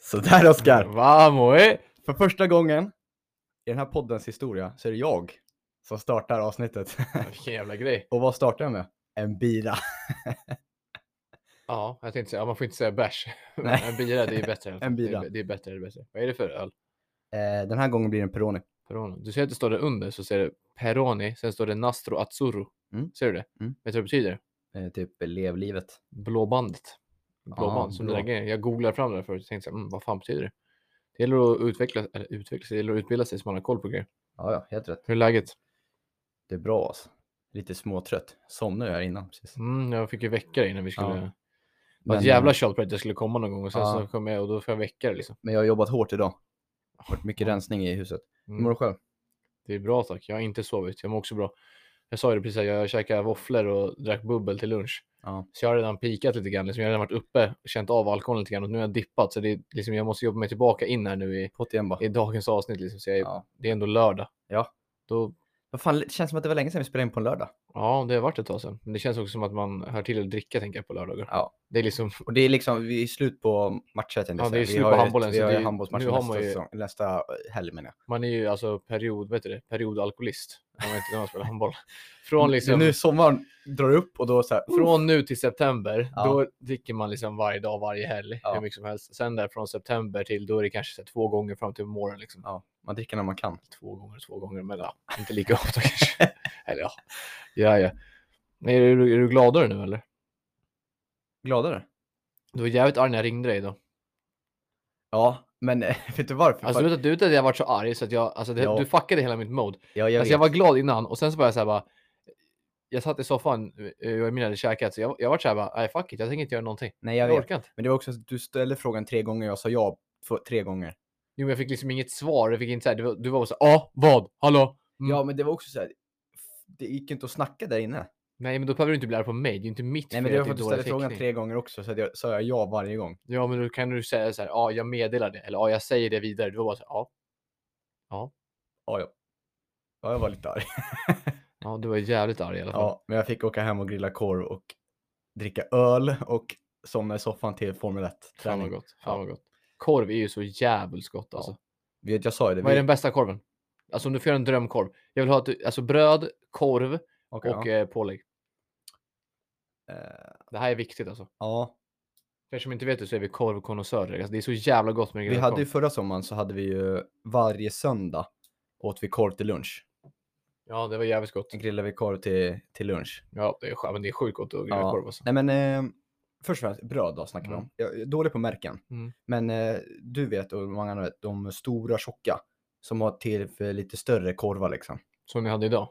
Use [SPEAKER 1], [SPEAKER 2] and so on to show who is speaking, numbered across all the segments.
[SPEAKER 1] Så där Oskar!
[SPEAKER 2] Vamo, eh? För första gången i den här poddens historia så är det jag som startar avsnittet.
[SPEAKER 3] Vilken jävla grej.
[SPEAKER 2] Och vad startar jag med? En bira.
[SPEAKER 3] Ja, jag tänkte säga, ja, man får inte säga bärs.
[SPEAKER 2] Nej.
[SPEAKER 3] En bira, det är bättre. i alla fall.
[SPEAKER 2] En bira.
[SPEAKER 3] Det är, det är bättre, det är bättre. Vad är det för öl?
[SPEAKER 2] Eh, den här gången blir det en Peroni.
[SPEAKER 3] Peroni. Du ser att det står där under så ser det Peroni, sen står det Nastro Azzurro.
[SPEAKER 2] Mm.
[SPEAKER 3] Ser du det?
[SPEAKER 2] Mm.
[SPEAKER 3] Vet du vad det betyder?
[SPEAKER 2] Eh, typ lev livet.
[SPEAKER 3] Blåbandet. Blåband,
[SPEAKER 2] Ja,
[SPEAKER 3] som
[SPEAKER 2] blå.
[SPEAKER 3] den där grejen. Jag googlade fram det här förut och tänkte så här, mm, vad fan betyder det? Det gäller att utveckla, eller utveckla sig, det gäller att utbilda sig så man har koll på grejer.
[SPEAKER 2] Ja, ja, helt rätt.
[SPEAKER 3] Hur är läget?
[SPEAKER 2] Det är bra alltså. Lite småtrött. Somnade jag här innan precis.
[SPEAKER 3] Mm, jag fick ju väcka dig innan vi skulle...
[SPEAKER 2] Ja.
[SPEAKER 3] Ja.
[SPEAKER 2] Men,
[SPEAKER 3] ett jävla tjat på att jag skulle komma någon gång och sen
[SPEAKER 2] Ja.
[SPEAKER 3] så kom jag och då får jag väcka dig liksom.
[SPEAKER 2] men jag har jobbat hårt idag. Varit mycket rensning i huset. Hur mår
[SPEAKER 3] Mm.
[SPEAKER 2] du själv?
[SPEAKER 3] Det är bra tack, jag har inte sovit. Jag mår också bra. Jag sa ju det precis, här, jag käkade våfflor och drack bubbel till lunch.
[SPEAKER 2] Ja.
[SPEAKER 3] Så jag har redan pikat lite grann, liksom. jag har redan varit uppe, känt av alkoholen lite grann och nu har jag dippat. Så det är, liksom, jag måste jobba mig tillbaka in här nu i,
[SPEAKER 2] Pott igen bara.
[SPEAKER 3] i dagens avsnitt. Liksom. Så jag, är-
[SPEAKER 2] Ja.
[SPEAKER 3] Det är ändå lördag.
[SPEAKER 2] Ja.
[SPEAKER 3] Då,
[SPEAKER 2] Vad fan, det känns som att det var länge sedan vi spelade in på en lördag.
[SPEAKER 3] ja, det har varit ett tag sedan. Men det känns också som att man hör till att dricka tänker jag på lördagar.
[SPEAKER 2] Ja.
[SPEAKER 3] Det är liksom
[SPEAKER 2] Och det är liksom, vi är slut på matcher tänkte
[SPEAKER 3] Ja,
[SPEAKER 2] jag
[SPEAKER 3] det är
[SPEAKER 2] säga.
[SPEAKER 3] slut
[SPEAKER 2] vi
[SPEAKER 3] på
[SPEAKER 2] har ju-
[SPEAKER 3] handbollen,
[SPEAKER 2] Vi
[SPEAKER 3] så
[SPEAKER 2] har
[SPEAKER 3] det
[SPEAKER 2] ju
[SPEAKER 3] är-
[SPEAKER 2] handbollsmatcher
[SPEAKER 3] nu har
[SPEAKER 2] nästa,
[SPEAKER 3] man ju-
[SPEAKER 2] säsong- nästa eh, helg menar jag.
[SPEAKER 3] Man är ju alltså period, vad heter det? periodalkoholist. När man, inte, när man spelar handboll. Från, liksom,
[SPEAKER 2] Nu sommaren drar upp och då så här,
[SPEAKER 3] från nu till september,
[SPEAKER 2] Ja.
[SPEAKER 3] då dricker man liksom varje dag, varje helg,
[SPEAKER 2] Ja.
[SPEAKER 3] hur mycket som helst. Sen där från september till, då är det kanske så här, två gånger fram till morgonen. Liksom.
[SPEAKER 2] Ja, man dricker när man kan.
[SPEAKER 3] Två gånger, två gånger, men ja, inte lika ofta kanske. Eller ja, ja, ja. Men är du, är du gladare nu eller?
[SPEAKER 2] Gladare?
[SPEAKER 3] Du var jävligt arg när jag ringde dig då.
[SPEAKER 2] Ja, men eh, vet du varför?
[SPEAKER 3] Alltså
[SPEAKER 2] För-
[SPEAKER 3] du vet att du vet att jag varit så arg så att jag, alltså det,
[SPEAKER 2] Ja.
[SPEAKER 3] du fuckade hela mitt mode.
[SPEAKER 2] ja, jag,
[SPEAKER 3] alltså jag var glad innan och sen så var jag så här bara. Jag satt i soffan, eh, jag och min hade käkat, så jag, jag var så här bara, nej fuck it, jag tänker inte göra någonting.
[SPEAKER 2] Nej, jag
[SPEAKER 3] Jag,
[SPEAKER 2] vet.
[SPEAKER 3] orkar inte.
[SPEAKER 2] Men det var också att du ställde frågan tre gånger och jag sa ja två, tre gånger.
[SPEAKER 3] Jo, men jag fick liksom inget svar, jag fick inte så här, du, var- du var så här, ja, vad, hallå? Mm.
[SPEAKER 2] Ja, men det var också så här, f- det gick inte att snacka där inne.
[SPEAKER 3] Nej, men då behöver du inte bli arg på mig, det är ju inte mitt
[SPEAKER 2] Nej, men
[SPEAKER 3] fel
[SPEAKER 2] det var
[SPEAKER 3] att
[SPEAKER 2] för att du
[SPEAKER 3] dålig
[SPEAKER 2] ställde frågan
[SPEAKER 3] täckning.
[SPEAKER 2] tre gånger också, så att jag sa jag ja varje gång.
[SPEAKER 3] Ja, men då kan du säga så här, ja, jag meddelar det, eller ja, jag säger det vidare. Du var bara så här, "Ah." ja.
[SPEAKER 2] Ja, ja. Ja, jag var lite arg.
[SPEAKER 3] Ja, du var jävligt arg i alla fall.
[SPEAKER 2] Ja, men jag fick åka hem och grilla korv och dricka öl och somna i soffan till Formel 1
[SPEAKER 3] Fan vad
[SPEAKER 2] träning.
[SPEAKER 3] gott, fan vad gott. Korv är ju så jävligt gott alltså.
[SPEAKER 2] Vet jag sa ju det.
[SPEAKER 3] Vad är
[SPEAKER 2] vi-
[SPEAKER 3] den bästa korven? Alltså om du får göra en drömkorv. Jag vill ha att du, alltså bröd, korv
[SPEAKER 2] Okej,
[SPEAKER 3] och
[SPEAKER 2] ja.
[SPEAKER 3] eh, pålägg.
[SPEAKER 2] Eh,
[SPEAKER 3] Det här är viktigt alltså.
[SPEAKER 2] ja,
[SPEAKER 3] För er som inte vet det så är vi korvkonnässörer. Alltså, det är så jävla gott med
[SPEAKER 2] vi
[SPEAKER 3] grillad
[SPEAKER 2] hade ju
[SPEAKER 3] korv.
[SPEAKER 2] förra sommaren så hade vi ju varje söndag åt vi korv till lunch.
[SPEAKER 3] Ja, det var jävligt gott.
[SPEAKER 2] Grillade vi korv till, till lunch.
[SPEAKER 3] Ja, det är, skönt, men det är sjukt gott att grilla
[SPEAKER 2] Ja.
[SPEAKER 3] korv alltså.
[SPEAKER 2] Nej men eh, först och främst, bröd då snackar vi
[SPEAKER 3] Mm.
[SPEAKER 2] om. Jag är dålig på märken.
[SPEAKER 3] Mm.
[SPEAKER 2] Men eh, du vet och många andra vet, de stora tjocka som har till för lite större korvar liksom.
[SPEAKER 3] Som ni hade idag.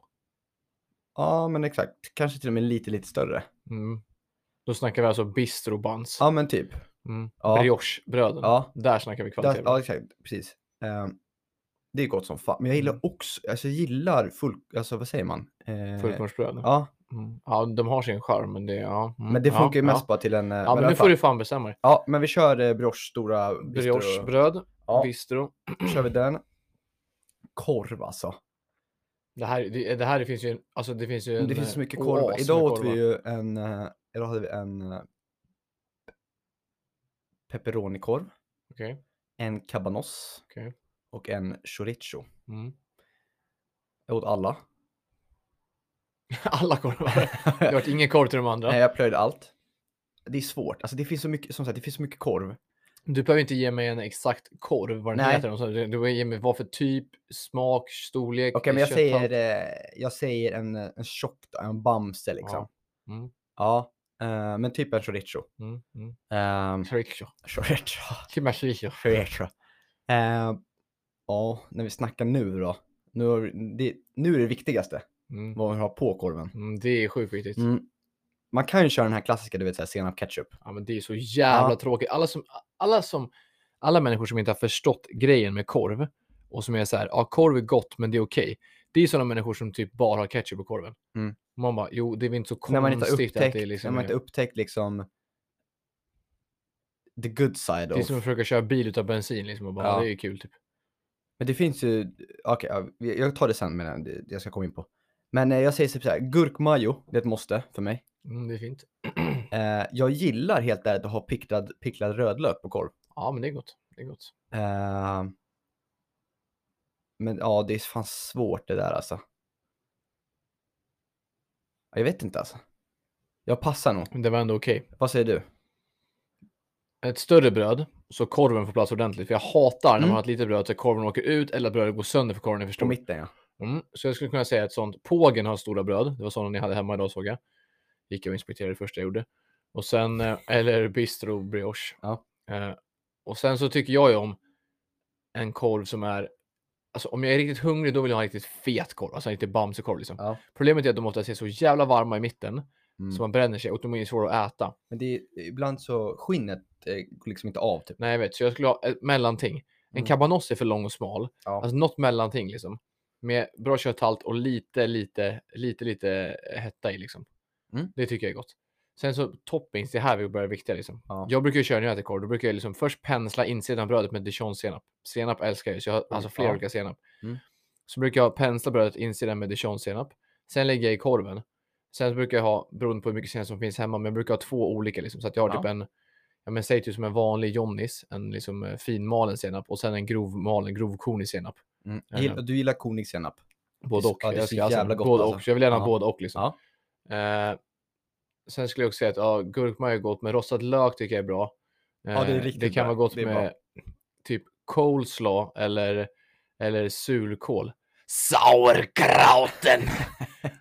[SPEAKER 2] Ja men exakt, kanske till och med lite lite större.
[SPEAKER 3] Mm. Då snackar vi alltså bistrobuns.
[SPEAKER 2] Ja men typ.
[SPEAKER 3] Mm.
[SPEAKER 2] Ja.
[SPEAKER 3] Briochebröden.
[SPEAKER 2] Ja,
[SPEAKER 3] Där snackar vi kvalitet.
[SPEAKER 2] där, ja exakt, precis. Eh, det är gott som fan. Men jag gillar
[SPEAKER 3] Mm.
[SPEAKER 2] också, alltså jag gillar full, alltså vad säger man? Eh,
[SPEAKER 3] Fullkornsbröd. Ja.
[SPEAKER 2] Ja,
[SPEAKER 3] Mm. ja, de har sin charm, men det... Ja. Mm.
[SPEAKER 2] men det funkar
[SPEAKER 3] ja,
[SPEAKER 2] ju mest
[SPEAKER 3] ja.
[SPEAKER 2] bara till en... eh,
[SPEAKER 3] Ja, men
[SPEAKER 2] i alla
[SPEAKER 3] nu
[SPEAKER 2] fall-
[SPEAKER 3] får du fan bestämma dig.
[SPEAKER 2] Ja, men vi kör eh, brioche stora bistro.
[SPEAKER 3] Briochebröd,
[SPEAKER 2] Ja.
[SPEAKER 3] bistro.
[SPEAKER 2] kör vi den. Korv alltså.
[SPEAKER 3] Det här, det, det här finns ju en, alltså det finns ju en
[SPEAKER 2] det
[SPEAKER 3] eh,
[SPEAKER 2] finns så mycket
[SPEAKER 3] oas
[SPEAKER 2] korv.
[SPEAKER 3] med
[SPEAKER 2] Idag åt vi
[SPEAKER 3] korvar.
[SPEAKER 2] ju en, eh, idag hade vi en eh, pepperonikorv,
[SPEAKER 3] Okej,
[SPEAKER 2] en cabanos
[SPEAKER 3] Okej.
[SPEAKER 2] och en chorizo.
[SPEAKER 3] mm.
[SPEAKER 2] Jag åt alla.
[SPEAKER 3] Alla korvar. Det har varit ingen korv till de andra.
[SPEAKER 2] Nej, jag plöjde allt. Det är svårt. Alltså det finns så mycket, som sagt, det finns så mycket korv.
[SPEAKER 3] Du behöver inte ge mig en exakt korv, vad den
[SPEAKER 2] Nej.
[SPEAKER 3] heter. och så. Du du behöver ge mig vad för typ, smak, storlek.
[SPEAKER 2] Okej, men jag
[SPEAKER 3] kötthalt.
[SPEAKER 2] säger, eh, jag säger en, eh, en tjock, då, en bamse liksom. Ja,
[SPEAKER 3] Mm.
[SPEAKER 2] eh, men typ en chorizo.
[SPEAKER 3] Mm, mm.
[SPEAKER 2] Ehm,
[SPEAKER 3] Chorizo.
[SPEAKER 2] chorizo.
[SPEAKER 3] Kimma chorizo.
[SPEAKER 2] Chorizo. Eh, Ja, när vi snackar nu då. Nu, har vi- det, nu är det viktigaste.
[SPEAKER 3] Mm.
[SPEAKER 2] vad man har på korven.
[SPEAKER 3] Mm, det är sjukt viktigt.
[SPEAKER 2] Mm. Man kan ju köra den här klassiska, du vet såhär senap ketchup.
[SPEAKER 3] Ja, men det är så jävla
[SPEAKER 2] Ja.
[SPEAKER 3] tråkigt. Alla, som, alla, som, alla människor som inte har förstått grejen med korv och som är så här, ja, korv är gott, men det är okej. Det är sådana människor som typ bara har ketchup på korven.
[SPEAKER 2] Mm.
[SPEAKER 3] Man bara, jo, det är väl inte så konstigt
[SPEAKER 2] När man inte har
[SPEAKER 3] att
[SPEAKER 2] upptäckt,
[SPEAKER 3] det är liksom...
[SPEAKER 2] när man inte har upptäckt liksom the good side
[SPEAKER 3] det är
[SPEAKER 2] of.
[SPEAKER 3] som att försöka köra bil utan bensin liksom och bara,
[SPEAKER 2] Ja.
[SPEAKER 3] det är ju kul typ.
[SPEAKER 2] Men det finns ju, okej, ja, vi- jag tar det sen med den, det- det jag ska komma in på. Men eh, jag säger typ såhär, gurkmajo, det är ett måste för mig.
[SPEAKER 3] Mm, det är fint.
[SPEAKER 2] Eh, jag gillar helt ärligt att ha picklad, picklad rödlök på korv.
[SPEAKER 3] Ja, men det är gott. Det är gott.
[SPEAKER 2] Eh, men ja, det är fan svårt det där alltså. Ja, Jag vet inte alltså. Jag passar nog.
[SPEAKER 3] Men det var ändå okej.
[SPEAKER 2] Vad säger du?
[SPEAKER 3] Ett större bröd, så korven får plats ordentligt. För jag hatar när
[SPEAKER 2] Mm.
[SPEAKER 3] man har ett litet bröd så att korven åker ut eller att brödet går sönder för korven är för
[SPEAKER 2] På
[SPEAKER 3] stor.
[SPEAKER 2] mitten ja.
[SPEAKER 3] Mm. Så jag skulle kunna säga ett sånt. Pågen har stora bröd. Det var sådana ni hade hemma idag såg jag. Gick jag och inspekterade det första jag gjorde. Och sen, eh, eller bistro brioche.
[SPEAKER 2] Ja.
[SPEAKER 3] Eh, och sen så tycker jag ju om en korv som är, alltså om jag är riktigt hungrig då vill jag ha en riktigt fet korv. Alltså en riktig bamsekorv liksom.
[SPEAKER 2] ja.
[SPEAKER 3] Problemet är att de ofta är så jävla varma i mitten
[SPEAKER 2] Mm.
[SPEAKER 3] så man bränner sig och de är svåra att äta.
[SPEAKER 2] Men det är, ibland så skinnet eh, går liksom inte av typ.
[SPEAKER 3] Nej jag vet, så jag skulle ha ett mellanting. En
[SPEAKER 2] Mm.
[SPEAKER 3] cabanos är för lång och smal.
[SPEAKER 2] Ja.
[SPEAKER 3] Alltså något mellanting liksom. Med bra kötthalt och lite, lite, lite, lite hetta i liksom.
[SPEAKER 2] Mm.
[SPEAKER 3] Det tycker jag är gott. Sen så toppings, det är här vi börjar viktiga liksom.
[SPEAKER 2] Ja.
[SPEAKER 3] Jag brukar ju köra när jag äter korv, då brukar jag liksom först pensla insidan av brödet med dijonsenap. Senap älskar jag ju, så jag har alltså flera
[SPEAKER 2] ja.
[SPEAKER 3] olika senap.
[SPEAKER 2] Mm.
[SPEAKER 3] Så brukar jag pensla brödet insidan med dijonsenap. Sen lägger jag i korven. Sen så brukar jag ha, beroende på hur mycket senap som finns hemma, men jag brukar ha två olika liksom. Så att jag har
[SPEAKER 2] Ja.
[SPEAKER 3] typ en, ja men säg typ som en vanlig Johnny's, en liksom eh, finmalen senap och sen en grovmalen, grovkornig senap.
[SPEAKER 2] Mm.
[SPEAKER 3] Ja,
[SPEAKER 2] Gill-
[SPEAKER 3] ja.
[SPEAKER 2] Du gillar koningssenap?
[SPEAKER 3] Både
[SPEAKER 2] Det är så-
[SPEAKER 3] och.
[SPEAKER 2] ja, det är
[SPEAKER 3] jag
[SPEAKER 2] så
[SPEAKER 3] skulle alltså-
[SPEAKER 2] jävla gott,
[SPEAKER 3] både
[SPEAKER 2] alltså.
[SPEAKER 3] och. Jag vill gärna ha
[SPEAKER 2] Ja.
[SPEAKER 3] både och liksom.
[SPEAKER 2] Ja.
[SPEAKER 3] Eh, sen skulle jag också säga att ja, gurkmaja är gott, men rostad lök tycker jag är bra.
[SPEAKER 2] Ja, det är
[SPEAKER 3] Eh, det
[SPEAKER 2] riktigt
[SPEAKER 3] kan
[SPEAKER 2] bra.
[SPEAKER 3] vara gott
[SPEAKER 2] Det är
[SPEAKER 3] med
[SPEAKER 2] bra.
[SPEAKER 3] typ coleslaw eller, eller surkål. Sauerkrauten!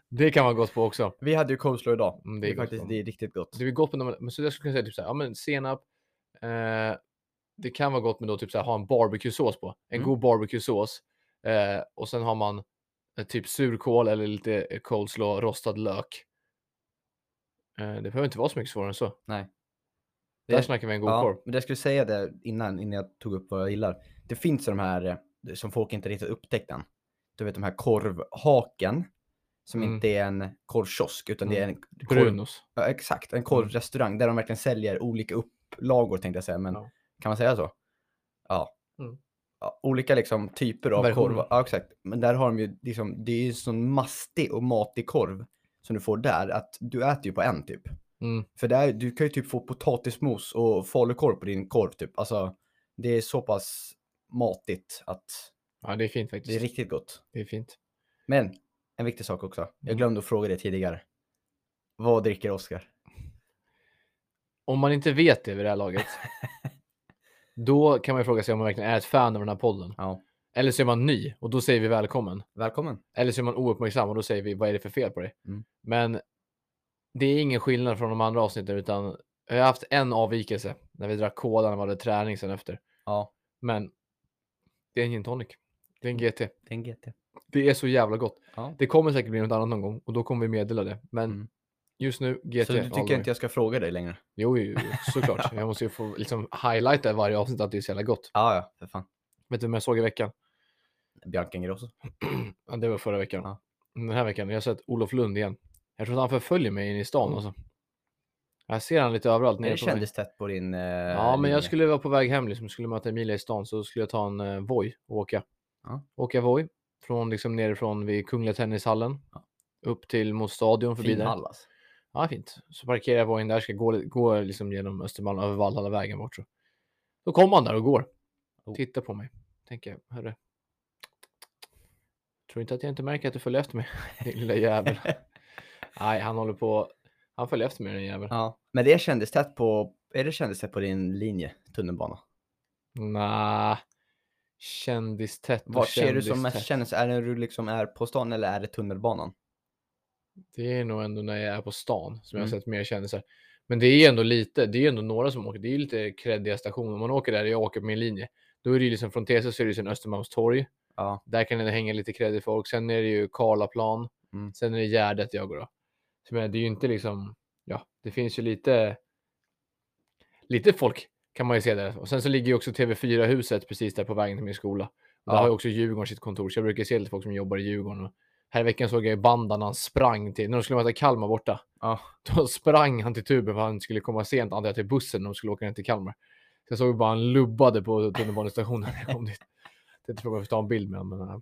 [SPEAKER 3] det kan vara gott på också.
[SPEAKER 2] Vi hade ju coleslaw idag.
[SPEAKER 3] Mm,
[SPEAKER 2] det,
[SPEAKER 3] det är
[SPEAKER 2] är
[SPEAKER 3] gott,
[SPEAKER 2] faktiskt,
[SPEAKER 3] va?
[SPEAKER 2] det är riktigt gott.
[SPEAKER 3] Det är gott med de- men så jag skulle kunna säga typ så här, ja men senap. Eh, det kan vara gott med då typ så här, ha en barbecuesås på. En
[SPEAKER 2] Mm.
[SPEAKER 3] god barbecuesås. Eh, och sen har man eh, typ surkål eller lite eh, coleslaw, rostad lök. Eh, det behöver inte vara så mycket svårare än så.
[SPEAKER 2] Nej.
[SPEAKER 3] Där
[SPEAKER 2] Det-
[SPEAKER 3] snackar vi en god korv.
[SPEAKER 2] Ja, men jag skulle säga det innan, innan jag tog upp vad jag gillar. Det finns ju de här eh, som folk inte riktigt upptäckt än. Du vet de här korvhaken. Som
[SPEAKER 3] Mm.
[SPEAKER 2] inte är en korvkiosk utan det är en korv,
[SPEAKER 3] Brunos.
[SPEAKER 2] ja, exakt,
[SPEAKER 3] Mm.
[SPEAKER 2] en korvrestaurang där de verkligen säljer olika upplagor tänkte jag säga. Men
[SPEAKER 3] Ja.
[SPEAKER 2] kan man säga så? Ja.
[SPEAKER 3] Mm.
[SPEAKER 2] ja olika liksom typer av
[SPEAKER 3] Versioner.
[SPEAKER 2] korv. Ja, exakt. Men där har de ju liksom, det är ju en sån mastig och matig korv som du får där att du äter ju på en typ.
[SPEAKER 3] Mm.
[SPEAKER 2] För där, du kan ju typ få potatismos och falukorv på din korv typ. Alltså, det är så pass matigt att
[SPEAKER 3] Ja, det är fint faktiskt.
[SPEAKER 2] det är riktigt gott.
[SPEAKER 3] det är fint.
[SPEAKER 2] Men, en viktig sak också.
[SPEAKER 3] Mm.
[SPEAKER 2] Jag glömde att fråga dig tidigare. Vad dricker Oskar?
[SPEAKER 3] Om man inte vet det vid det här laget. då kan man ju fråga sig om man verkligen är ett fan av den här podden.
[SPEAKER 2] Ja.
[SPEAKER 3] Eller så är man ny och då säger vi välkommen.
[SPEAKER 2] Välkommen.
[SPEAKER 3] Eller så är man ouppmärksam och då säger vi vad är det för fel på dig?
[SPEAKER 2] Mm.
[SPEAKER 3] Men det är ingen skillnad från de andra avsnitten utan jag har haft en avvikelse när vi drack cola när vi hade träning sen efter.
[SPEAKER 2] Ja,
[SPEAKER 3] Men det är en gin tonic. Det är en GT.
[SPEAKER 2] det är en GT.
[SPEAKER 3] Det är så jävla gott.
[SPEAKER 2] Ja.
[SPEAKER 3] Det kommer säkert bli något annat någon gång och då kommer vi meddela det. Men
[SPEAKER 2] Mm.
[SPEAKER 3] just nu GT.
[SPEAKER 2] så du
[SPEAKER 3] all
[SPEAKER 2] tycker
[SPEAKER 3] the
[SPEAKER 2] inte jag ska fråga dig längre?
[SPEAKER 3] way. Jo, jo, jo såklart. jag måste ju få liksom highlighta i varje avsnitt att det är så jävla gott.
[SPEAKER 2] Ja, ja, för fan.
[SPEAKER 3] Vet du vem jag såg i veckan?
[SPEAKER 2] Bianca Ingrosso.
[SPEAKER 3] Ja, det var förra veckan.
[SPEAKER 2] Ja.
[SPEAKER 3] Den här veckan. Jag har sett Olof Lund igen. Jag tror att han förföljer mig in i stan.
[SPEAKER 2] Mm.
[SPEAKER 3] Alltså. Jag ser han lite överallt.
[SPEAKER 2] Är
[SPEAKER 3] nere
[SPEAKER 2] det
[SPEAKER 3] på vägen.
[SPEAKER 2] kändistätt på din... Eh,
[SPEAKER 3] Ja, men
[SPEAKER 2] linje?
[SPEAKER 3] jag skulle vara på väg hem. Liksom. Skulle möta Emilia i stan så skulle jag ta en eh, Voi och åka.
[SPEAKER 2] Ja.
[SPEAKER 3] Åka Voi. Från liksom nerifrån vid Kungliga Tennishallen.
[SPEAKER 2] Ja.
[SPEAKER 3] Upp till mot stadion förbi
[SPEAKER 2] Fin
[SPEAKER 3] där.
[SPEAKER 2] hall, alltså.
[SPEAKER 3] Ja, fint. Så parkerar jag Vojen där. Ska gå, gå liksom genom Östermalm över Valhalla vägen bort. Så. Då kommer han där och går.
[SPEAKER 2] Oh.
[SPEAKER 3] Tittar på mig. Tänker, hörru. Tror inte att jag inte märker att du följer efter mig. Din lilla jävel. Nej, han håller på. Han följer efter mig den jäveln.
[SPEAKER 2] ja. Men det är kändistätt på... Är det kändistätt på din linje? Tunnelbana?
[SPEAKER 3] Nja, Kändistätt och
[SPEAKER 2] Vad ser du som mest
[SPEAKER 3] kändistätt.
[SPEAKER 2] kändis? Är det du liksom är på stan eller är det tunnelbanan?
[SPEAKER 3] Det är nog ändå när jag är på stan som jag har
[SPEAKER 2] Mm.
[SPEAKER 3] sett mer kändisar. Men det är ändå lite, det är ändå några som åker. Det är ju lite creddiga stationer. Om man åker där, jag åker på min linje. Då är det ju liksom från TC så är det ju sen Östermalmstorg.
[SPEAKER 2] Ja.
[SPEAKER 3] Där kan det hänga lite creddigt folk. Sen är det ju Karlaplan.
[SPEAKER 2] Mm.
[SPEAKER 3] Sen är det Gärdet jag går då. Så men det är ju inte liksom, ja, det finns ju lite, lite folk kan man ju se där. Och sen så ligger ju också TV4-huset precis där på vägen till min skola. Och Där
[SPEAKER 2] Ja.
[SPEAKER 3] har ju också Djurgården sitt kontor, så jag brukar se lite folk som jobbar i Djurgården. Och här i veckan såg jag ju Bandan han sprang till, när de skulle möta Kalmar borta,
[SPEAKER 2] Ja.
[SPEAKER 3] då sprang han till tuben för han skulle komma sent, antar jag, till bussen när de skulle åka ner till Kalmar. Så jag såg bara han lubbade på tunnelbanestationen när jag kom dit. Jag tror jag får ta en bild med honom, men eh,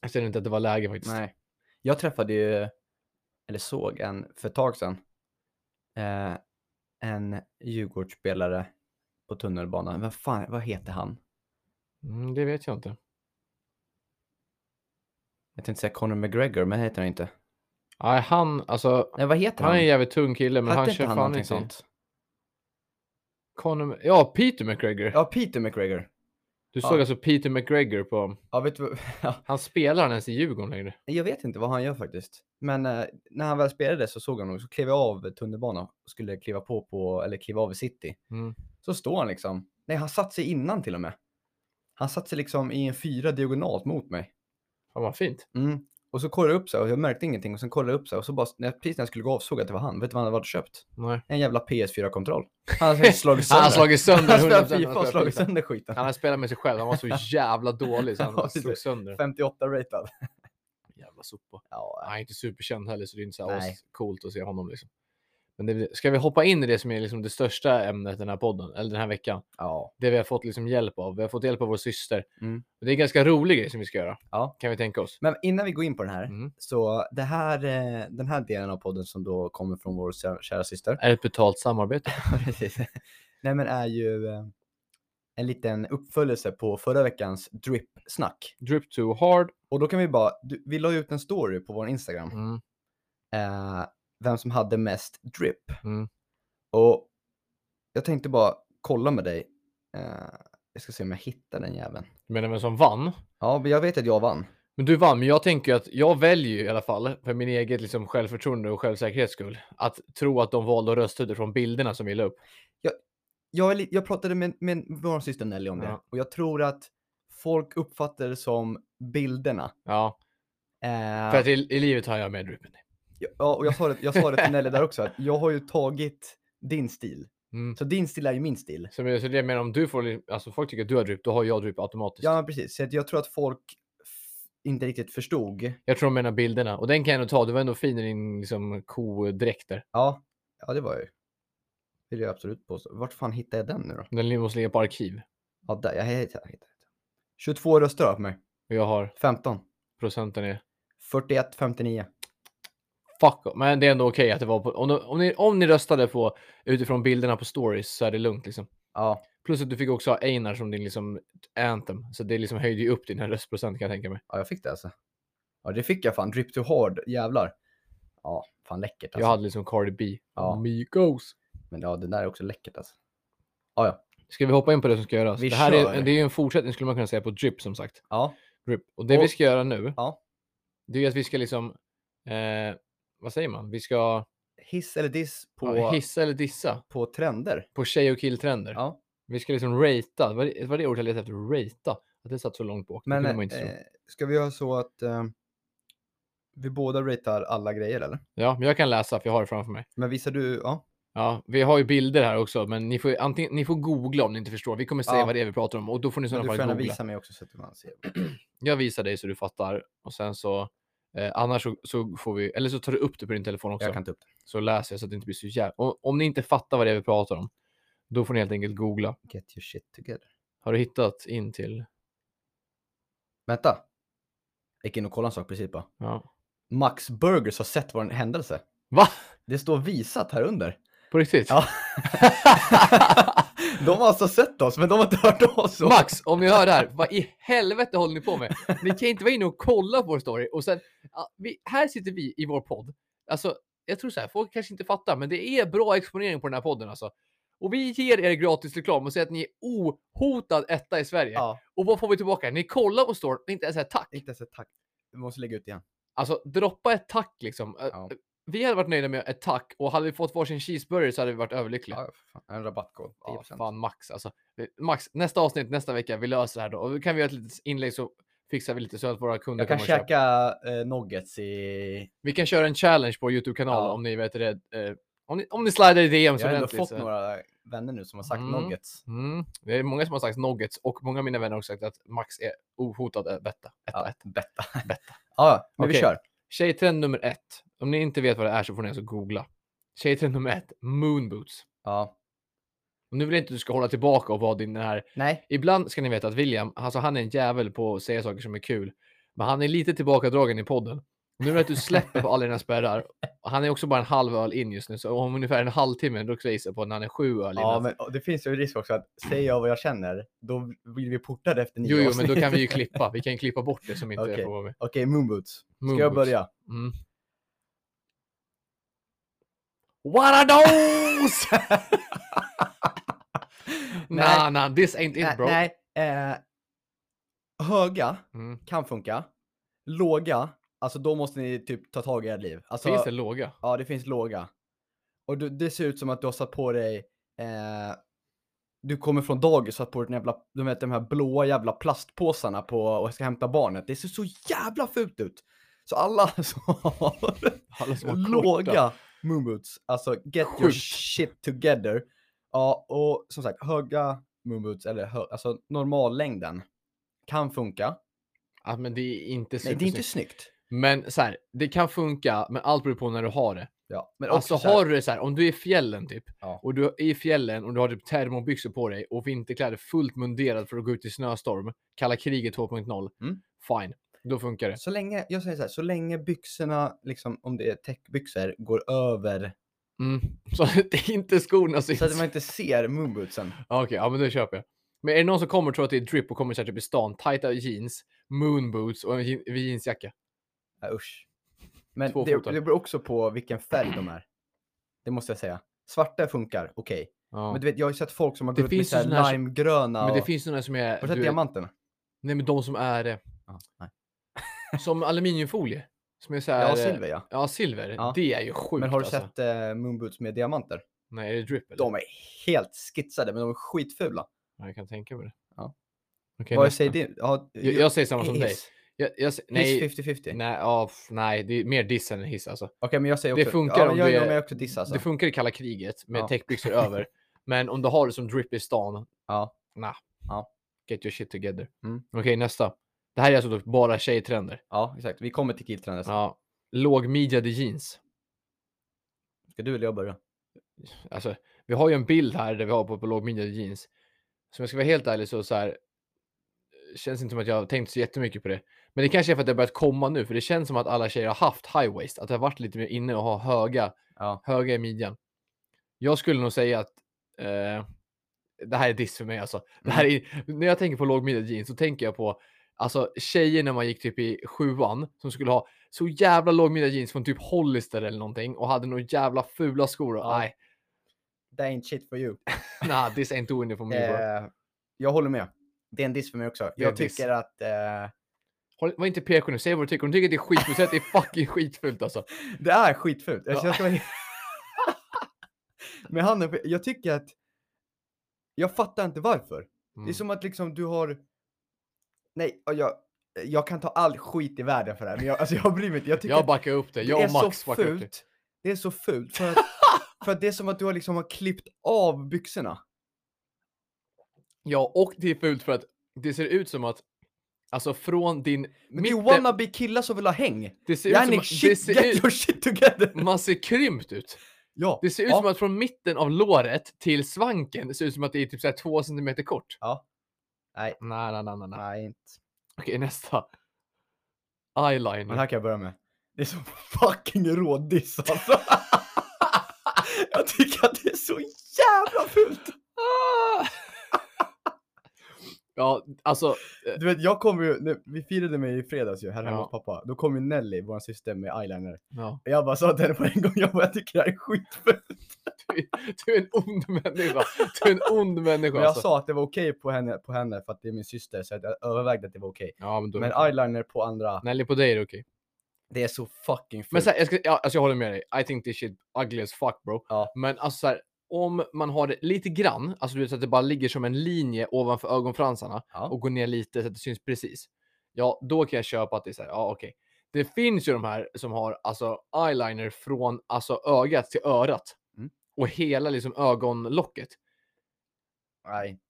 [SPEAKER 3] jag kände inte att det var läge faktiskt.
[SPEAKER 2] Nej. Jag träffade ju, eller såg en för ett tag sedan, eh, en Djurgårdsspelare på tunnelbanan. Vad fan, vad heter han?
[SPEAKER 3] Mm, det vet jag inte.
[SPEAKER 2] Jag tänkte säga Conor McGregor, men heter han inte.
[SPEAKER 3] Nej, han, alltså,
[SPEAKER 2] Nej, vad heter
[SPEAKER 3] han är en
[SPEAKER 2] han?
[SPEAKER 3] jävligt tung kille, men
[SPEAKER 2] Hette
[SPEAKER 3] han
[SPEAKER 2] inte
[SPEAKER 3] kör
[SPEAKER 2] han
[SPEAKER 3] fan
[SPEAKER 2] någonting
[SPEAKER 3] inte sånt. Conor, ja, Peter McGregor.
[SPEAKER 2] Ja, Peter McGregor.
[SPEAKER 3] du
[SPEAKER 2] ja.
[SPEAKER 3] såg alltså Peter McGregor på...
[SPEAKER 2] Ja, vet du vad- ja,
[SPEAKER 3] Han spelar han ens i Djurgården längre?
[SPEAKER 2] Jag vet inte vad han gör faktiskt. Men eh, när han väl spelade så såg han honom, så klev jag av tunnelbanan och skulle kliva på, på eller kliva av i city.
[SPEAKER 3] Mm.
[SPEAKER 2] Så står han liksom, nej han satt sig innan till och med. Han satt sig liksom i en fyra diagonalt mot mig.
[SPEAKER 3] Fan vad fint.
[SPEAKER 2] Mm. Och så kollade jag upp så här, och jag märkte ingenting och sen kollade jag upp så här, och så bara, när, jag- precis när jag skulle gå av såg jag att det var han. Vet du vad han hade varit och köpt?
[SPEAKER 3] Nej.
[SPEAKER 2] En jävla PS4-kontroll. Han hade säkert slagit
[SPEAKER 3] Han
[SPEAKER 2] sönder.
[SPEAKER 3] har slagit sönder
[SPEAKER 2] Han spelar
[SPEAKER 3] 100%
[SPEAKER 2] Fifa och slagit
[SPEAKER 3] liksom.
[SPEAKER 2] sönder skiten.
[SPEAKER 3] Han har spelat med sig själv. Han var så jävla dålig så han
[SPEAKER 2] Ja,
[SPEAKER 3] bara
[SPEAKER 2] precis.
[SPEAKER 3] slog sönder.
[SPEAKER 2] 58-ratad.
[SPEAKER 3] Jävla sopa.
[SPEAKER 2] Ja,
[SPEAKER 3] Han är inte superkänd heller, så det är inte så
[SPEAKER 2] Nej.
[SPEAKER 3] här coolt att se honom. Liksom. Men det, ska vi hoppa in i det som är liksom det största ämnet den här podden, eller den här veckan?
[SPEAKER 2] ja.
[SPEAKER 3] Det vi har fått liksom hjälp av. Vi har fått hjälp av vår syster.
[SPEAKER 2] Mm.
[SPEAKER 3] Och Det är en ganska rolig grej som vi ska göra,
[SPEAKER 2] Ja.
[SPEAKER 3] kan vi tänka oss.
[SPEAKER 2] Men innan vi går in på den här,
[SPEAKER 3] Mm.
[SPEAKER 2] så det här, eh, den här delen av podden som då kommer från vår kä- kära syster,
[SPEAKER 3] Är det ett betalt samarbete?
[SPEAKER 2] precis. Nej men är ju eh, en liten uppföljelse på förra veckans drip-snack.
[SPEAKER 3] Drip too hard.
[SPEAKER 2] Och då kan vi bara, du, vi la ju ut en story på vår Instagram,
[SPEAKER 3] Mm.
[SPEAKER 2] eh, vem som hade mest drip.
[SPEAKER 3] Mm.
[SPEAKER 2] Och jag tänkte bara kolla med dig, eh, jag ska se om jag hittar den jäveln.
[SPEAKER 3] Du menar vem som vann?
[SPEAKER 2] Ja, men jag vet att jag vann.
[SPEAKER 3] Men du vann, men jag tänker ju att jag väljer ju i alla fall för min eget liksom självförtroende och självsäkerhets skull att tro att de valde att rösta utifrån bilderna som vi la upp.
[SPEAKER 2] jag, är li- jag pratade med, med vår syster Nelly om det
[SPEAKER 3] Ja.
[SPEAKER 2] och jag tror att folk uppfattar det som bilderna.
[SPEAKER 3] Ja,
[SPEAKER 2] Eh,
[SPEAKER 3] för att i, i livet har jag med drip.
[SPEAKER 2] ja, och jag sa, det, jag sa det till Nelly där också, att jag har ju tagit din stil.
[SPEAKER 3] Mm.
[SPEAKER 2] Så din stil är ju min stil.
[SPEAKER 3] Så, men- så det jag menar om du får, li- alltså folk tycker att du har drip, då har jag drip automatiskt.
[SPEAKER 2] Ja, men precis. Så att jag tror att folk f- inte riktigt förstod.
[SPEAKER 3] Jag tror de menar bilderna och den kan jag ändå ta. Du var ändå fin i din liksom kodräkt där.
[SPEAKER 2] Ja, ja det var jag ju. Vill jag absolut påstå. Vart fan hittade jag den nu då?
[SPEAKER 3] Den måste ligga på arkiv
[SPEAKER 2] Ja, där. Jag hittade den. 22 röster har jag på mig.
[SPEAKER 3] och jag har
[SPEAKER 2] 15.
[SPEAKER 3] procenten är
[SPEAKER 2] 41, 59.
[SPEAKER 3] fuck. off. Men det är ändå okej att det var på. Om, de- om, ni, om ni röstade på utifrån bilderna på stories så är det lugnt liksom.
[SPEAKER 2] Ja,
[SPEAKER 3] Plus att du fick också ha Einar som din liksom anthem. Så det liksom höjde ju upp din röstprocent kan jag tänka mig.
[SPEAKER 2] Ja, jag fick det alltså. Ja, det fick jag fan. Drip to hard, jävlar. Ja, fan läckert alltså.
[SPEAKER 3] Jag hade liksom Cardi B.
[SPEAKER 2] Ja.
[SPEAKER 3] Amigos.
[SPEAKER 2] Men ja, det där är också läckert alltså. Ja, ja.
[SPEAKER 3] Ska vi hoppa in på det som ska göras?
[SPEAKER 2] Vi
[SPEAKER 3] det här är,
[SPEAKER 2] kör.
[SPEAKER 3] det är ju en fortsättning skulle man kunna säga på drip som sagt.
[SPEAKER 2] Ja,
[SPEAKER 3] Drip. Och det
[SPEAKER 2] Och-
[SPEAKER 3] vi ska göra nu.
[SPEAKER 2] Ja.
[SPEAKER 3] Det är ju att vi ska liksom. Eh, vad säger man? Vi ska
[SPEAKER 2] hiss eller diss på,
[SPEAKER 3] ja, hissa eller dissa
[SPEAKER 2] på trender.
[SPEAKER 3] på tjej och killtrender.
[SPEAKER 2] Ja,
[SPEAKER 3] Vi ska liksom ratea. Vad det- var det ordet jag letade efter? Ratea. Att det satt så långt bak.
[SPEAKER 2] men
[SPEAKER 3] det kunde man inte tro.
[SPEAKER 2] eh, ska vi göra så att eh, vi båda ratear alla grejer eller?
[SPEAKER 3] Ja, men jag kan läsa för jag har det framför mig.
[SPEAKER 2] Men visar du, ja.
[SPEAKER 3] Ja, vi har ju bilder här också, men ni får, antingen, ni får googla om ni inte förstår. Vi kommer säga
[SPEAKER 2] Ja.
[SPEAKER 3] vad det är vi pratar om och då får ni i
[SPEAKER 2] Men du
[SPEAKER 3] sådana
[SPEAKER 2] får
[SPEAKER 3] fall
[SPEAKER 2] gärna
[SPEAKER 3] googla.
[SPEAKER 2] visa mig också så att man ser.
[SPEAKER 3] Jag visar dig så du fattar och sen så eh, annars så, så får vi, eller så tar du upp det på din telefon också.
[SPEAKER 2] Jag kan ta upp det.
[SPEAKER 3] Så läser jag så att det inte blir så jävla... Om, om ni inte fattar vad det är vi pratar om, då får ni helt enkelt googla.
[SPEAKER 2] Get your shit together.
[SPEAKER 3] Har du hittat in till?
[SPEAKER 2] Vänta. Jag gick in och kollade en sak precis bara.
[SPEAKER 3] Ja.
[SPEAKER 2] Max Burgers har sett vår händelse.
[SPEAKER 3] Va?
[SPEAKER 2] Det står visat här under.
[SPEAKER 3] På riktigt?
[SPEAKER 2] Ja. De har alltså sett oss, men de har inte hört oss.
[SPEAKER 3] Max, om ni hör det här, vad i helvete håller ni på med? Ni kan inte vara inne och kolla på vår story och sen, ja, vi, här sitter vi i vår podd. Alltså, jag tror så här, folk kanske inte fattar, men det är bra exponering på den här podden alltså. Och vi ger er gratis reklam och säger att ni är ohotad etta i Sverige.
[SPEAKER 2] Ja,
[SPEAKER 3] Och vad får vi tillbaka? Ni kollar på storyn och inte ens ett tack.
[SPEAKER 2] inte ens ett tack. Vi måste lägga ut igen.
[SPEAKER 3] Alltså, droppa ett tack liksom. Eh,
[SPEAKER 2] Ja.
[SPEAKER 3] Vi hade varit nöjda med ett tack och hade vi fått varsin cheeseburger så hade vi varit överlyckliga.
[SPEAKER 2] Ja, fan. En rabattkod. 10%.
[SPEAKER 3] Ja, fan Max. Alltså, det- Max, nästa avsnitt nästa vecka, vi löser det här då. Och då kan vi göra ett litet inlägg så fixar vi lite så att våra kunder
[SPEAKER 2] Jag kan
[SPEAKER 3] kommer och köper.
[SPEAKER 2] käka eh, nuggets i...
[SPEAKER 3] Vi kan köra en challenge på Youtube-kanalen
[SPEAKER 2] Ja.
[SPEAKER 3] om ni vet det. Eh, om ni, om ni slidar i DM
[SPEAKER 2] Jag
[SPEAKER 3] så
[SPEAKER 2] har ändå
[SPEAKER 3] ordentligt.
[SPEAKER 2] fått
[SPEAKER 3] så-
[SPEAKER 2] några vänner nu som har sagt
[SPEAKER 3] Mm.
[SPEAKER 2] nuggets.
[SPEAKER 3] Mm. Det är många som har sagt nuggets och många av mina vänner har också sagt att Max är ohotad etta. etta,
[SPEAKER 2] Ja,
[SPEAKER 3] etta.
[SPEAKER 2] betta.
[SPEAKER 3] Betta.
[SPEAKER 2] Ja, ja, men vi
[SPEAKER 3] Okej.
[SPEAKER 2] kör.
[SPEAKER 3] Tjejtrend nummer ett. Om ni inte vet vad det är så får ni alltså googla. Tjejtrend nummer ett, moonboots.
[SPEAKER 2] Ja.
[SPEAKER 3] Och nu vill jag inte att du ska hålla tillbaka och vara din den här
[SPEAKER 2] Nej.
[SPEAKER 3] Ibland ska ni veta att William, alltså han är en jävel på att säga saker som är kul. Men han är lite tillbakadragen i podden. Nu när du släpper på alla dina spärrar. och Han är också bara en halv öl in just nu, så om ungefär en halvtimme då ska jag gissa på när han är sju öl in.
[SPEAKER 2] Ja, men och det finns ju risk också att säger jag vad jag känner, då blir vi portade efter nio
[SPEAKER 3] jo, jo, men
[SPEAKER 2] avsnitt.
[SPEAKER 3] då kan vi ju klippa. Vi kan ju klippa bort det som inte
[SPEAKER 2] Okej.
[SPEAKER 3] får vara med.
[SPEAKER 2] Okej, Moonboots. Ska jag
[SPEAKER 3] Moonboots.
[SPEAKER 2] börja?
[SPEAKER 3] Mm. What are those? nah,
[SPEAKER 2] Nej.
[SPEAKER 3] nah, this ain't it
[SPEAKER 2] Nej,
[SPEAKER 3] bro.
[SPEAKER 2] nej. Eh, höga
[SPEAKER 3] Mm.
[SPEAKER 2] kan funka. Låga, alltså då måste ni typ ta tag i ert liv. Alltså,
[SPEAKER 3] Finns det låga?
[SPEAKER 2] Ja, det finns låga. Och du, det ser ut som att du har satt på dig, eh, du kommer från dagis och satt på dig den jävla, du vet, de här blåa jävla plastpåsarna på och ska hämta barnet. Det ser så jävla fult ut. Så alla som har
[SPEAKER 3] Alla som har korta.
[SPEAKER 2] låga moonboots, alltså get your
[SPEAKER 3] Sjukt.
[SPEAKER 2] shit together. Ja, och som sagt, höga moonboots, eller hö, alltså normallängden, kan funka.
[SPEAKER 3] Ja, men det är inte
[SPEAKER 2] Nej,
[SPEAKER 3] supersnyggt.
[SPEAKER 2] det är inte snyggt.
[SPEAKER 3] Men så här, det kan funka, men allt beror på när du har det.
[SPEAKER 2] Ja, men också
[SPEAKER 3] Alltså
[SPEAKER 2] så här-
[SPEAKER 3] har du det så här, om du är i fjällen typ,
[SPEAKER 2] Ja.
[SPEAKER 3] och du är i fjällen och du har typ termobyxor på dig och vinterkläder fullt munderad för att gå ut i snöstorm, kalla kriget 2.0,
[SPEAKER 2] Mm.
[SPEAKER 3] fine, då funkar det.
[SPEAKER 2] Så länge, jag säger så här, så länge byxorna, liksom, om det är täckbyxor, går över
[SPEAKER 3] Mm. Så att det är inte skorna syns.
[SPEAKER 2] så att man inte ser moonbootsen.
[SPEAKER 3] Ja, Okej, ja men det köper jag. Men är det någon som kommer och tror att det är drip och kommer så här typ i stan, tajta jeans, moonboots och en je- jeansjacka?
[SPEAKER 2] Ja, usch. Men
[SPEAKER 3] Två
[SPEAKER 2] det,
[SPEAKER 3] fotar.
[SPEAKER 2] det beror också på vilken färg de är. Det måste jag säga. Svarta funkar, okej.
[SPEAKER 3] Ja.
[SPEAKER 2] Men du vet, jag har ju sett folk som har
[SPEAKER 3] Det
[SPEAKER 2] gått
[SPEAKER 3] finns
[SPEAKER 2] med
[SPEAKER 3] ju
[SPEAKER 2] så här
[SPEAKER 3] såna här som-
[SPEAKER 2] limegröna
[SPEAKER 3] Men det
[SPEAKER 2] och...
[SPEAKER 3] finns sådana som är...
[SPEAKER 2] Har du
[SPEAKER 3] du
[SPEAKER 2] sett
[SPEAKER 3] vet-
[SPEAKER 2] diamanterna?
[SPEAKER 3] Nej men de som är eh,
[SPEAKER 2] Ja, nej.
[SPEAKER 3] som aluminiumfolie. Som är så här,
[SPEAKER 2] Ja,
[SPEAKER 3] eh,
[SPEAKER 2] silver ja.
[SPEAKER 3] Ja, silver.
[SPEAKER 2] Ja.
[SPEAKER 3] Det är ju sjukt
[SPEAKER 2] Men har du
[SPEAKER 3] Alltså.
[SPEAKER 2] sett eh, moonboots med diamanter?
[SPEAKER 3] Nej, är det drip eller?
[SPEAKER 2] De är helt skitsade, men de är skitfula.
[SPEAKER 3] Ja, Jag kan tänka mig det.
[SPEAKER 2] Ja.
[SPEAKER 3] Okej,
[SPEAKER 2] Vad
[SPEAKER 3] nästa.
[SPEAKER 2] säger din? Ja,
[SPEAKER 3] jag, jag säger samma som dig.
[SPEAKER 2] hiss.
[SPEAKER 3] Jag, jag, s-
[SPEAKER 2] Hiss
[SPEAKER 3] nej,
[SPEAKER 2] 50-50. Okej,
[SPEAKER 3] nej, ja, f- nej, det är mer diss än en hiss alltså.
[SPEAKER 2] men jag säger
[SPEAKER 3] Det
[SPEAKER 2] också...
[SPEAKER 3] funkar
[SPEAKER 2] ja,
[SPEAKER 3] om
[SPEAKER 2] men jag,
[SPEAKER 3] du
[SPEAKER 2] jag,
[SPEAKER 3] är-
[SPEAKER 2] men jag också diss alltså.
[SPEAKER 3] Det funkar i kalla kriget med
[SPEAKER 2] Ja.
[SPEAKER 3] täckbyxor över. Men om du har det som drip i stan,
[SPEAKER 2] Ja.
[SPEAKER 3] nah.
[SPEAKER 2] Ja.
[SPEAKER 3] Get your shit together.
[SPEAKER 2] Mm.
[SPEAKER 3] Okej, nästa. Det här är alltså då bara tjejtrender.
[SPEAKER 2] Ja, exakt. Vi kommer till killtrenden sen.
[SPEAKER 3] Ja. Lågmidjade jeans.
[SPEAKER 2] Ska du eller jag börja?
[SPEAKER 3] Alltså, vi har ju en bild här där vi har på, på lågmidjade jeans. Som jag ska vara helt ärlig så, så här, känns inte som att jag har tänkt så jättemycket på det. Men det kanske är för att det har börjat komma nu, för det känns som att alla tjejer har haft high waist. Att det har varit lite mer inne och ha höga,
[SPEAKER 2] Ja.
[SPEAKER 3] höga i midjan. Jag skulle nog säga att eh, det här är diss för mig alltså. Det här
[SPEAKER 2] Mm.
[SPEAKER 3] är, när jag tänker på lågmidjade jeans så tänker jag på alltså, tjejer när man gick typ i sjuan som skulle ha så jävla lågmidjade jeans från typ Hollister eller någonting och hade några jävla fula skor. Och,
[SPEAKER 2] Ja.
[SPEAKER 3] nej,
[SPEAKER 2] Det ain't shit for you.
[SPEAKER 3] Nah, this ain't doing it for me bro.
[SPEAKER 2] Eh, jag håller med. Det är en diss för mig också.
[SPEAKER 3] Det är
[SPEAKER 2] Jag
[SPEAKER 3] en diss.
[SPEAKER 2] tycker att eh,
[SPEAKER 3] Håll, var inte PK nu, säg vad du tycker. Om du tycker att det är skitfult, säg att det är fucking skitfult alltså.
[SPEAKER 2] det är skitfult.
[SPEAKER 3] Ja.
[SPEAKER 2] Alltså, jag ska vara... Men han, är- jag tycker att jag fattar inte varför. Det är
[SPEAKER 3] Mm.
[SPEAKER 2] som att liksom du har. Nej, och jag, jag kan ta all skit i världen för det här, men jag, alltså, jag bryr mig inte. Jag tycker
[SPEAKER 3] Jag
[SPEAKER 2] att
[SPEAKER 3] backar upp det,
[SPEAKER 2] det
[SPEAKER 3] jag
[SPEAKER 2] är
[SPEAKER 3] och Max
[SPEAKER 2] så
[SPEAKER 3] backar upp det.
[SPEAKER 2] fult. Det är så fult för att, för att det är som att du har liksom har klippt av byxorna.
[SPEAKER 3] Ja, och det är fult för att det ser ut som att, alltså från din
[SPEAKER 2] Men det är
[SPEAKER 3] mitten-
[SPEAKER 2] wannabe killar som vill ha häng.
[SPEAKER 3] eh, det ser ut som
[SPEAKER 2] Yani,
[SPEAKER 3] att, det
[SPEAKER 2] shit,
[SPEAKER 3] ser
[SPEAKER 2] get
[SPEAKER 3] ut,
[SPEAKER 2] your shit together!
[SPEAKER 3] man ser krympt ut.
[SPEAKER 2] Ja.
[SPEAKER 3] Det ser ut
[SPEAKER 2] ja.
[SPEAKER 3] som att från mitten av låret till svanken, det ser ut som att det är typ så här två centimeter kort.
[SPEAKER 2] Ja. Nej.
[SPEAKER 3] Nej, nej, nej, nej, nej.
[SPEAKER 2] Nej, inte.
[SPEAKER 3] Okej, nästa. Eyeliner.
[SPEAKER 2] Men här kan jag börja med. Det är så fucking rådiss alltså. jag tycker att det är så jävla fult.
[SPEAKER 3] Ah! ja, alltså.
[SPEAKER 2] Du vet, jag kommer ju, när vi firade mig i fredags ju, här hemma
[SPEAKER 3] Ja.
[SPEAKER 2] hos pappa. Då kom ju Nelly, vår syster, med eyeliner.
[SPEAKER 3] Ja.
[SPEAKER 2] Och jag bara sa till henne på en gång, jag bara, jag tycker det här är skitfult.
[SPEAKER 3] Du är en ond människa. Du är en ond människa.
[SPEAKER 2] Men jag
[SPEAKER 3] alltså.
[SPEAKER 2] sa att det var okej på, henne, på henne för att det är min syster, så att jag övervägde att det var okej.
[SPEAKER 3] Ja, men då...
[SPEAKER 2] Men eyeliner på andra,
[SPEAKER 3] Nelly på dig är det okej.
[SPEAKER 2] det är så fucking fult.
[SPEAKER 3] Men så här, jag, ska, ja, alltså jag håller med dig. I think this shit ugly as fuck bro.
[SPEAKER 2] Ja.
[SPEAKER 3] Men alltså så här, om man har det lite grann, alltså du vet så att det bara ligger som en linje ovanför ögonfransarna
[SPEAKER 2] ja.
[SPEAKER 3] och går ner lite så att det syns precis. Ja, då kan jag köpa att det är så här, ja okej. Det finns ju de här som har alltså eyeliner från alltså ögat till örat
[SPEAKER 2] Mm.
[SPEAKER 3] och hela liksom ögonlocket.
[SPEAKER 2] Nej, inte.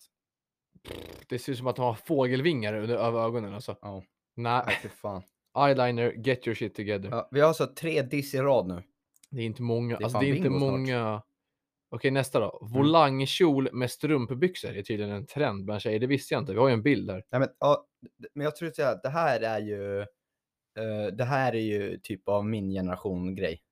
[SPEAKER 3] Det ser ut som att de har fågelvingar under över ögonen alltså.
[SPEAKER 2] Ja.
[SPEAKER 3] Nej,
[SPEAKER 2] Nej, fy fan.
[SPEAKER 3] eyeliner, get your shit together.
[SPEAKER 2] Ja, vi har alltså tre diss i rad nu.
[SPEAKER 3] Det är inte många.
[SPEAKER 2] Det är
[SPEAKER 3] alltså
[SPEAKER 2] fan
[SPEAKER 3] det är inte
[SPEAKER 2] bingo snart. Mm.
[SPEAKER 3] många. Okej, nästa då. Volangkjol med strumpbyxor är tydligen en trend bland tjejer. Det visste jag inte. Vi har ju en bild där.
[SPEAKER 2] Nej, men, ja, d- men jag tror att det här är ju eh, det här är ju typ av min generation grej.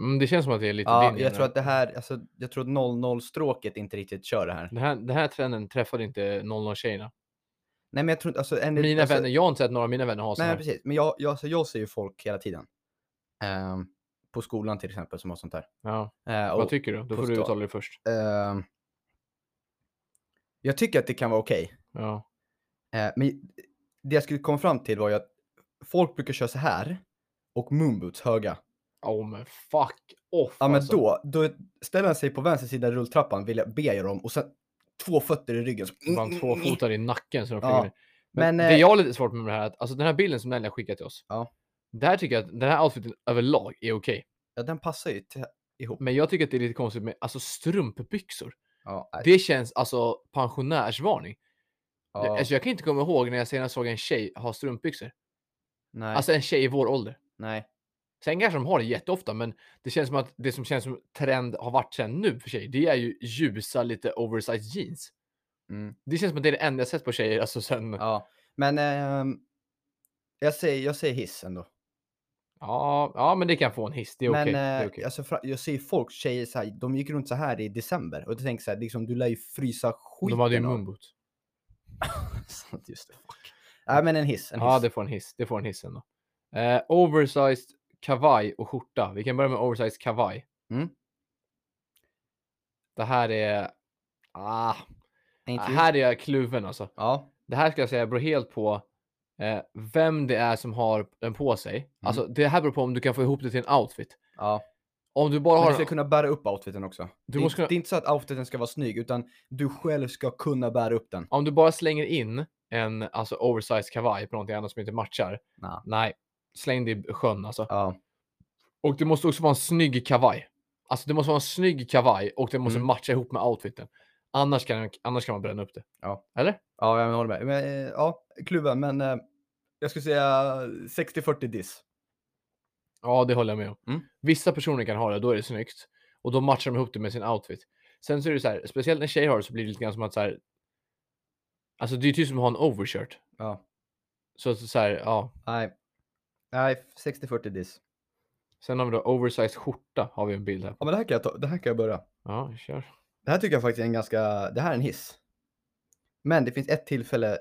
[SPEAKER 3] Mm, det känns som att det är lite
[SPEAKER 2] Ja,
[SPEAKER 3] din
[SPEAKER 2] jag
[SPEAKER 3] generation. Mm.
[SPEAKER 2] tror att det här, alltså, jag tror att 00-stråket inte riktigt kör det här.
[SPEAKER 3] Den här, den här trenden träffade inte 00-tjejerna.
[SPEAKER 2] Nej, men jag tror inte, alltså, en,
[SPEAKER 3] Mina
[SPEAKER 2] alltså,
[SPEAKER 3] vänner, jag har inte sett några av mina vänner ha såna
[SPEAKER 2] Nej,
[SPEAKER 3] här.
[SPEAKER 2] precis. Men jag, jag, alltså, jag ser ju folk hela tiden. Ehm, på skolan till exempel som har sånt här.
[SPEAKER 3] Ja.
[SPEAKER 2] Eh,
[SPEAKER 3] Vad
[SPEAKER 2] och,
[SPEAKER 3] tycker du? Då
[SPEAKER 2] på
[SPEAKER 3] får du
[SPEAKER 2] stan.
[SPEAKER 3] uttala dig först.
[SPEAKER 2] ehm, jag tycker att det kan vara okej.
[SPEAKER 3] Ja.
[SPEAKER 2] Eh, men det jag skulle komma fram till var ju att folk brukar köra så här och moonboots höga.
[SPEAKER 3] Åh men fuck off
[SPEAKER 2] Ja, men
[SPEAKER 3] alltså.
[SPEAKER 2] då, då ställer han sig på vänster sida i rulltrappan, vill jag be er om, och sen två fötter i ryggen. Så,
[SPEAKER 3] Man två fotar i nacken så de
[SPEAKER 2] Mm, Ja.
[SPEAKER 3] flyger ner. Men,
[SPEAKER 2] Men,
[SPEAKER 3] det
[SPEAKER 2] eh,
[SPEAKER 3] jag har lite svårt med det här, är att, alltså den här bilden som Nelly har skickat till oss.
[SPEAKER 2] Ja.
[SPEAKER 3] Där tycker jag att den här outfiten överlag är okej.
[SPEAKER 2] Ja, den passar ju till, ihop.
[SPEAKER 3] Men jag tycker att det är lite konstigt med alltså strumpbyxor.
[SPEAKER 2] Ja, nej,
[SPEAKER 3] Det känns alltså pensionärsvarning. Det-
[SPEAKER 2] ja,
[SPEAKER 3] Alltså, jag kan inte komma ihåg när jag senast såg en tjej ha strumpbyxor.
[SPEAKER 2] nej,
[SPEAKER 3] Alltså en tjej i vår ålder.
[SPEAKER 2] nej.
[SPEAKER 3] Sen kanske de har det jätteofta, men det känns som att det som känns som trend har varit trend nu för tjejer, det är ju ljusa lite oversized jeans.
[SPEAKER 2] Mm,
[SPEAKER 3] Det känns som att det är det enda jag sett på tjejer alltså sen. Ja,
[SPEAKER 2] ja. Men ehm, jag, säger, jag säger hiss ändå.
[SPEAKER 3] ja, men det kan få en hiss. Det är okej.
[SPEAKER 2] Men
[SPEAKER 3] det är
[SPEAKER 2] eh,
[SPEAKER 3] okej.
[SPEAKER 2] alltså, fra- jag ser folk, tjejer, så här, de gick runt så här i december och jag tänker så här, liksom, du lär ju frysa skiten
[SPEAKER 3] De hade ju
[SPEAKER 2] av-
[SPEAKER 3] mumboot.
[SPEAKER 2] Sant, Just det. Fuck. Nej, men en hiss. En hiss.
[SPEAKER 3] Ja, det får en hiss. Det får en hiss ändå. Eh, oversized kavaj och skjorta. Vi kan börja med oversized kavaj.
[SPEAKER 2] Mm.
[SPEAKER 3] Det här är... Ah,
[SPEAKER 2] Ain't you?
[SPEAKER 3] här är jag kluven alltså.
[SPEAKER 2] Ja,
[SPEAKER 3] Det här ska jag säga beror helt på eh, vem det är som har den på sig.
[SPEAKER 2] Mm.
[SPEAKER 3] Alltså det här beror på om du kan få ihop det till en outfit.
[SPEAKER 2] ja.
[SPEAKER 3] Om du bara
[SPEAKER 2] Men
[SPEAKER 3] har...
[SPEAKER 2] du ska kunna bära upp outfiten också. det, är
[SPEAKER 3] måste
[SPEAKER 2] inte-
[SPEAKER 3] kunna-
[SPEAKER 2] det är inte så att outfiten ska vara snygg, utan du själv ska kunna bära upp den.
[SPEAKER 3] Om du bara slänger in en alltså, oversized kavaj på någonting annat som inte matchar.
[SPEAKER 2] Nah.
[SPEAKER 3] Nej, släng det i sjön alltså.
[SPEAKER 2] Ja,
[SPEAKER 3] Och det måste också vara en snygg kavaj. Alltså det måste vara en snygg kavaj och det måste
[SPEAKER 2] Mm.
[SPEAKER 3] matcha ihop med outfiten. Annars kan, annars kan man bränna upp det.
[SPEAKER 2] Ja.
[SPEAKER 3] Eller?
[SPEAKER 2] ja jag håller med. Men, eh, ja, kluven, men eh, jag skulle säga 60-40 diss.
[SPEAKER 3] Ja, det håller jag med om.
[SPEAKER 2] Mm.
[SPEAKER 3] Vissa personer kan ha det, då är det snyggt. Och då matchar de ihop det med sin outfit. Sen så är det så här, speciellt när tjejer har det så blir det lite grann som att så här. Alltså det är ju typ som att ha en overshirt.
[SPEAKER 2] Ja,
[SPEAKER 3] Så, att så här, ja.
[SPEAKER 2] nej. Nej, 60-40 diss.
[SPEAKER 3] Sen har vi då oversized skjorta, har vi en bild här. på.
[SPEAKER 2] Ja, men det här kan jag ta, det här kan jag börja.
[SPEAKER 3] Ja, vi kör.
[SPEAKER 2] Det här tycker jag faktiskt är en ganska, det här är en hiss. Men det finns ett tillfälle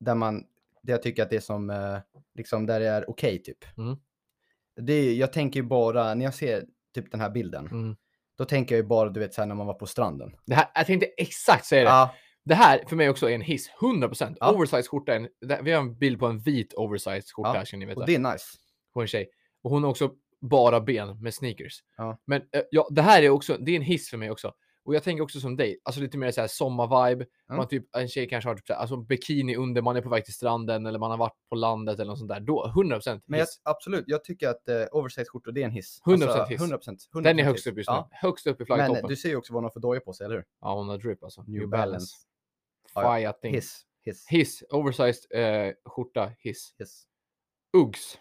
[SPEAKER 2] där man, där jag tycker att det är som, eh, liksom där det är okej typ.
[SPEAKER 3] Mm.
[SPEAKER 2] Det är, jag tänker ju bara, när jag ser typ den här bilden,
[SPEAKER 3] Mm.
[SPEAKER 2] då tänker jag ju bara du vet så här när man var på stranden.
[SPEAKER 3] Det här, jag tänkte exakt säga det.
[SPEAKER 2] Ja,
[SPEAKER 3] Det här för mig också är en hiss, 100%.
[SPEAKER 2] Ja.
[SPEAKER 3] Oversized skjorta, är en, där- vi har en bild på en vit oversized skjorta
[SPEAKER 2] Ja,
[SPEAKER 3] här ska ni veta.
[SPEAKER 2] och det är nice.
[SPEAKER 3] På en tjej. Och hon har också bara ben med sneakers.
[SPEAKER 2] Ja.
[SPEAKER 3] Men eh, ja, det här är också, det är en hiss för mig också. Och jag tänker också som dig, alltså lite mer så här sommarvibe.
[SPEAKER 2] Ja.
[SPEAKER 3] Man typ, en tjej kanske har typ så här, alltså bikini under, man är på väg till stranden eller man har varit på landet eller något sånt där. Då, 100%
[SPEAKER 2] Men jag,
[SPEAKER 3] hiss.
[SPEAKER 2] absolut, jag tycker att eh, oversized skjortor det är en hiss. Alltså,
[SPEAKER 3] 100% hiss.
[SPEAKER 2] 100%, 100%,
[SPEAKER 3] Den är högst upp just nu.
[SPEAKER 2] Ja.
[SPEAKER 3] Högst upp i
[SPEAKER 2] Men
[SPEAKER 3] flaggtoppen.
[SPEAKER 2] eh, du ser ju också vad de har för dojor på sig, eller hur?
[SPEAKER 3] Ja, hon har drip alltså.
[SPEAKER 2] New Balance. Ja, ja.
[SPEAKER 3] Fire thing. Hiss.
[SPEAKER 2] Hiss, hiss,
[SPEAKER 3] Oversized eh, skjorta, hiss.
[SPEAKER 2] hiss.
[SPEAKER 3] Uggs.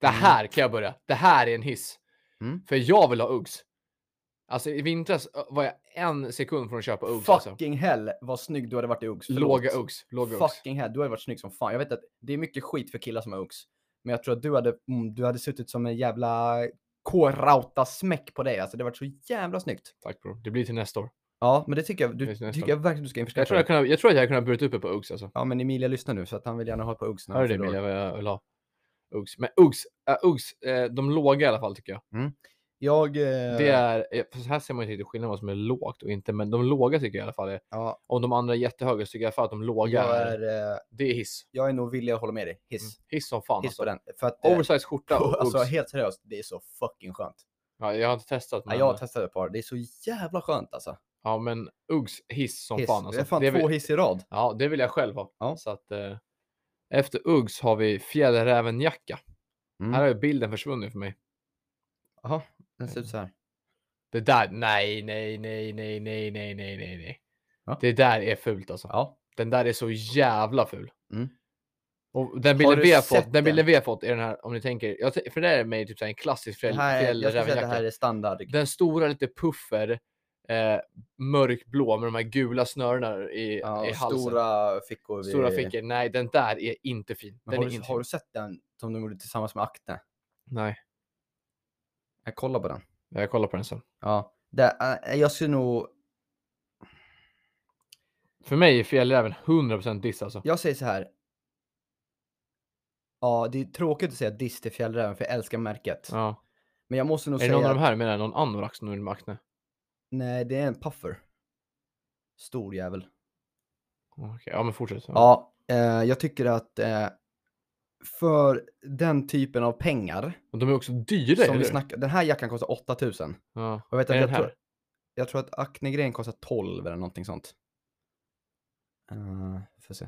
[SPEAKER 3] Det
[SPEAKER 2] Mm.
[SPEAKER 3] här kan jag börja. Det här är en hiss.
[SPEAKER 2] Mm.
[SPEAKER 3] För jag vill ha Uggs. Alltså i vintras ö, var jag en sekund från att köpa Uggs. Alltså.
[SPEAKER 2] Fucking hell vad snygg du hade varit i Uggs. förlåt.
[SPEAKER 3] Låga Uggs. Låga Uggs.
[SPEAKER 2] Fucking hell, du hade varit snygg som fan. Jag vet att det är mycket skit för killar som har Uggs. Men jag tror att du hade, mm, du hade suttit som en jävla K-rauta-smäck på dig. Alltså det var så jävla snyggt.
[SPEAKER 3] Tack bror. Det blir till nästa år.
[SPEAKER 2] Ja, men det tycker jag,
[SPEAKER 3] Det
[SPEAKER 2] du,
[SPEAKER 3] är nästan.
[SPEAKER 2] tycker jag verkligen du ska
[SPEAKER 3] Jag
[SPEAKER 2] införskaffa.
[SPEAKER 3] tror jag,
[SPEAKER 2] det.
[SPEAKER 3] kunde, jag tror att jag kunnat burit upp det på Uggs alltså.
[SPEAKER 2] Ja, men Emilia lyssnar nu så att han vill gärna ha ett par Uggs. när han
[SPEAKER 3] Hör du det
[SPEAKER 2] fyller år.
[SPEAKER 3] Emilia vad jag vill ha? Uggs. Men Uggs, äh, Uggs eh, de låga i alla fall tycker jag.
[SPEAKER 2] Jag... Eh,
[SPEAKER 3] Det är, eh, fast här ser man ju inte riktigt skillnad vad som är lågt och inte, men de låga tycker jag i alla fall är,
[SPEAKER 2] ja,
[SPEAKER 3] om de andra är jättehöga så tycker jag i alla fall att de låga
[SPEAKER 2] jag,
[SPEAKER 3] är,
[SPEAKER 2] är eh,
[SPEAKER 3] det är hiss.
[SPEAKER 2] jag är nog villig att hålla med dig. Hiss.
[SPEAKER 3] Mm. Hiss som fan
[SPEAKER 2] Hiss på
[SPEAKER 3] alltså.
[SPEAKER 2] den. För att, eh,
[SPEAKER 3] Oversized skjorta och Uggs.
[SPEAKER 2] alltså helt seriöst, det är så fucking skönt.
[SPEAKER 3] Ja, jag har inte testat.
[SPEAKER 2] Ja,
[SPEAKER 3] Men,
[SPEAKER 2] jag har testat ett par, det är så jävla skönt alltså.
[SPEAKER 3] ja, men Uggs hiss som
[SPEAKER 2] Hiss.
[SPEAKER 3] fan.
[SPEAKER 2] det
[SPEAKER 3] Alltså.
[SPEAKER 2] är fan
[SPEAKER 3] det
[SPEAKER 2] två
[SPEAKER 3] vill,
[SPEAKER 2] hiss i rad.
[SPEAKER 3] ja, det vill jag själv ha.
[SPEAKER 2] Ja.
[SPEAKER 3] Så att, eh, efter Uggs har vi fjällrävenjacka.
[SPEAKER 2] Mm.
[SPEAKER 3] Här har ju bilden försvunnit för mig.
[SPEAKER 2] Jaha, den ser ut så här.
[SPEAKER 3] Det där, nej, nej, nej, nej, nej, nej, nej, nej, nej.
[SPEAKER 2] Ja.
[SPEAKER 3] Det där är fult alltså.
[SPEAKER 2] Ja.
[SPEAKER 3] Den där är så jävla ful.
[SPEAKER 2] Mm.
[SPEAKER 3] Och den bilden,
[SPEAKER 2] du
[SPEAKER 3] vi har
[SPEAKER 2] sett
[SPEAKER 3] fått, den bilden
[SPEAKER 2] den?
[SPEAKER 3] vi har fått är den här, om ni tänker, jag, t- för det här är mig typ så här en
[SPEAKER 2] Det
[SPEAKER 3] klassisk fjäll,
[SPEAKER 2] här är, jag skulle säga att det
[SPEAKER 3] fjällrävenjacka.
[SPEAKER 2] här är standard.
[SPEAKER 3] Den stora lite puffer, eh, mörkblå med de här gula snörena i,
[SPEAKER 2] Ja,
[SPEAKER 3] i
[SPEAKER 2] och
[SPEAKER 3] halsen.
[SPEAKER 2] stora fickor. Vid...
[SPEAKER 3] Stora fickor. Nej, den där är inte fin.
[SPEAKER 2] Men
[SPEAKER 3] Den
[SPEAKER 2] har,
[SPEAKER 3] är
[SPEAKER 2] du,
[SPEAKER 3] inte
[SPEAKER 2] har
[SPEAKER 3] fin.
[SPEAKER 2] du sett den som de gjorde tillsammans med Acne?
[SPEAKER 3] Nej,
[SPEAKER 2] Jag kollar på den.
[SPEAKER 3] jag kollar på den sen.
[SPEAKER 2] Ja. Där, eh, jag skulle nog,
[SPEAKER 3] För mig är fjällräven 100% diss alltså.
[SPEAKER 2] jag säger så här. Ja, det är tråkigt att säga diss till fjällräven för jag älskar märket.
[SPEAKER 3] Ja.
[SPEAKER 2] Men jag måste nog
[SPEAKER 3] Är det
[SPEAKER 2] säga,
[SPEAKER 3] någon av de här? Menar jag någon anorax nu med akne?
[SPEAKER 2] nej det är en puffer. Stor jävel.
[SPEAKER 3] Okej, ja men fortsätt. Ja.
[SPEAKER 2] Ja, eh, jag tycker att eh, för den typen av pengar
[SPEAKER 3] Och de är också dyra,
[SPEAKER 2] som
[SPEAKER 3] eller
[SPEAKER 2] vi
[SPEAKER 3] hur?
[SPEAKER 2] snackar, den här jackan kostar 8000.
[SPEAKER 3] Ja.
[SPEAKER 2] Jag vet att
[SPEAKER 3] Är det
[SPEAKER 2] jag
[SPEAKER 3] den
[SPEAKER 2] tror,
[SPEAKER 3] här?
[SPEAKER 2] jag tror att Acne-grejen kostar 12 eller någonting sånt. Uh, får se.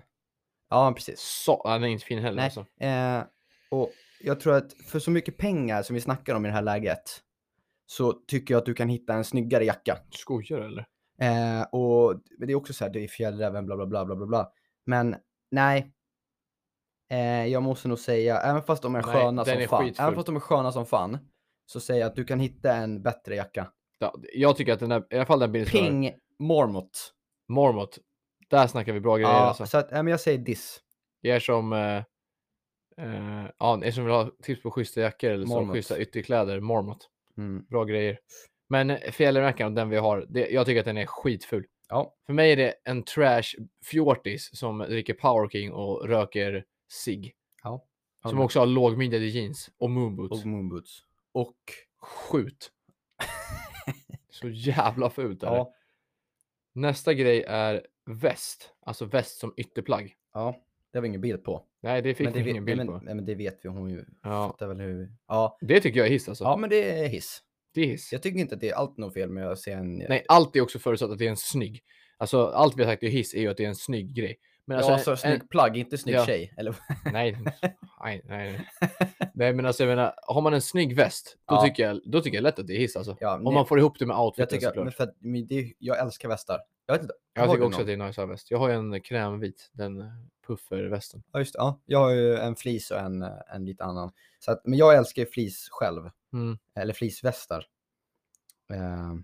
[SPEAKER 2] Ja, precis.
[SPEAKER 3] Så, nej, den är inte fin heller
[SPEAKER 2] Nej.
[SPEAKER 3] alltså.
[SPEAKER 2] Eh, och jag tror att för så mycket pengar som vi snackar om i det här läget så tycker jag att du kan hitta en snyggare jacka.
[SPEAKER 3] Skojar du, eller?
[SPEAKER 2] Eh, och men det är också så här, det är fjällräven, bla bla bla bla bla bla. Men nej. Eh, jag måste nog säga, även fast de är
[SPEAKER 3] Nej,
[SPEAKER 2] sköna
[SPEAKER 3] den
[SPEAKER 2] som
[SPEAKER 3] är
[SPEAKER 2] fan,
[SPEAKER 3] skitful.
[SPEAKER 2] även fast de är sköna som fan, så säger jag att du kan hitta en bättre jacka.
[SPEAKER 3] Ja, jag tycker att den där, i alla fall den bilden som jag har,
[SPEAKER 2] Ping Mormot.
[SPEAKER 3] Mormot. Där snackar vi bra grejer
[SPEAKER 2] Ja,
[SPEAKER 3] alltså.
[SPEAKER 2] så att, nej, men jag säger diss.
[SPEAKER 3] Det är som... Eh, eh, ja, ni som vill ha tips på schyssta jackor eller som
[SPEAKER 2] Mormot.
[SPEAKER 3] schyssta ytterkläder, Mormot.
[SPEAKER 2] Mm.
[SPEAKER 3] Bra grejer. Men fjällräven, den vi har, det, jag tycker att den är skitful.
[SPEAKER 2] Ja.
[SPEAKER 3] För mig är det en trash fjortis som dricker Power King och röker cigg.
[SPEAKER 2] Ja.
[SPEAKER 3] Som också har lågmidjade jeans och moonboots.
[SPEAKER 2] Och Moonboots. Och
[SPEAKER 3] Skjut. Så jävla fult är det.
[SPEAKER 2] ja,
[SPEAKER 3] Nästa grej är väst. Alltså väst som ytterplagg.
[SPEAKER 2] ja, det har vi ingen bild på.
[SPEAKER 3] Nej, det fick
[SPEAKER 2] men det,
[SPEAKER 3] vi
[SPEAKER 2] vet-
[SPEAKER 3] ingen bild
[SPEAKER 2] nej, men,
[SPEAKER 3] på.
[SPEAKER 2] Nej, men det vet vi, hon ju
[SPEAKER 3] Ja,
[SPEAKER 2] fattar väl hur. Ja.
[SPEAKER 3] det tycker jag är hiss alltså.
[SPEAKER 2] ja, men det är hiss.
[SPEAKER 3] Det är hiss.
[SPEAKER 2] Jag tycker inte att det är allt något fel med att se en...
[SPEAKER 3] Nej, allt är också förutsatt att det är en snygg. Alltså allt vi har sagt är hiss är ju att det är en snygg grej. Men
[SPEAKER 2] ja, alltså, snygg
[SPEAKER 3] en,
[SPEAKER 2] plagg, inte snygg
[SPEAKER 3] Ja.
[SPEAKER 2] tjej. Eller...
[SPEAKER 3] nej, nej, nej. Nej, men alltså jag menar, har man en snygg väst, då,
[SPEAKER 2] Ja.
[SPEAKER 3] tycker, jag, då tycker jag lätt att det är hiss alltså.
[SPEAKER 2] Ja,
[SPEAKER 3] Om
[SPEAKER 2] nej,
[SPEAKER 3] man får ihop det med
[SPEAKER 2] jag,
[SPEAKER 3] outfiten
[SPEAKER 2] tycker,
[SPEAKER 3] såklart.
[SPEAKER 2] men för att, men det, jag älskar västar. Jag vet inte.
[SPEAKER 3] Jag
[SPEAKER 2] har
[SPEAKER 3] tycker
[SPEAKER 2] du
[SPEAKER 3] också
[SPEAKER 2] någon?
[SPEAKER 3] att det är nice att ha väst. Jag har ju en krämvit, den eh, puffervästen.
[SPEAKER 2] Ja, just det, ja. Jag har ju en fleece och en, eh, en lite annan. Så att, men jag älskar ju fleece själv.
[SPEAKER 3] Mm.
[SPEAKER 2] Eller fleecevästar. Eh,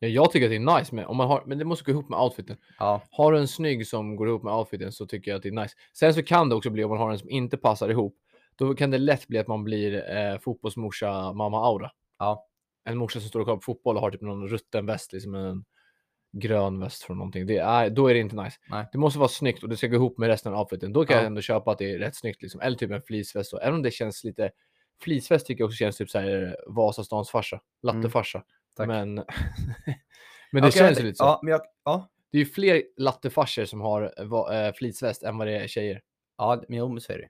[SPEAKER 3] Ja, jag tycker att det är nice, med, om man har, men det måste gå ihop med outfiten.
[SPEAKER 2] ja,
[SPEAKER 3] Har du en snygg som går ihop med outfiten så tycker jag att det är nice. Sen så kan det också bli om man har en som inte passar ihop. Då kan det lätt bli att man blir eh, fotbollsmorsa mamma aura.
[SPEAKER 2] ja.
[SPEAKER 3] En morsa som står och kollar på fotboll och har typ någon rutten väst, liksom en grön väst från någonting. Det är, då är det inte nice.
[SPEAKER 2] Nej.
[SPEAKER 3] Det måste vara snyggt och det ska gå ihop med resten av outfiten. Då kan
[SPEAKER 2] Ja.
[SPEAKER 3] jag ändå köpa att det är rätt snyggt liksom. Eller typ en fleeceväst. då. Även om det känns lite fleeceväst tycker jag också känns typ så här Vasastans farsa, lattefarsa.
[SPEAKER 2] Mm. tack.
[SPEAKER 3] Men, men det
[SPEAKER 2] Okej,
[SPEAKER 3] känns
[SPEAKER 2] jag-
[SPEAKER 3] ju lite så.
[SPEAKER 2] Ja, men jag, ja.
[SPEAKER 3] Det är ju fler lattefarsor som har eh, va- eh, fleeceväst än vad det är tjejer.
[SPEAKER 2] ja, men jo, men så är det.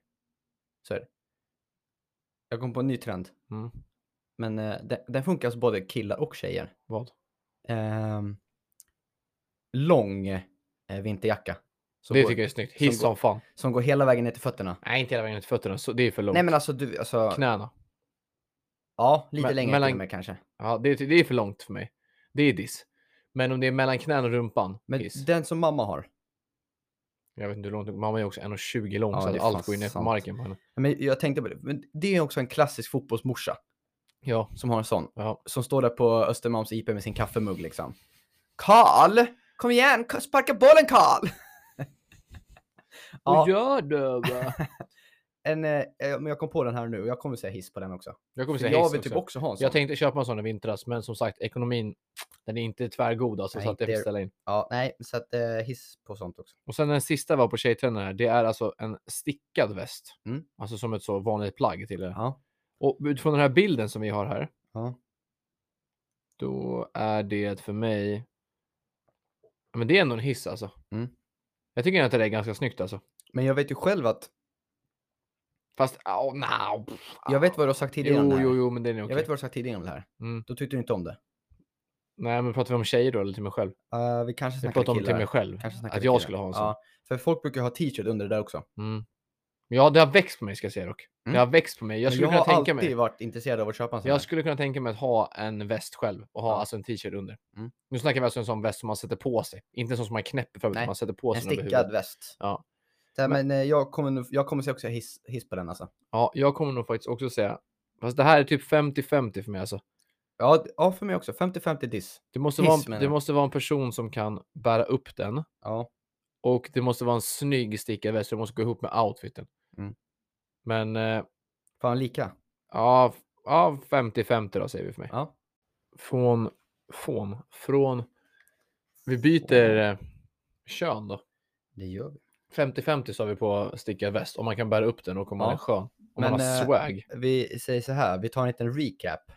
[SPEAKER 2] Så är det. Jag kom på en ny trend.
[SPEAKER 3] Mm.
[SPEAKER 2] Men eh, den, den funkar alltså både killar och tjejer.
[SPEAKER 3] Vad?
[SPEAKER 2] Ehm, lång eh, vinterjacka. Som
[SPEAKER 3] det
[SPEAKER 2] går-
[SPEAKER 3] tycker jag är snyggt.
[SPEAKER 2] som
[SPEAKER 3] Hiss
[SPEAKER 2] går-
[SPEAKER 3] som fan.
[SPEAKER 2] Som går hela vägen ner till fötterna.
[SPEAKER 3] Nej, inte hela vägen ner till fötterna. Så det är för långt.
[SPEAKER 2] Nej men alltså du, alltså,
[SPEAKER 3] Knäna.
[SPEAKER 2] ja lite
[SPEAKER 3] me-
[SPEAKER 2] längre
[SPEAKER 3] mellan-
[SPEAKER 2] till och med kanske.
[SPEAKER 3] Ja, det, är- det är för långt för mig. Det är diss. Men om det är mellan knäna och rumpan,
[SPEAKER 2] Men
[SPEAKER 3] hiss.
[SPEAKER 2] den som mamma har.
[SPEAKER 3] Jag vet inte hur långt. Mamma är också 1,20 lång
[SPEAKER 2] Ja,
[SPEAKER 3] så
[SPEAKER 2] det
[SPEAKER 3] att
[SPEAKER 2] är fan
[SPEAKER 3] allt går ju ner på
[SPEAKER 2] sant.
[SPEAKER 3] marken på henne.
[SPEAKER 2] Men jag tänkte på det, men det är också en klassisk fotbollsmorsa
[SPEAKER 3] Ja,
[SPEAKER 2] som har en sån.
[SPEAKER 3] ja.
[SPEAKER 2] Som står där på Östermalms IP med sin kaffemugg liksom. Karl! Kom igen, k- sparka bollen Karl! ja,
[SPEAKER 3] gör du? va?
[SPEAKER 2] en, eh, eh, men jag kom på den här nu och jag kommer säga hiss på den också.
[SPEAKER 3] Jag kommer
[SPEAKER 2] För
[SPEAKER 3] säga
[SPEAKER 2] jag
[SPEAKER 3] hiss
[SPEAKER 2] vill
[SPEAKER 3] också.
[SPEAKER 2] typ också ha en sån.
[SPEAKER 3] Jag tänkte köpa en sån i vintras, men som sagt ekonomin, den är inte tvärgod alltså,
[SPEAKER 2] Nej,
[SPEAKER 3] så att jag
[SPEAKER 2] det
[SPEAKER 3] får
[SPEAKER 2] är-
[SPEAKER 3] ställa in.
[SPEAKER 2] Ja, nej, så att eh, hiss på sånt också.
[SPEAKER 3] Och sen den sista var på tjejtrenden här. Det är alltså en stickad väst.
[SPEAKER 2] Mm.
[SPEAKER 3] Alltså som ett så vanligt plagg till det.
[SPEAKER 2] Ja.
[SPEAKER 3] Och utifrån den här bilden som vi har här.
[SPEAKER 2] Ja.
[SPEAKER 3] Då är det för mig. Ja, Men det är ändå en hiss alltså.
[SPEAKER 2] Mm.
[SPEAKER 3] Jag tycker att det är ganska snyggt alltså.
[SPEAKER 2] Men jag vet ju själv att,
[SPEAKER 3] Fast, oh, no,
[SPEAKER 2] jag vet vad du har sagt tidigare om det
[SPEAKER 3] Jo,
[SPEAKER 2] här.
[SPEAKER 3] jo, jo, men det är nog okej.
[SPEAKER 2] Jag vet vad du har sagt tidigare om det här.
[SPEAKER 3] Mm.
[SPEAKER 2] Då tyckte du inte om det.
[SPEAKER 3] Nej, men pratar vi om tjejer då eller till mig själv?
[SPEAKER 2] Eh, vi kanske
[SPEAKER 3] Jag
[SPEAKER 2] snackade
[SPEAKER 3] pratar
[SPEAKER 2] killar.
[SPEAKER 3] om till mig själv.
[SPEAKER 2] Kanske snackade
[SPEAKER 3] Att jag
[SPEAKER 2] killar.
[SPEAKER 3] skulle ha en sån.
[SPEAKER 2] Ja, för folk brukar ha t-shirt under det där också.
[SPEAKER 3] Mm. Ja, det har växt på mig ska jag säga dock. Det
[SPEAKER 2] Mm.
[SPEAKER 3] har växt på mig. Jag
[SPEAKER 2] Men
[SPEAKER 3] skulle
[SPEAKER 2] jag
[SPEAKER 3] kunna
[SPEAKER 2] har
[SPEAKER 3] tänka mig.
[SPEAKER 2] alltid varit intresserad av att köpa en sån
[SPEAKER 3] Jag
[SPEAKER 2] här.
[SPEAKER 3] skulle kunna tänka mig att ha en väst själv och ha
[SPEAKER 2] Ja.
[SPEAKER 3] alltså en t-shirt under.
[SPEAKER 2] Mm.
[SPEAKER 3] Nu snackar vi alltså en sån väst som man sätter på sig. Inte en sån som man knäpper för utan
[SPEAKER 2] Nej,
[SPEAKER 3] man sätter på
[SPEAKER 2] En
[SPEAKER 3] sig. den över
[SPEAKER 2] stickad
[SPEAKER 3] huvudet.
[SPEAKER 2] väst.
[SPEAKER 3] Ja.
[SPEAKER 2] Så här, men eh, jag kommer, nog- jag kommer säga också hiss, hiss på den alltså.
[SPEAKER 3] ja, jag kommer nog faktiskt också säga. Fast det här är typ 50-50 för mig alltså.
[SPEAKER 2] Ja, d- ja, för mig också. 50-50 diss.
[SPEAKER 3] Det måste,
[SPEAKER 2] Hiss,
[SPEAKER 3] vara en,
[SPEAKER 2] menar
[SPEAKER 3] det
[SPEAKER 2] jag.
[SPEAKER 3] måste vara en person som kan bära upp den
[SPEAKER 2] Ja.
[SPEAKER 3] och det måste vara en snygg stickad väst. så Det måste gå ihop med outfiten.
[SPEAKER 2] Mm.
[SPEAKER 3] Men eh,
[SPEAKER 2] Fan lika.
[SPEAKER 3] ja, f- ja, 50-50 då säger vi för mig.
[SPEAKER 2] Ja.
[SPEAKER 3] Från, från, från. Vi byter eh, kön då.
[SPEAKER 2] Det gör vi.
[SPEAKER 3] 50-50 sa vi på stickad väst. Om man kan bära upp den och om man
[SPEAKER 2] Ja.
[SPEAKER 3] är skön. Om man
[SPEAKER 2] Men,
[SPEAKER 3] har
[SPEAKER 2] eh,
[SPEAKER 3] swag.
[SPEAKER 2] Vi säger så här, vi tar en liten recap.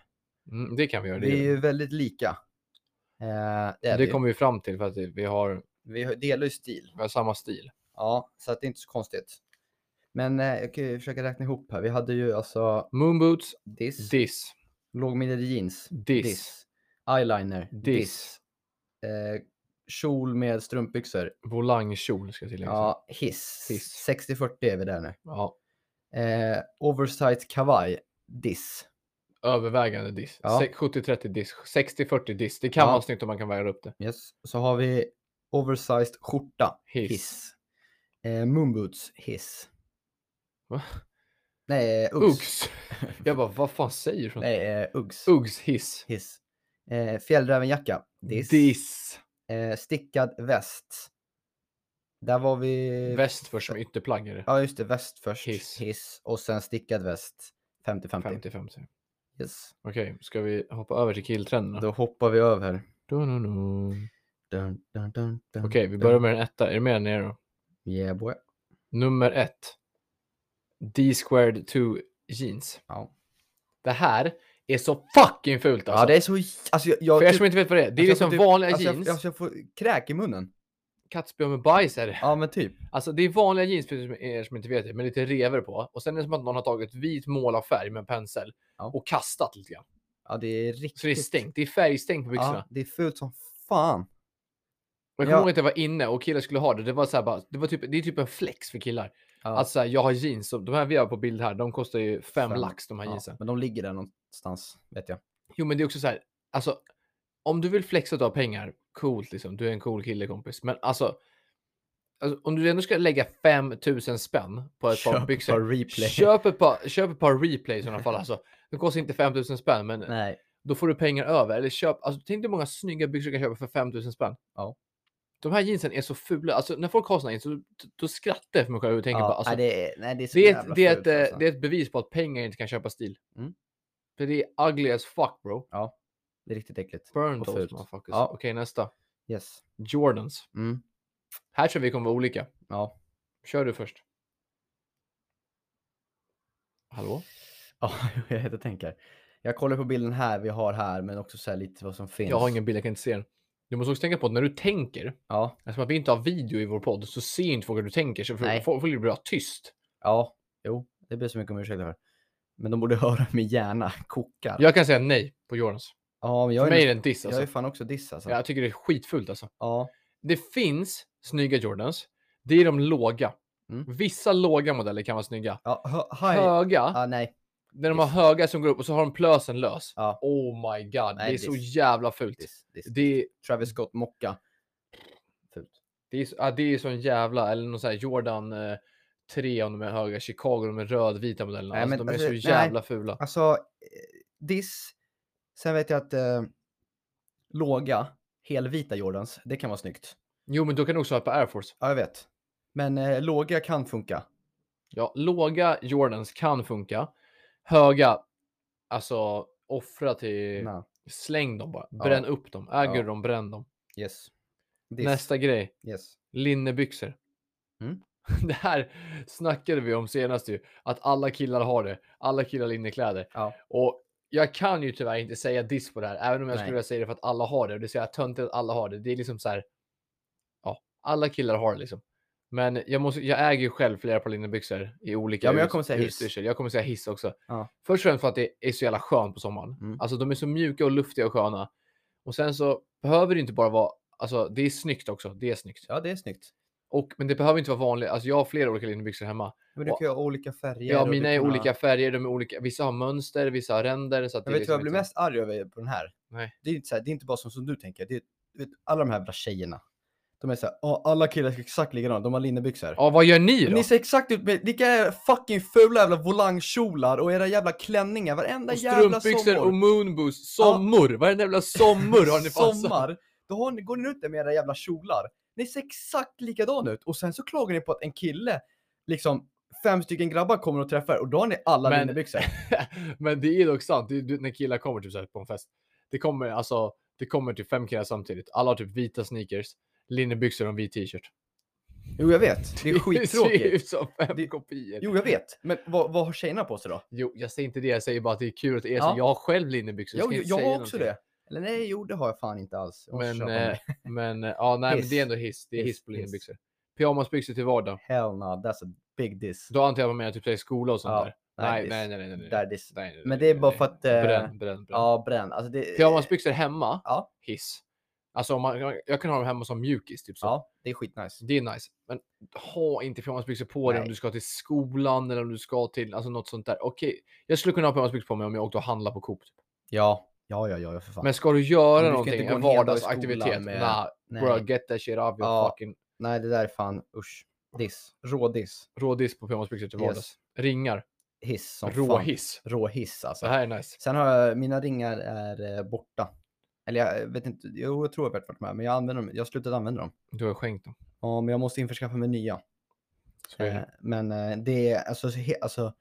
[SPEAKER 3] Mm, det kan vi göra. Det,
[SPEAKER 2] Vi är
[SPEAKER 3] gör vi.
[SPEAKER 2] ju väldigt lika. Eh, det är vi
[SPEAKER 3] det
[SPEAKER 2] ju.
[SPEAKER 3] kommer vi fram till för att vi har,
[SPEAKER 2] Vi har- delar ju stil.
[SPEAKER 3] vi har samma stil.
[SPEAKER 2] Ja, så att det är inte så konstigt. Men eh, jag kan ju försöka räkna ihop här. Vi hade ju alltså
[SPEAKER 3] Moonboots,
[SPEAKER 2] diss,
[SPEAKER 3] diss,
[SPEAKER 2] lågmidjade jeans,
[SPEAKER 3] diss,
[SPEAKER 2] eyeliner,
[SPEAKER 3] Diss.
[SPEAKER 2] Eh, kjol med strumpbyxor.
[SPEAKER 3] volangkjol ska jag tillägga.
[SPEAKER 2] Ja, hiss.
[SPEAKER 3] Hiss.
[SPEAKER 2] 60-40 är vi där nu.
[SPEAKER 3] Ja,
[SPEAKER 2] Eh, oversized kavaj, diss.
[SPEAKER 3] övervägande diss.
[SPEAKER 2] Ja.
[SPEAKER 3] Se- 70-30 diss, 60-40 diss. Det kan
[SPEAKER 2] Ja.
[SPEAKER 3] vara snyggt om man kan väga upp det.
[SPEAKER 2] Yes. Så har vi oversized skjorta,
[SPEAKER 3] Hiss.
[SPEAKER 2] hiss. Eh, moonboots, hiss.
[SPEAKER 3] Va?
[SPEAKER 2] Nej, eh, Uggs.
[SPEAKER 3] Uggs. Jag bara, vad fan säger du? för något?
[SPEAKER 2] Nej, eh, Uggs.
[SPEAKER 3] Uggs hiss.
[SPEAKER 2] Hiss. Eh, Fjällrävenjacka, diss.
[SPEAKER 3] Diss.
[SPEAKER 2] Eh, stickad väst. Där var vi...
[SPEAKER 3] Väst först som ytterplagg är det.
[SPEAKER 2] Ja, just det. Väst först.
[SPEAKER 3] Hiss.
[SPEAKER 2] Och sen stickad väst. 50-50.
[SPEAKER 3] 50-50.
[SPEAKER 2] Yes.
[SPEAKER 3] Okej, ska vi hoppa över till killtrenderna?
[SPEAKER 2] Då hoppar vi över.
[SPEAKER 3] Dun, dun, dun.
[SPEAKER 2] Mm. Dun, dun, dun, dun,
[SPEAKER 3] Okej, vi
[SPEAKER 2] dun.
[SPEAKER 3] börjar med den etta. Är du med ner då?
[SPEAKER 2] Yeah boy.
[SPEAKER 3] Nummer ett. D-squared 2 jeans.
[SPEAKER 2] Ja.
[SPEAKER 3] Det här är så fucking fult alltså.
[SPEAKER 2] ja, det är så... Alltså, jag, jag,
[SPEAKER 3] För er
[SPEAKER 2] typ-
[SPEAKER 3] som inte vet vad det är, det är
[SPEAKER 2] alltså, jag får
[SPEAKER 3] liksom
[SPEAKER 2] typ-
[SPEAKER 3] vanliga
[SPEAKER 2] alltså, jag-
[SPEAKER 3] jeans.
[SPEAKER 2] Alltså, jag får kräk i munnen.
[SPEAKER 3] Kattspö med bajs är det.
[SPEAKER 2] Ja, men typ.
[SPEAKER 3] Alltså det är vanliga jeans för er som- er som inte vet det, med lite rever på. Och sen är det som att någon har tagit vit målarfärg med en pensel
[SPEAKER 2] Ja.
[SPEAKER 3] och kastat lite grann.
[SPEAKER 2] Ja, det är riktigt...
[SPEAKER 3] Så det är stängt, det är färgstängt på byxorna.
[SPEAKER 2] Ja, det är fult som fan.
[SPEAKER 3] Jag kommer
[SPEAKER 2] Ja.
[SPEAKER 3] ihåg att jag var inne och killar skulle ha det. Det var så här bara, det var typ, det är typ en flex för killar.
[SPEAKER 2] Ja,
[SPEAKER 3] Alltså så här, jag har jeans, så de här vi har på bild här, de kostar ju fem,
[SPEAKER 2] Fem.
[SPEAKER 3] lax de här
[SPEAKER 2] ja,
[SPEAKER 3] jeansen.
[SPEAKER 2] men de ligger där någonstans, vet jag.
[SPEAKER 3] Jo men det är också så här, alltså om du vill flexa och ta pengar, coolt liksom, du är en cool kille kompis. Men alltså, alltså om du ändå ska lägga 5000 spänn på ett par byxor.
[SPEAKER 2] replay.
[SPEAKER 3] Köp ett par, köp ett par replay i sådana fall. Alltså. Det kostar inte 5000 spänn, men
[SPEAKER 2] Nej.
[SPEAKER 3] då får du pengar över. Eller köp, alltså, tänk dig hur många snygga byxor du kan köpa för 5000 spänn.
[SPEAKER 2] Ja.
[SPEAKER 3] De här jeansen är så fula. Alltså, när folk har såna jeans, så, då skrattar jag för mig själv och tänker
[SPEAKER 2] Ja,
[SPEAKER 3] bara, alltså,
[SPEAKER 2] nej, det, är- nej, det är så
[SPEAKER 3] det, är
[SPEAKER 2] jävla
[SPEAKER 3] ett, det, är
[SPEAKER 2] fult,
[SPEAKER 3] ett, eh,
[SPEAKER 2] alltså.
[SPEAKER 3] det är ett bevis på att pengar inte kan köpa stil.
[SPEAKER 2] Mm.
[SPEAKER 3] För det är ugly as fuck bro.
[SPEAKER 2] Ja, det är riktigt äckligt.
[SPEAKER 3] Burn
[SPEAKER 2] Och
[SPEAKER 3] those
[SPEAKER 2] fult.
[SPEAKER 3] motherfuckers.
[SPEAKER 2] Ja.
[SPEAKER 3] Okej, nästa.
[SPEAKER 2] Yes.
[SPEAKER 3] Jordans.
[SPEAKER 2] Mm.
[SPEAKER 3] Här tror jag vi kommer vara olika.
[SPEAKER 2] Ja.
[SPEAKER 3] Kör du först. Hallå?
[SPEAKER 2] Ja, jag heter tänker. Jag kollar på bilden här vi har här, men också så här lite vad som finns.
[SPEAKER 3] Jag har ingen bild, jag kan inte se den. Du måste också tänka på att när du tänker,
[SPEAKER 2] Ja,
[SPEAKER 3] eftersom att vi inte har video i vår podd, så ser inte folk hur du tänker. Så
[SPEAKER 2] Nej.
[SPEAKER 3] folk folk blir bara tyst.
[SPEAKER 2] ja, jo, det ber så mycket om ursäkt för. Men de borde höra min hjärna kokar.
[SPEAKER 3] Jag kan säga nej på Jordans.
[SPEAKER 2] ja, men jag
[SPEAKER 3] För
[SPEAKER 2] är,
[SPEAKER 3] mig är det
[SPEAKER 2] nästan-
[SPEAKER 3] en diss
[SPEAKER 2] jag
[SPEAKER 3] alltså.
[SPEAKER 2] är fan också diss alltså.
[SPEAKER 3] Jag tycker det är skitfult alltså.
[SPEAKER 2] Ja,
[SPEAKER 3] Det finns snygga Jordans. Det är de låga.
[SPEAKER 2] Mm.
[SPEAKER 3] Vissa låga modeller kan vara snygga.
[SPEAKER 2] ja hö- haj.
[SPEAKER 3] Höga,
[SPEAKER 2] Ja, nej,
[SPEAKER 3] när de har
[SPEAKER 2] diss.
[SPEAKER 3] höga som går upp och så har de plösen lös.
[SPEAKER 2] Ja.
[SPEAKER 3] Oh my god, det är
[SPEAKER 2] Nej,
[SPEAKER 3] så
[SPEAKER 2] diss.
[SPEAKER 3] jävla fult.
[SPEAKER 2] diss, diss.
[SPEAKER 3] Det,
[SPEAKER 2] Travis Scott mocka. Fult.
[SPEAKER 3] det, är, så- ja, det är sån jävla, eller någon sån här Jordan eh, 3 om de är höga, Chicago, de är rödvita modellerna.
[SPEAKER 2] Nej,
[SPEAKER 3] alltså,
[SPEAKER 2] men
[SPEAKER 3] de är
[SPEAKER 2] alltså,
[SPEAKER 3] så
[SPEAKER 2] nej.
[SPEAKER 3] jävla fula.
[SPEAKER 2] Alltså, eh, diss. Sen vet jag att eh, låga, helvita Jordans, det kan vara snyggt.
[SPEAKER 3] Jo, men då kan du också ha ett par Air Force.
[SPEAKER 2] Ja, jag vet. Men eh, låga kan funka.
[SPEAKER 3] Ja, låga Jordans kan funka. Höga, alltså offra till,
[SPEAKER 2] Nej.
[SPEAKER 3] släng dem bara. Bränn upp dem, äger
[SPEAKER 2] Ja.
[SPEAKER 3] dem, bränn dem.
[SPEAKER 2] Yes. Diss.
[SPEAKER 3] Nästa grej,
[SPEAKER 2] Yes.
[SPEAKER 3] linnebyxor.
[SPEAKER 2] Mm.
[SPEAKER 3] Det här snackade vi om senast ju, att alla killar har det. Alla killar har linnekläder.
[SPEAKER 2] Ja.
[SPEAKER 3] Och jag kan ju tyvärr inte säga diss på det här, även om jag
[SPEAKER 2] Nej.
[SPEAKER 3] skulle vilja säga det för att alla har det. Och det säger jag töntigt att alla har det. Det är liksom så här. Ja, alla killar har det liksom. Men jag, måste, jag äger ju själv flera par linnebyxor i olika
[SPEAKER 2] Ja, men jag
[SPEAKER 3] ut-
[SPEAKER 2] kommer säga hiss.
[SPEAKER 3] utstyrsel. Jag kommer säga hiss också.
[SPEAKER 2] Ja.
[SPEAKER 3] Först och främst för att det är så jävla skönt på sommaren.
[SPEAKER 2] Mm.
[SPEAKER 3] Alltså de är så mjuka och luftiga och sköna. Och sen så behöver det inte bara vara, alltså det är snyggt också. Det är snyggt.
[SPEAKER 2] Ja, det är snyggt.
[SPEAKER 3] Och, men det behöver inte vara vanligt. Alltså jag har flera olika linnebyxor hemma.
[SPEAKER 2] Men du
[SPEAKER 3] Och-
[SPEAKER 2] kan ju ha olika färger.
[SPEAKER 3] Ja,
[SPEAKER 2] och du
[SPEAKER 3] mina är
[SPEAKER 2] kan ha-
[SPEAKER 3] olika färger, de är olika. Vissa har mönster, vissa har ränder. Så att
[SPEAKER 2] Jag
[SPEAKER 3] det är
[SPEAKER 2] vet vad jag
[SPEAKER 3] liksom
[SPEAKER 2] blir
[SPEAKER 3] inte-
[SPEAKER 2] mest arg över på den här?
[SPEAKER 3] Nej.
[SPEAKER 2] Det är inte, så här, det är inte bara som, som du tänker. Det är, du vet, alla de här jävla tjejerna. De är såhär, "Ja, alla killar ska exakt likadant, de har linnebyxor.
[SPEAKER 3] Ja, vad gör ni då?
[SPEAKER 2] Ni ser exakt ut med lika fucking fula jävla volangkjolar och era jävla klänningar varenda
[SPEAKER 3] och
[SPEAKER 2] jävla
[SPEAKER 3] strumpbyxor
[SPEAKER 2] sommar.
[SPEAKER 3] och moonboots. Sommor! Varenda jävla sommor har ni alltså. fan
[SPEAKER 2] sommar, då har ni, går ni runt där med era jävla kjolar. Ni ser exakt likadana ut och sen så klagar ni på att en kille, liksom fem stycken grabbar kommer och träffar er och då har ni alla
[SPEAKER 3] Men-
[SPEAKER 2] linnebyxor.
[SPEAKER 3] Men det är dock sant. Det är, du, när killar kommer typ så här på en fest. Det kommer alltså, det kommer typ fem killar samtidigt. Alla har typ vita sneakers, linnebyxor och en vit t-shirt.
[SPEAKER 2] Jo jag vet, det är
[SPEAKER 3] Det ser
[SPEAKER 2] skittråkigt.
[SPEAKER 3] ut som fem
[SPEAKER 2] Det-
[SPEAKER 3] kopior. Jo.
[SPEAKER 2] Jo jag vet, men vad, vad har tjejerna på sig då?
[SPEAKER 3] jag säger inte det. Jag säger bara att det är kul att det är så.
[SPEAKER 2] Ja.
[SPEAKER 3] Jag har själv linnebyxor.
[SPEAKER 2] Jo,
[SPEAKER 3] ska
[SPEAKER 2] jag,
[SPEAKER 3] inte
[SPEAKER 2] jag
[SPEAKER 3] säga
[SPEAKER 2] har också
[SPEAKER 3] någonting.
[SPEAKER 2] det. Eller nej, jo det har jag fan inte alls. Jag måste
[SPEAKER 3] Men,
[SPEAKER 2] köpa mig.
[SPEAKER 3] eh, men, eh, ja, nej, men det är
[SPEAKER 2] Hiss.
[SPEAKER 3] ändå hiss. Det är
[SPEAKER 2] Hiss,
[SPEAKER 3] hiss på
[SPEAKER 2] hiss.
[SPEAKER 3] linnebyxor. Pyjamasbyxor till vardag.
[SPEAKER 2] Hell no, that's a big diss.
[SPEAKER 3] Då antar jag vad man menar typ så här i skola och sånt
[SPEAKER 2] Ja,
[SPEAKER 3] där.
[SPEAKER 2] nej,
[SPEAKER 3] Nej,
[SPEAKER 2] diss.
[SPEAKER 3] nej, nej, nej, nej, nej.
[SPEAKER 2] Där diss.
[SPEAKER 3] nej, nej,
[SPEAKER 2] Men
[SPEAKER 3] nej,
[SPEAKER 2] det är
[SPEAKER 3] nej,
[SPEAKER 2] bara
[SPEAKER 3] nej.
[SPEAKER 2] för att, eh,
[SPEAKER 3] Bränn, bränn, bränn.
[SPEAKER 2] Ja, bränn. Alltså det...
[SPEAKER 3] Pyjamasbyxor hemma,
[SPEAKER 2] Ja.
[SPEAKER 3] hiss. Alltså om man, jag jag kan ha dem hemma som mjukis, typ så.
[SPEAKER 2] Ja, det är skitnice.
[SPEAKER 3] Det är nice. Men ha inte pyjamasbyxor på dig om
[SPEAKER 2] Nej.
[SPEAKER 3] du ska till skolan eller om du ska till alltså något sånt där. Okej, jag skulle kunna ha pyjamasbyxor på mig om jag åkte och handlade på Coop. Typ.
[SPEAKER 2] Ja, ja, ja, ja, för fan.
[SPEAKER 3] Men ska du
[SPEAKER 2] Men
[SPEAKER 3] göra
[SPEAKER 2] du ska
[SPEAKER 3] någonting,
[SPEAKER 2] inte gå en
[SPEAKER 3] en
[SPEAKER 2] hel dag i
[SPEAKER 3] vardagsaktivitet,
[SPEAKER 2] skolan
[SPEAKER 3] med...
[SPEAKER 2] med-
[SPEAKER 3] nah,
[SPEAKER 2] nej.
[SPEAKER 3] bro, get that shit up.
[SPEAKER 2] Ja.
[SPEAKER 3] Ja. Fucking
[SPEAKER 2] nej, det där är fan usch. Diss. Rådiss.
[SPEAKER 3] rådiss på pyjamasbyxor till
[SPEAKER 2] Yes.
[SPEAKER 3] vardags. Ringar,
[SPEAKER 2] Hiss som fan.
[SPEAKER 3] råhiss.
[SPEAKER 2] Råhiss alltså.
[SPEAKER 3] Det här är nice.
[SPEAKER 2] Sen har jag, mina ringar är eh, borta. Eller jag vet inte, jo, jag tror jag vet vart de är, men jag använder dem, jag har slutat använda dem.
[SPEAKER 3] Du har skänkt dem.
[SPEAKER 2] Ja, men jag måste införskaffa mig nya.
[SPEAKER 3] Så är
[SPEAKER 2] Eh,
[SPEAKER 3] det.
[SPEAKER 2] Men eh, det är, alltså, så he, alltså,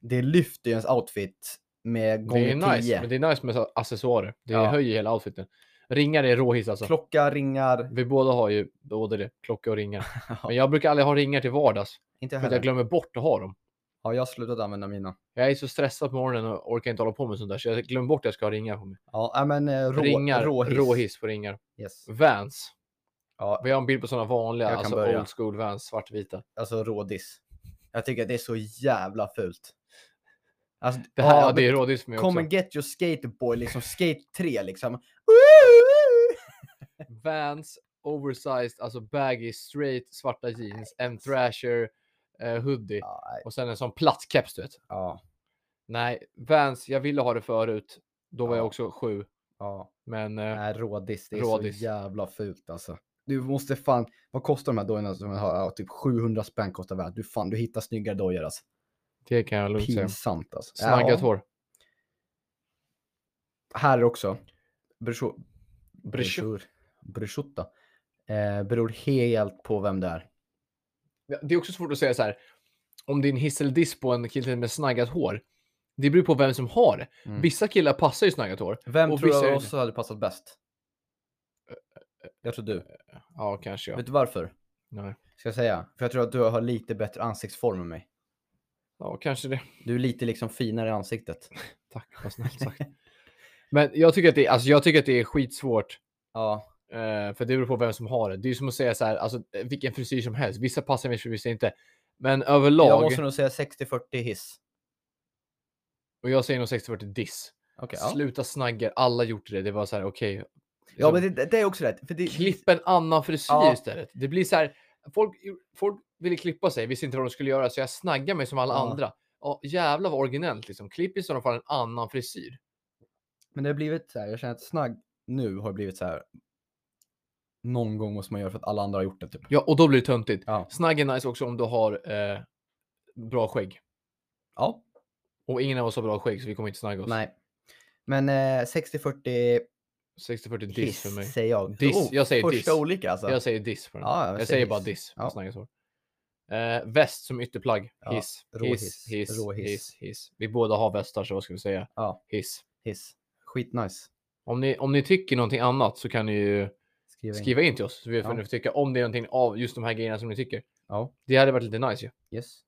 [SPEAKER 2] det lyfter ju ens outfit med
[SPEAKER 3] Det är
[SPEAKER 2] gånger
[SPEAKER 3] nice, men
[SPEAKER 2] 10.
[SPEAKER 3] det är nice med så- accessoarer. Det
[SPEAKER 2] Ja.
[SPEAKER 3] höjer hela outfiten. Ringar är råhiss alltså.
[SPEAKER 2] Klocka, ringar.
[SPEAKER 3] Vi båda har ju både det, klocka och ringar. Men jag brukar aldrig ha ringar till vardags.
[SPEAKER 2] Inte jag
[SPEAKER 3] För att jag
[SPEAKER 2] heller.
[SPEAKER 3] glömmer bort att ha dem.
[SPEAKER 2] Ja, jag har slutat använda mina.
[SPEAKER 3] Jag är så stressad på morgonen och orkar inte hålla på med sånt där. Så jag glömmer bort att jag ska ha ringar på mig.
[SPEAKER 2] Ja, nej, men eh, rå,
[SPEAKER 3] ringar,
[SPEAKER 2] råhiss.
[SPEAKER 3] råhiss på ringar.
[SPEAKER 2] Yes.
[SPEAKER 3] Vans.
[SPEAKER 2] Ja,
[SPEAKER 3] Vi har en bild på sådana vanliga,
[SPEAKER 2] Jag kan
[SPEAKER 3] alltså
[SPEAKER 2] börja.
[SPEAKER 3] old school vans, svartvita.
[SPEAKER 2] alltså rådiss. Jag tycker att det är så jävla fult. Alltså,
[SPEAKER 3] Det här,
[SPEAKER 2] ja,
[SPEAKER 3] ja, det är rådis för mig
[SPEAKER 2] Come
[SPEAKER 3] också.
[SPEAKER 2] and get your skateboy, liksom skate 3 liksom.
[SPEAKER 3] Vans, oversized, alltså baggy, straight, svarta jeans, en thrasher, eh, hoodie.
[SPEAKER 2] Ja, nej,
[SPEAKER 3] Och sen en sån platt keps, du vet.
[SPEAKER 2] ja,
[SPEAKER 3] Nej, Vans, jag ville ha det förut. Då var jag
[SPEAKER 2] Ja.
[SPEAKER 3] också sju.
[SPEAKER 2] ja.
[SPEAKER 3] Men eh,
[SPEAKER 2] Nej, rådiss. Det är
[SPEAKER 3] Rådiss.
[SPEAKER 2] så jävla fult alltså. Du måste fan, vad kostar de här dojorna som jag har? Ja, typ 700 spänn kostar väl. Du fan, du hittar snyggare dojor alltså.
[SPEAKER 3] det kan jag lugnt säga.
[SPEAKER 2] Pinsamt alltså.
[SPEAKER 3] Snaggat
[SPEAKER 2] ja,
[SPEAKER 3] hår.
[SPEAKER 2] här också. Brusho-
[SPEAKER 3] Brusho-
[SPEAKER 2] Brushur. Brushotta. Eh, beror helt på vem det är.
[SPEAKER 3] Ja, Det är också svårt att säga så här. Om det är en hiss eller diss på en kille med snaggat hår. Det beror på vem som har det.
[SPEAKER 2] Mm.
[SPEAKER 3] Vissa killar passar ju snaggat hår.
[SPEAKER 2] Vem
[SPEAKER 3] Och
[SPEAKER 2] tror
[SPEAKER 3] vissa är
[SPEAKER 2] du
[SPEAKER 3] det
[SPEAKER 2] av oss hade passat bäst? Jag tror du.
[SPEAKER 3] Ja, kanske ja.
[SPEAKER 2] Vet du varför?
[SPEAKER 3] Nej.
[SPEAKER 2] Ska jag säga? För jag tror att du har lite bättre ansiktsform än mig.
[SPEAKER 3] Ja, kanske det.
[SPEAKER 2] Du är lite liksom finare i ansiktet.
[SPEAKER 3] Tack, vad snällt sagt. Men jag tycker att det, är- alltså, jag tycker att det är skitsvårt.
[SPEAKER 2] Ja,
[SPEAKER 3] Eh, för det beror på vem som har det. Det är ju som att säga så här, alltså, eh, vilken frisyr som helst. Vissa passar mig, vissa inte. Men överlag,
[SPEAKER 2] jag måste nog säga 60-40 hiss.
[SPEAKER 3] och jag säger nog 60-40 diss.
[SPEAKER 2] Okej, ja.
[SPEAKER 3] Sluta snagga, alla gjort det. Det var så här, okej. Liksom,
[SPEAKER 2] ja, men det, det är också rätt. För det,
[SPEAKER 3] Klipp en annan frisyr
[SPEAKER 2] Ja.
[SPEAKER 3] istället. Det blir så här, folk, folk ville klippa sig, visste inte vad de skulle göra, så jag snaggade mig som alla
[SPEAKER 2] Ja.
[SPEAKER 3] andra. Ja, jävlar vad originellt liksom. Klipp i sådana fall en annan frisyr.
[SPEAKER 2] Men det har blivit så här, jag känner att snagg nu har blivit så här. Någon gång måste man göra för att alla andra har gjort det typ.
[SPEAKER 3] Ja, och då blir det töntigt.
[SPEAKER 2] Ja,
[SPEAKER 3] Snagg är nice också om du har eh, bra skägg.
[SPEAKER 2] ja
[SPEAKER 3] Och ingen av oss har bra skägg, så vi kommer inte snagga oss.
[SPEAKER 2] nej. Men eh, 60-40
[SPEAKER 3] 60-40 diss
[SPEAKER 2] hiss
[SPEAKER 3] för mig.
[SPEAKER 2] säger jag. Oh,
[SPEAKER 3] Diss, jag säger
[SPEAKER 2] första
[SPEAKER 3] diss.
[SPEAKER 2] olika alltså.
[SPEAKER 3] Jag säger diss på den.
[SPEAKER 2] Ja,
[SPEAKER 3] jag,
[SPEAKER 2] jag
[SPEAKER 3] säger
[SPEAKER 2] säger
[SPEAKER 3] bara
[SPEAKER 2] diss.
[SPEAKER 3] diss på
[SPEAKER 2] Ja.
[SPEAKER 3] snaggas hår. Eh, väst som ytterplagg.
[SPEAKER 2] Ja,
[SPEAKER 3] Hiss.
[SPEAKER 2] råhiss,
[SPEAKER 3] hiss, hiss,
[SPEAKER 2] råhiss.
[SPEAKER 3] hiss, hiss. Vi båda har västar, så vad ska vi säga?
[SPEAKER 2] Ja.
[SPEAKER 3] Hiss.
[SPEAKER 2] Hiss. Skitnice.
[SPEAKER 3] Om ni, om ni tycker någonting annat så kan ni ju
[SPEAKER 2] Skriv in.
[SPEAKER 3] skriva in till oss. Så vi får
[SPEAKER 2] Ja.
[SPEAKER 3] ja. tycka om det är någonting av just de här grejerna som ni tycker.
[SPEAKER 2] Ja,
[SPEAKER 3] Det hade varit lite nice ju.
[SPEAKER 2] yes.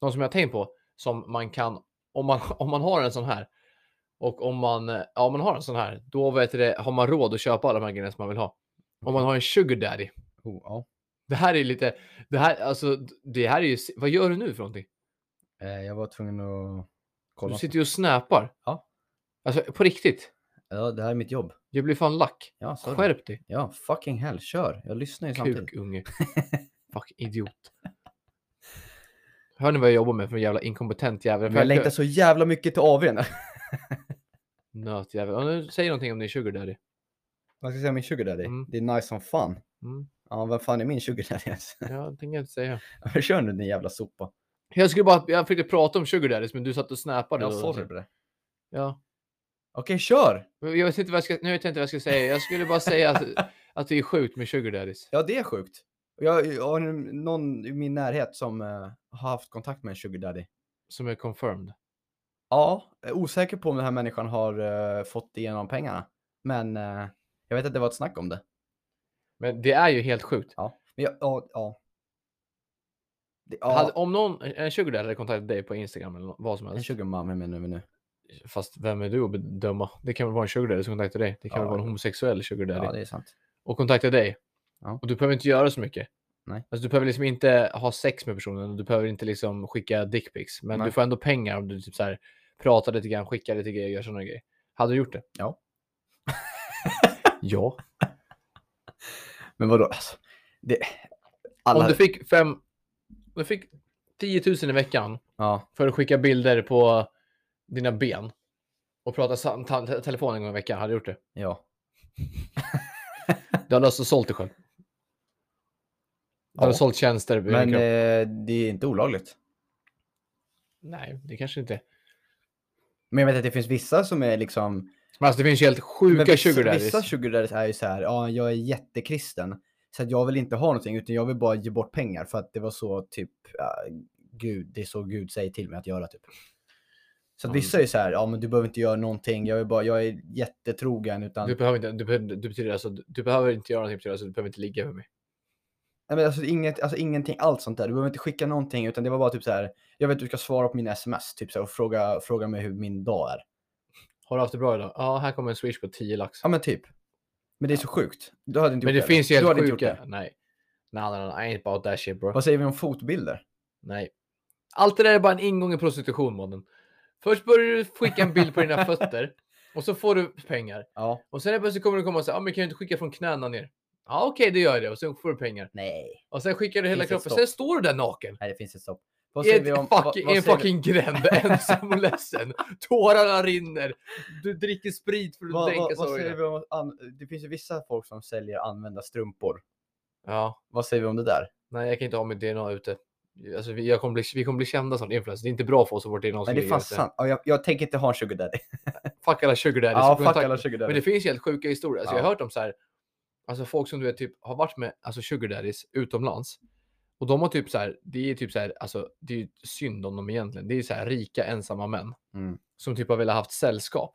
[SPEAKER 3] Någon som jag har tänkt på som man kan, om man, om man har en sån här och om man, eh, ja, om man har en sån här, då vet du det, har man råd att köpa alla de här grejerna som man vill ha. Om man har en sugar daddy.
[SPEAKER 2] Oh, ja.
[SPEAKER 3] Det här är lite, det här, alltså, det här är ju, vad gör du nu för någonting?
[SPEAKER 2] Eh, jag var tvungen att kolla.
[SPEAKER 3] Du sitter ju och snappar.
[SPEAKER 2] Ja.
[SPEAKER 3] Alltså på riktigt,
[SPEAKER 2] Ja, det här är mitt jobb.
[SPEAKER 3] jag blir fan lack.
[SPEAKER 2] Ja, sorry.
[SPEAKER 3] Skärp dig,
[SPEAKER 2] Ja, fucking hell. Kör. Jag lyssnar ju samtidigt.
[SPEAKER 3] kukunge. Fuck idiot. Hör ni vad jag jobbar med för en jävla inkompetent jävel?
[SPEAKER 2] Men jag längtar så jävla mycket till AWn.
[SPEAKER 3] Nötjävel. Ja, nu säger någonting om din sugar daddy.
[SPEAKER 2] Vad ska jag säga om min sugar daddy?
[SPEAKER 3] Mm.
[SPEAKER 2] Det är nice som fan.
[SPEAKER 3] Mm.
[SPEAKER 2] Ja, vad fan är min sugar daddy ens?
[SPEAKER 3] Jag tänker inte säga.
[SPEAKER 2] Kör nu din jävla sopa.
[SPEAKER 3] Jag skulle bara, jag försökte prata om sugar daddies, men du satt och snappade.
[SPEAKER 2] Ja,
[SPEAKER 3] då.
[SPEAKER 2] sorry bre.
[SPEAKER 3] Ja.
[SPEAKER 2] Okej, kör!
[SPEAKER 3] Men Jag vet inte vad jag ska, nu vet jag inte vad jag ska säga. Jag skulle bara säga att, att det är sjukt med sugar daddies.
[SPEAKER 2] Ja, det är sjukt. Jag, jag har en- någon i min närhet som eh, har haft kontakt med en sugar daddy.
[SPEAKER 3] Som är confirmed.
[SPEAKER 2] Ja, jag är osäker på om den här människan har eh, fått igenom pengarna. Men eh, jag vet att det var ett snack om det.
[SPEAKER 3] Men det är ju helt sjukt.
[SPEAKER 2] Men jag, ja, ja. Det,
[SPEAKER 3] Hade,
[SPEAKER 2] ja,
[SPEAKER 3] om någon, en sugar daddy hade kontaktat dig på Instagram eller nå- vad som
[SPEAKER 2] en
[SPEAKER 3] helst.
[SPEAKER 2] sugar mom är med nu. nu.
[SPEAKER 3] Fast vem är du att bedöma? Det kan väl vara en sugar daddy som kontaktar dig. Det kan
[SPEAKER 2] Ja.
[SPEAKER 3] väl vara en homosexuell sugar daddy.
[SPEAKER 2] Ja, det är sant.
[SPEAKER 3] och kontakta dig.
[SPEAKER 2] Ja.
[SPEAKER 3] Och du behöver inte göra så mycket.
[SPEAKER 2] Nej.
[SPEAKER 3] Alltså, du behöver liksom inte ha sex med personen och du behöver inte liksom skicka dickpics. Men
[SPEAKER 2] Nej.
[SPEAKER 3] du får ändå pengar om du typ så här pratar lite grann, skickar lite grejer, gör sådana grejer. Hade du gjort det?
[SPEAKER 2] Ja.
[SPEAKER 3] ja.
[SPEAKER 2] Men vadå, alltså. Det, alla,
[SPEAKER 3] Om du fick fem... Om du fick 10 000 i veckan
[SPEAKER 2] ja,
[SPEAKER 3] för att skicka bilder på dina ben och prata sam- ta- te- telefon en gång i veckan, hade du gjort det?
[SPEAKER 2] ja.
[SPEAKER 3] Du hade alltså sålt dig själv. Du hade
[SPEAKER 2] Ja.
[SPEAKER 3] sålt tjänster. ur din
[SPEAKER 2] Men
[SPEAKER 3] kropp.
[SPEAKER 2] eh, det är inte olagligt.
[SPEAKER 3] Nej, det kanske inte
[SPEAKER 2] Men jag vet att det finns vissa som är liksom
[SPEAKER 3] Men alltså det finns ju helt
[SPEAKER 2] Men
[SPEAKER 3] sjuka
[SPEAKER 2] vissa,
[SPEAKER 3] sugar daddies.
[SPEAKER 2] vissa sugar daddies är ju så här, ja, jag är jättekristen, så att jag vill inte ha någonting, utan jag vill bara ge bort pengar för att det var så typ, ja, Gud, det är så Gud säger till mig att göra typ. Så att
[SPEAKER 3] Ja,
[SPEAKER 2] vissa är ju så här, ja men du behöver inte göra någonting, jag, vill bara, jag är jättetrogen utan,
[SPEAKER 3] Du behöver inte, du, behöver- du betyder alltså, du behöver inte göra någonting betyder alltså, du behöver inte ligga med mig.
[SPEAKER 2] nej, men alltså, inget, alltså ingenting, allt sånt där, du behöver inte skicka någonting utan det var bara typ så här, jag vet att du ska svara på mina sms typ så här, och fråga, fråga mig hur min dag är.
[SPEAKER 3] Har du haft det bra idag? Ja, här kommer en swish på 10 lax.
[SPEAKER 2] Ja men typ. Men det är så sjukt. Du hade inte
[SPEAKER 3] Men det
[SPEAKER 2] gjort
[SPEAKER 3] finns ju
[SPEAKER 2] Du
[SPEAKER 3] helt
[SPEAKER 2] hade inte gjort
[SPEAKER 3] sjuka.
[SPEAKER 2] det.
[SPEAKER 3] Nej. Nej, nej, nej, I ain't about that shit bro.
[SPEAKER 2] Vad säger vi om fotbilder?
[SPEAKER 3] Nej. Allt det där är bara en ingång i prostitution mannen. Först börjar du skicka en bild på dina fötter och så får du pengar.
[SPEAKER 2] Ja.
[SPEAKER 3] Och sen helt plötsligt kommer du komma och säga, ja ah, men kan du inte skicka från knäna ner? Ja okej, det gör jag det. Och sen får du pengar.
[SPEAKER 2] Nej.
[SPEAKER 3] Och sen skickar du hela
[SPEAKER 2] Finns ett
[SPEAKER 3] kroppen.
[SPEAKER 2] stopp.
[SPEAKER 3] Sen står du där naken.
[SPEAKER 2] Nej, det finns ett stopp. Vad
[SPEAKER 3] I
[SPEAKER 2] säger
[SPEAKER 3] ett
[SPEAKER 2] vi om...
[SPEAKER 3] fuck-
[SPEAKER 2] vad-
[SPEAKER 3] i
[SPEAKER 2] vad
[SPEAKER 3] en
[SPEAKER 2] säger vi-
[SPEAKER 3] fucking gränd, ensam och ledsen. Tårarna rinner. Du dricker sprit för att
[SPEAKER 2] Vad,
[SPEAKER 3] dränka
[SPEAKER 2] vad, vad säger
[SPEAKER 3] sorgen.
[SPEAKER 2] vi om... att An... Det finns ju vissa folk som säljer använda strumpor.
[SPEAKER 3] Ja,
[SPEAKER 2] Vad säger vi om det där?
[SPEAKER 3] nej jag kan inte ha mitt DNA ute. Alltså, vi, jag kommer bli, vi kommer bli kända som influencers. Det är inte bra för oss och vårt DNA ska
[SPEAKER 2] Nej, det är
[SPEAKER 3] ligga
[SPEAKER 2] fan
[SPEAKER 3] ute.
[SPEAKER 2] sant. Ja, jag, jag tänker inte ha en sugar daddy.
[SPEAKER 3] Fuck alla sugar daddies.
[SPEAKER 2] Ja,
[SPEAKER 3] Gå i
[SPEAKER 2] fuck
[SPEAKER 3] takt-
[SPEAKER 2] alla sugar
[SPEAKER 3] Men
[SPEAKER 2] daddy.
[SPEAKER 3] det finns helt sjuka historier. Alltså, Jag
[SPEAKER 2] Ja.
[SPEAKER 3] har hört om så här, alltså folk som du vet typ har varit med alltså sugar daddies utomlands. Och de har typ så här, det är typ så här, alltså det är ju synd om dem egentligen. Det är ju så här rika ensamma män.
[SPEAKER 2] Mm.
[SPEAKER 3] som typ har velat haft sällskap.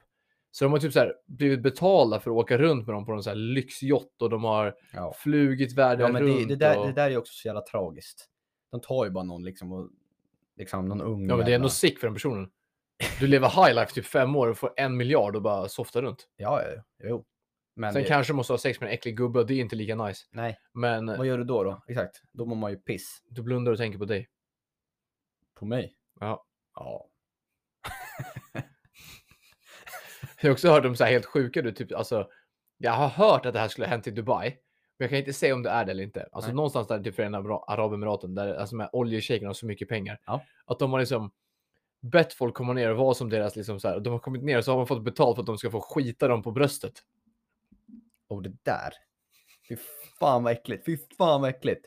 [SPEAKER 3] Så de har typ så här blivit betalda för att åka runt med dem på någon så här lyxjott och de har
[SPEAKER 2] Ja.
[SPEAKER 3] flugit världen
[SPEAKER 2] ja, men det,
[SPEAKER 3] runt.
[SPEAKER 2] det, där,
[SPEAKER 3] och...
[SPEAKER 2] det där är också så jävla tragiskt. De tar ju bara någon liksom och... Liksom någon ung
[SPEAKER 3] ja, men det är
[SPEAKER 2] jävla-
[SPEAKER 3] ändå sick för den personen. Du lever high life typ fem år och får en miljard och bara softar runt.
[SPEAKER 2] Ja, ja, ja, jo. Men
[SPEAKER 3] Sen
[SPEAKER 2] det...
[SPEAKER 3] kanske du måste ha sex med en äcklig gubbe och det är inte lika nice.
[SPEAKER 2] Nej,
[SPEAKER 3] Men
[SPEAKER 2] vad gör du då då? Exakt. Då mår man ju piss.
[SPEAKER 3] du blundar och tänker på dig.
[SPEAKER 2] På mig?
[SPEAKER 3] Ja.
[SPEAKER 2] Ja.
[SPEAKER 3] Jag har också hört om så här helt sjuka du typ alltså. Jag har hört att det här skulle ha hänt i Dubai, men jag kan inte säga om det är det eller inte. Alltså
[SPEAKER 2] Nej.
[SPEAKER 3] någonstans där typ Förenade Ara- Arabemiraten där alltså med oljeshejkerna har så mycket pengar
[SPEAKER 2] Ja.
[SPEAKER 3] att de har liksom bett folk komma ner och vara som deras liksom så här. De har kommit ner och så har man fått betalt för att de ska få skita dem på bröstet.
[SPEAKER 2] Och det där. Fy fan vad äckligt. Fy fan vad äckligt.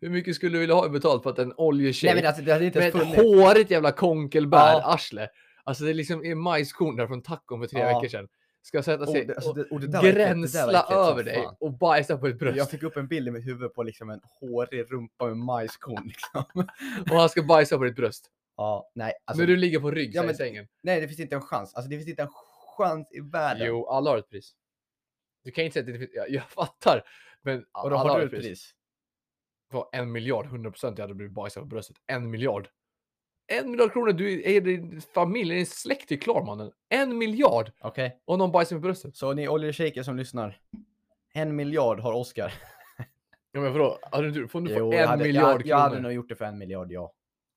[SPEAKER 3] Hur mycket skulle du vilja ha i betalt för att en oljetjej
[SPEAKER 2] Nej men alltså det hade inte
[SPEAKER 3] med
[SPEAKER 2] ens
[SPEAKER 3] ett
[SPEAKER 2] funnits.
[SPEAKER 3] hårigt jävla konkelbär
[SPEAKER 2] Ja.
[SPEAKER 3] arsle. Alltså det är liksom är majskorn där från tacon för tre
[SPEAKER 2] Ja.
[SPEAKER 3] veckor sedan. Ska sätta sig
[SPEAKER 2] Oh, det, alltså, det, och det där var äckligt, det där var
[SPEAKER 3] gränsla
[SPEAKER 2] äckligt som
[SPEAKER 3] över dig
[SPEAKER 2] fan.
[SPEAKER 3] och bajsa på ett bröst.
[SPEAKER 2] Jag fick upp en bild i mitt huvud på liksom en hårig rumpa med majskorn. Liksom.
[SPEAKER 3] Och han ska bajsa på ditt bröst.
[SPEAKER 2] ja, nej, alltså,
[SPEAKER 3] när du ligger på rygg
[SPEAKER 2] Ja,
[SPEAKER 3] så här i
[SPEAKER 2] men-
[SPEAKER 3] sängen.
[SPEAKER 2] nej, det finns inte en chans. Alltså, det finns inte en chans i världen.
[SPEAKER 3] Jo, alla har ett pris. Du kan inte säga att det inte finns. Jag, jag fattar. Men
[SPEAKER 2] och
[SPEAKER 3] alla
[SPEAKER 2] då har
[SPEAKER 3] har
[SPEAKER 2] du
[SPEAKER 3] ett
[SPEAKER 2] ett
[SPEAKER 3] pris.
[SPEAKER 2] pris.
[SPEAKER 3] På en miljard, 100 procent. Jag hade blivit bajsad på bröstet. En miljard. En miljard kronor. Du är din familj, din släkt är klar mannen. En miljard.
[SPEAKER 2] Okej,
[SPEAKER 3] Och någon bajsar på bröstet.
[SPEAKER 2] så ni oljeshejker som lyssnar. En miljard har Oscar.
[SPEAKER 3] Ja, men vadå? Hade du, får du
[SPEAKER 2] Jo,
[SPEAKER 3] få
[SPEAKER 2] jag
[SPEAKER 3] en
[SPEAKER 2] hade,
[SPEAKER 3] miljard
[SPEAKER 2] jag, jag hade
[SPEAKER 3] kronor?
[SPEAKER 2] nog gjort det för en miljard, ja.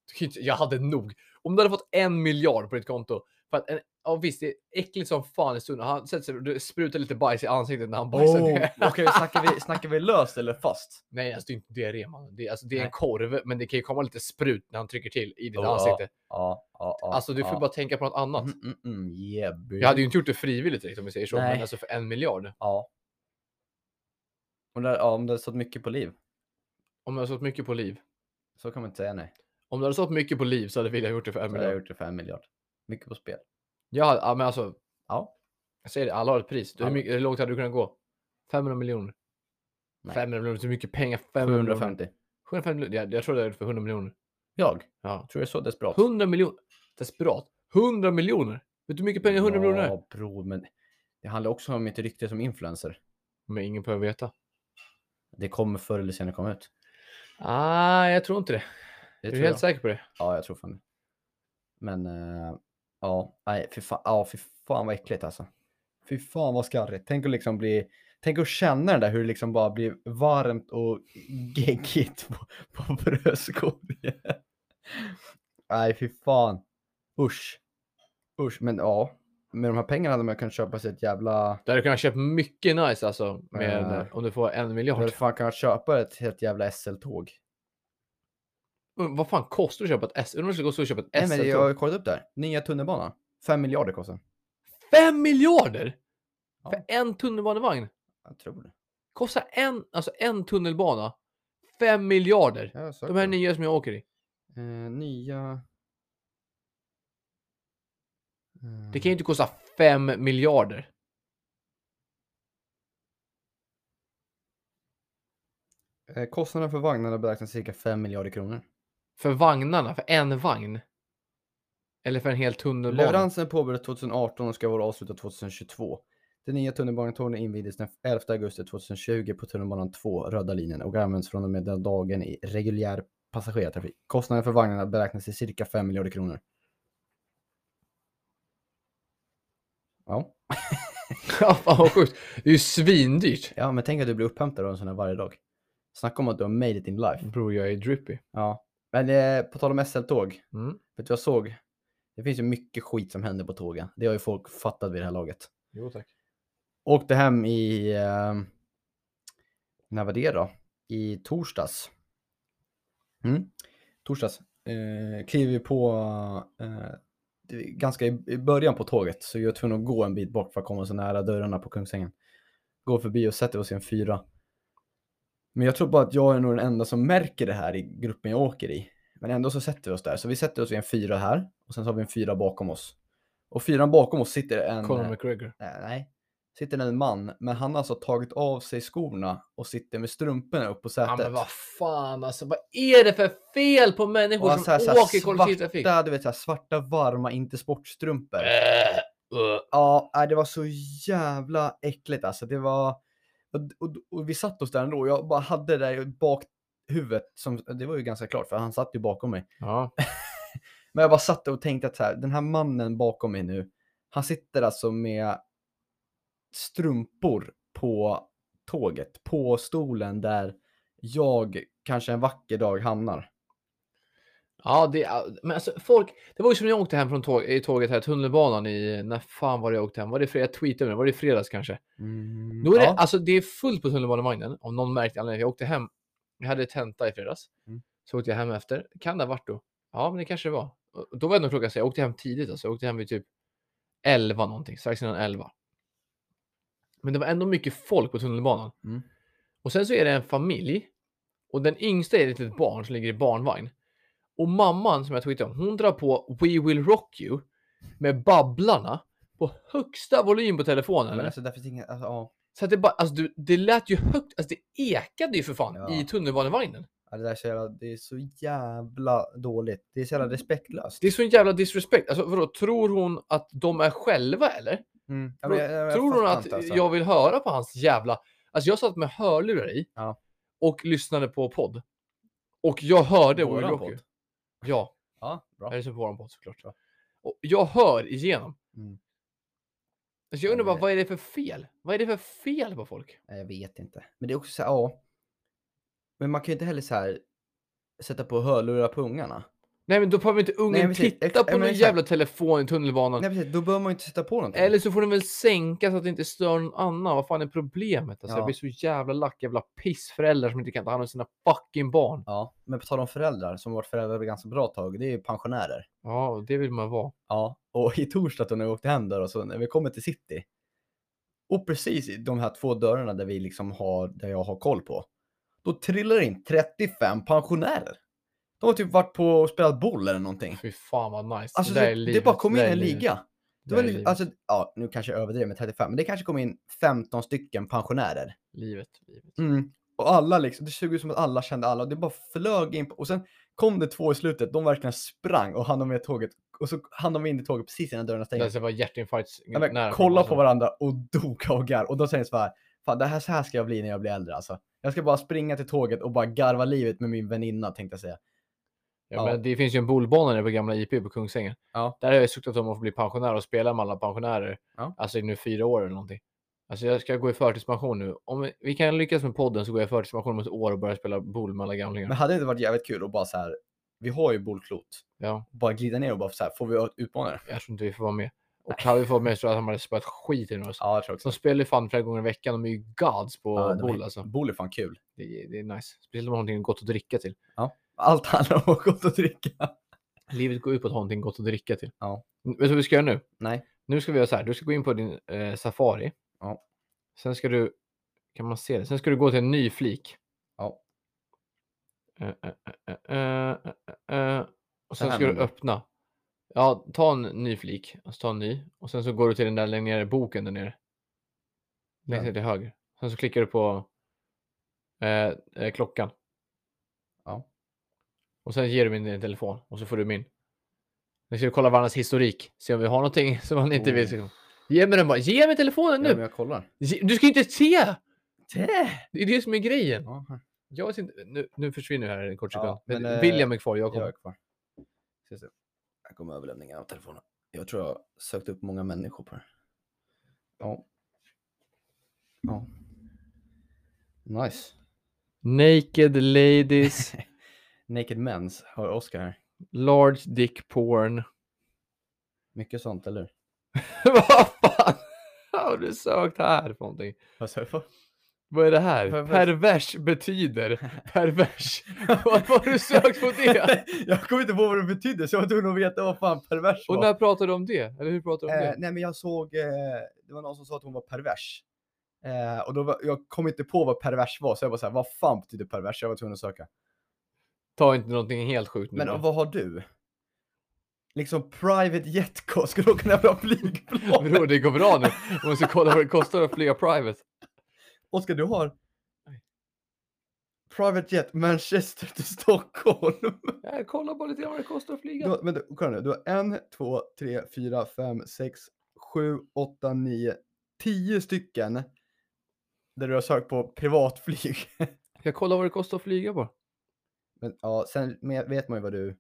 [SPEAKER 3] Du kan ju inte- Jag hade nog. Om du hade fått en miljard på ditt konto. För att en, ja, visst, det är äckligt som fan i stunden. Han sätter sig och det sprutar lite bajs i ansiktet när han bajsar.
[SPEAKER 2] Oh,
[SPEAKER 3] ner.
[SPEAKER 2] Okej, snackar, vi, snackar vi löst eller fast?
[SPEAKER 3] Nej, alltså det är inte diarré mannen. Det, är- alltså, det är en
[SPEAKER 2] Nej.
[SPEAKER 3] korv, men det kan ju komma lite sprut när han trycker till i ditt
[SPEAKER 2] Oh, ja.
[SPEAKER 3] ansikte.
[SPEAKER 2] Ja, ja, ja.
[SPEAKER 3] Alltså du får
[SPEAKER 2] ja.
[SPEAKER 3] bara tänka på något annat.
[SPEAKER 2] Mm, mm, mm, yeah,
[SPEAKER 3] liksom, alltså, Jag hade ju inte gjort det frivilligt direkt om vi säger så, men
[SPEAKER 2] Nej.
[SPEAKER 3] alltså för en miljard.
[SPEAKER 2] Ja. Om det, ja, om det har stått mycket på liv.
[SPEAKER 3] Om jag hade stått mycket på liv.
[SPEAKER 2] Så kan man inte säga nej.
[SPEAKER 3] Om det hade stått mycket på liv så hade William gjort det för en
[SPEAKER 2] Så hade jag
[SPEAKER 3] miljard.
[SPEAKER 2] gjort det för en miljard. Mycket på spel.
[SPEAKER 3] Jag hade, ja, men alltså,
[SPEAKER 2] Ja.
[SPEAKER 3] jag säger det, alla har ett pris. Du, hur,
[SPEAKER 2] Alla.
[SPEAKER 3] mycket, hur långt hade du kunnat gå? 500 miljoner.
[SPEAKER 2] Nej.
[SPEAKER 3] 500 miljoner, så mycket pengar. 500 miljoner.
[SPEAKER 2] 750.
[SPEAKER 3] 750 miljoner. Jag, jag tror det är för 100 miljoner.
[SPEAKER 2] Jag?
[SPEAKER 3] Ja.
[SPEAKER 2] Tror jag är så desperat?
[SPEAKER 3] 100 miljoner. Desperat. 100 miljoner. Vet du hur mycket pengar 100 miljoner är?
[SPEAKER 2] Ja, bror, men det handlar också om mitt rykte som influencer.
[SPEAKER 3] Men ingen behöver veta.
[SPEAKER 2] Det kommer förr eller senare komma ut.
[SPEAKER 3] Ah, jag tror inte det.
[SPEAKER 2] Det
[SPEAKER 3] är
[SPEAKER 2] tror
[SPEAKER 3] du helt
[SPEAKER 2] jag.
[SPEAKER 3] säker på det?
[SPEAKER 2] Ja, jag tror fan det. Men, eh, ja, nej, fy fan, ja, fy fan vad äckligt alltså. Fy fan vad skarrigt. Tänk att liksom bli, tänk att känna den där hur det liksom bara blir varmt och geggigt på, på bröstkorgen. Nej, fy fan. Usch. Usch, men ja. Med de här pengarna hade man kunnat köpa sig ett jävla...
[SPEAKER 3] Du hade kunnat köpa mycket nice alltså. Med,
[SPEAKER 2] Eh.
[SPEAKER 3] Om du får en
[SPEAKER 2] Jag hade
[SPEAKER 3] miljard.
[SPEAKER 2] fan kunnat köpa ett helt jävla SL-tåg.
[SPEAKER 3] Men Vad fan kostar det att köpa ett S? Undrar om det skulle gå så att köpa ett
[SPEAKER 2] Nej,
[SPEAKER 3] S?
[SPEAKER 2] men jag har kollat upp där. Nya tunnelbanan. 5 miljarder kostar den.
[SPEAKER 3] Fem miljarder?
[SPEAKER 2] Ja.
[SPEAKER 3] För en tunnelbanevagn?
[SPEAKER 2] Jag tror det.
[SPEAKER 3] Kostar en, alltså en tunnelbana fem miljarder?
[SPEAKER 2] Jag har sökt
[SPEAKER 3] De här
[SPEAKER 2] den.
[SPEAKER 3] nya som jag åker i.
[SPEAKER 2] Eh, nya... Eh,
[SPEAKER 3] Det kan ju inte kosta fem miljarder.
[SPEAKER 2] eh, Kostnaden för vagnarna beräknas cirka 5 miljarder kronor.
[SPEAKER 3] För vagnarna, för en vagn. Eller för en hel tunnelbana.
[SPEAKER 2] Leveransen är påbörjad 2018 och ska vara avslutad 2022. Det nya tunnelbanetornet invigdes den 11 augusti 2020 på tunnelbanan 2, röda linjen, och används från och med den dagen i reguljär passagerartrafik. Kostnaden för vagnarna beräknas till cirka 5 miljarder kronor. Ja,
[SPEAKER 3] Ja, fan vad sjukt. Det är ju svindyrt.
[SPEAKER 2] ja men tänk att du blir upphämtad av en sån här varje dag. Snacka om att du har made it in life.
[SPEAKER 3] Bror, jag är drippy.
[SPEAKER 2] Ja, men eh, på tal om SL-tåg.
[SPEAKER 3] Mm.
[SPEAKER 2] Vet du vad jag såg? Det finns ju mycket skit som händer på tågen. Det har ju folk fattat vid det här laget.
[SPEAKER 3] Jo tack.
[SPEAKER 2] Åkte hem i... Eh, när var det då? I torsdags. Mm. Torsdags. Eh, kliver vi på... Eh, det är ganska i i början på tåget. Så jag är tvungen att gå en bit bort för att komma så nära dörrarna på Kungsängen. Går förbi och sätter oss i en fyra. Men jag tror bara att jag är nog den enda som märker det här i gruppen jag åker i. Men ändå så sätter vi oss där. Så vi sätter oss i en fyra här. Och sen så har vi en fyra bakom oss. Och fyran bakom oss sitter en...
[SPEAKER 3] Conor McGregor.
[SPEAKER 2] Nej, nej. Sitter en man, men han har alltså tagit av sig skorna och sitter med strumporna upp på sätet.
[SPEAKER 3] Ja, men vad fan alltså. Vad är det för fel på
[SPEAKER 2] och
[SPEAKER 3] människor
[SPEAKER 2] han
[SPEAKER 3] som
[SPEAKER 2] så här, så här,
[SPEAKER 3] åker kollektivtrafik?
[SPEAKER 2] svarta, du vet, så här, svarta, varma, inte sportstrumpor.
[SPEAKER 3] Äh, äh.
[SPEAKER 2] Ja, nej, det var så jävla äckligt alltså. Det var... Och, och, och vi satt oss där ändå och jag bara hade det där i bakhuvudet. Som, det var ju ganska klart, för han satt ju bakom mig.
[SPEAKER 3] Ja.
[SPEAKER 2] Men jag bara satt och tänkte att så här, den här mannen bakom mig nu, han sitter alltså med strumpor på tåget, på stolen där jag kanske en vacker dag hamnar.
[SPEAKER 3] Ja, det, men alltså, folk, det var ju som när jag åkte hem från tåg, i tåget här, tunnelbanan i, när fan var det jag åkte hem? Var det fredag? Jag tweetade om det, var det i fredags kanske? Då är det,
[SPEAKER 2] Mm, ja.
[SPEAKER 3] alltså, det är fullt på tunnelbanevagnen, om någon märkte anledningen. Jag åkte hem, jag hade tenta i fredags,
[SPEAKER 2] Mm.
[SPEAKER 3] så åkte jag hem efter. Kan det ha varit då? Ja, men det kanske det var. Och Då var jag nog klockan så jag åkte hem tidigt alltså. Jag åkte hem vid typ 11 någonting, strax innan 11. Men det var ändå mycket folk på tunnelbanan.
[SPEAKER 2] Mm.
[SPEAKER 3] Och sen så är det en familj. Och den yngsta är ett litet barn som ligger i barnvagn. Och mamman som jag tweetade om, hon drar på We Will Rock You med Babblarna på högsta volym på telefonen.
[SPEAKER 2] Men alltså, där finns inga, alltså, ja.
[SPEAKER 3] Så att det bara, alltså du, det lät ju högt, alltså det ekade ju för fan
[SPEAKER 2] Ja.
[SPEAKER 3] i tunnelbanevagnen.
[SPEAKER 2] Ja, det, där är så jävla, det är så jävla dåligt. Det är så jävla respektlöst.
[SPEAKER 3] Det är så en jävla disrespect. Alltså vadå, tror hon att de är själva eller?
[SPEAKER 2] Mm. Ja,
[SPEAKER 3] Tror-
[SPEAKER 2] men jag- jag- jag
[SPEAKER 3] tror hon
[SPEAKER 2] fattar
[SPEAKER 3] att
[SPEAKER 2] inte, alltså.
[SPEAKER 3] jag vill höra på hans jävla... Alltså jag satt med hörlurar i
[SPEAKER 2] Ja.
[SPEAKER 3] och lyssnade på podd. Och jag hörde
[SPEAKER 2] Våran
[SPEAKER 3] Will Rock
[SPEAKER 2] podd?
[SPEAKER 3] You. Ja,
[SPEAKER 2] Ja, bra.
[SPEAKER 3] jag lyssnade på våran podd såklart. Och jag hör igenom.
[SPEAKER 2] Mm.
[SPEAKER 3] Alltså jag
[SPEAKER 2] Ja, men
[SPEAKER 3] undrar bara,
[SPEAKER 2] det-
[SPEAKER 3] vad är det för fel? Vad är det för fel på folk?
[SPEAKER 2] Nej, Jag vet inte. Men det är också så här, ja. Men man kan ju inte heller så här sätta på hörlurar på ungarna.
[SPEAKER 3] Nej men då behöver inte ungen
[SPEAKER 2] precis. Ex-
[SPEAKER 3] titta
[SPEAKER 2] ja,
[SPEAKER 3] på
[SPEAKER 2] men
[SPEAKER 3] någon
[SPEAKER 2] exakt.
[SPEAKER 3] jävla telefon i tunnelbanan.
[SPEAKER 2] Nej, precis. Då behöver man ju inte sätta på någonting.
[SPEAKER 3] Eller så får den väl sänka så att det inte stör någon annan. Vad fan är problemet? Alltså,
[SPEAKER 2] Ja.
[SPEAKER 3] Jag blir så jävla lack. Jävla pissföräldrar som inte kan ta hand om sina fucking barn.
[SPEAKER 2] Ja, men på tal om föräldrar, som varit föräldrar ett ganska bra tag, det är ju pensionärer.
[SPEAKER 3] Ja, och det vill man vara.
[SPEAKER 2] Ja, och i torsdag då när vi åkte hem där och så när vi kommer till city. Och precis i de här två dörrarna där vi liksom har, där jag har koll på, då trillar in 35 pensionärer. De har typ varit på och spelat boll eller någonting.
[SPEAKER 3] Fy fan vad nice.
[SPEAKER 2] Alltså
[SPEAKER 3] där
[SPEAKER 2] det,
[SPEAKER 3] är
[SPEAKER 2] det,
[SPEAKER 3] livet,
[SPEAKER 2] bara kom in
[SPEAKER 3] där är
[SPEAKER 2] en
[SPEAKER 3] livet,
[SPEAKER 2] liga. Det
[SPEAKER 3] där
[SPEAKER 2] var
[SPEAKER 3] är
[SPEAKER 2] li-
[SPEAKER 3] livet,
[SPEAKER 2] alltså, ja, nu kanske jag överdrev med 35, men det kanske kom in 15 stycken pensionärer.
[SPEAKER 3] livet, livet.
[SPEAKER 2] Mm. Och alla liksom, det såg ut som att alla kände alla och det bara flög in. På, och sen kom det två i slutet, de verkligen sprang och hann de med tåget. Och så hann de in i tåget precis innan dörrarna stängdes.
[SPEAKER 3] Alltså, Det var hjärtinfarkt.
[SPEAKER 2] Ja, men,
[SPEAKER 3] nära alltså.
[SPEAKER 2] kolla
[SPEAKER 3] på
[SPEAKER 2] på varandra och dog av garv. Och då säger jag så här, fan det här, så här ska jag bli när jag blir äldre alltså. Jag ska bara springa till tåget och bara garva livet med min väninna tänkte jag säga.
[SPEAKER 3] Ja,
[SPEAKER 2] Ja.
[SPEAKER 3] Men det finns ju en boulebana nere på gamla IP på Kungsängen.
[SPEAKER 2] Ja.
[SPEAKER 3] Där har jag suktat om att få bli pensionär och spela med alla pensionärer.
[SPEAKER 2] Ja.
[SPEAKER 3] Alltså i nu fyra år eller någonting. Alltså jag ska gå i förtidspension nu. Om vi- vi kan lyckas med podden så går jag i förtidspension om ett år och börjar spela boule med alla gamlingar.
[SPEAKER 2] Men hade det inte varit jävligt kul att bara så här, vi har ju bollklot.
[SPEAKER 3] Ja,
[SPEAKER 2] Bara glida ner och bara så här, får vi utmana det?
[SPEAKER 3] jag tror inte vi får vara med. Och hade vi fått med så tror jag att han hade spöat skit i oss.
[SPEAKER 2] Ja, jag tror
[SPEAKER 3] De spelar ju fan flera gånger i veckan. De är ju gods på
[SPEAKER 2] Ja, de är-
[SPEAKER 3] boule alltså.
[SPEAKER 2] Boll är fan kul.
[SPEAKER 3] Det, är- det är nice. Speciellt om man har någonting gott att dricka till.
[SPEAKER 2] Allt handlar om att gott att dricka.
[SPEAKER 3] Livet går ut på att ha någonting gott att dricka till.
[SPEAKER 2] Ja.
[SPEAKER 3] N- Vet du vad vi ska göra nu?
[SPEAKER 2] Nej.
[SPEAKER 3] Nu ska vi göra så här. Du ska gå in på din eh, Safari.
[SPEAKER 2] Ja.
[SPEAKER 3] Sen ska du, kan man se det? Sen ska du gå till en ny flik.
[SPEAKER 2] Ja.
[SPEAKER 3] Eh, eh, eh, eh, eh, eh. Och sen
[SPEAKER 2] här
[SPEAKER 3] ska
[SPEAKER 2] menar
[SPEAKER 3] du
[SPEAKER 2] du?
[SPEAKER 3] öppna. Ja, ta en ny flik. Alltså ta en ny. Och sen så går du till den där längre ner, boken där nere. Längst
[SPEAKER 2] Den.
[SPEAKER 3] ner till höger. Sen så klickar du på eh, eh, klockan.
[SPEAKER 2] Ja.
[SPEAKER 3] Och sen ger du min din telefon och så får du min. Nu ska vi kolla varandras historik. Se om vi har någonting som han inte vill.
[SPEAKER 2] Oh.
[SPEAKER 3] Ge mig den bara. Ge mig telefonen
[SPEAKER 2] Ja, men
[SPEAKER 3] nu!
[SPEAKER 2] jag kollar.
[SPEAKER 3] Ge- Du ska ju inte se!
[SPEAKER 2] Tä!
[SPEAKER 3] Det är det som är grejen.
[SPEAKER 2] Ja, här.
[SPEAKER 3] Jag vet inte. Nu, nu försvinner jag här en kort
[SPEAKER 2] Ja,
[SPEAKER 3] sekund. men,
[SPEAKER 2] men, eh,
[SPEAKER 3] William är kvar. Jag
[SPEAKER 2] Jag
[SPEAKER 3] kommer.
[SPEAKER 2] är kvar. Ses det. Här kommer överlämningen av telefonen. Jag tror jag sökt upp många människor på det här. Ja. Ja. Nice.
[SPEAKER 3] Naked ladies,
[SPEAKER 2] Naked Mens har Oscar här.
[SPEAKER 3] large dick porn.
[SPEAKER 2] Mycket sånt, eller hur?
[SPEAKER 3] Vad fan har du sökt här för någonting?
[SPEAKER 2] Vad sa du för?
[SPEAKER 3] Vad är det här?
[SPEAKER 2] Pervers.
[SPEAKER 3] Pervers betyder pervers. Vad har du sökt på det?
[SPEAKER 2] jag kommer inte på vad det betydde, så jag var tvungen att veta vad fan pervers
[SPEAKER 3] Och när pratar du om det? Eller hur pratar du om
[SPEAKER 2] Eh,
[SPEAKER 3] det?
[SPEAKER 2] nej, men jag såg, eh, det var någon som sa att hon var pervers. Eh, och då var, jag kom inte på vad pervers var, så jag var så här, vad fan betyder pervers? Jag var tvungen att söka.
[SPEAKER 3] Ta inte någonting helt sjukt nu.
[SPEAKER 2] Men
[SPEAKER 3] bara.
[SPEAKER 2] vad har du? Liksom private jetco, skulle de kunna vara flygplan?
[SPEAKER 3] Bror, det går bra nu. Man måste kolla vad det kostar att flyga private.
[SPEAKER 2] Oskar, du har
[SPEAKER 3] Nej.
[SPEAKER 2] private jet Manchester till Stockholm.
[SPEAKER 3] Ja, kolla bara lite grann vad det kostar att flyga.
[SPEAKER 2] Du har, vänta, kolla nu. Du har en, två, tre, fyra, fem, sex, sju, åtta, nio, tio stycken där du har sökt på privatflyg.
[SPEAKER 3] Jag kollar vad det kostar att flyga bara.
[SPEAKER 2] Men ja, sen med- vet man ju vad du...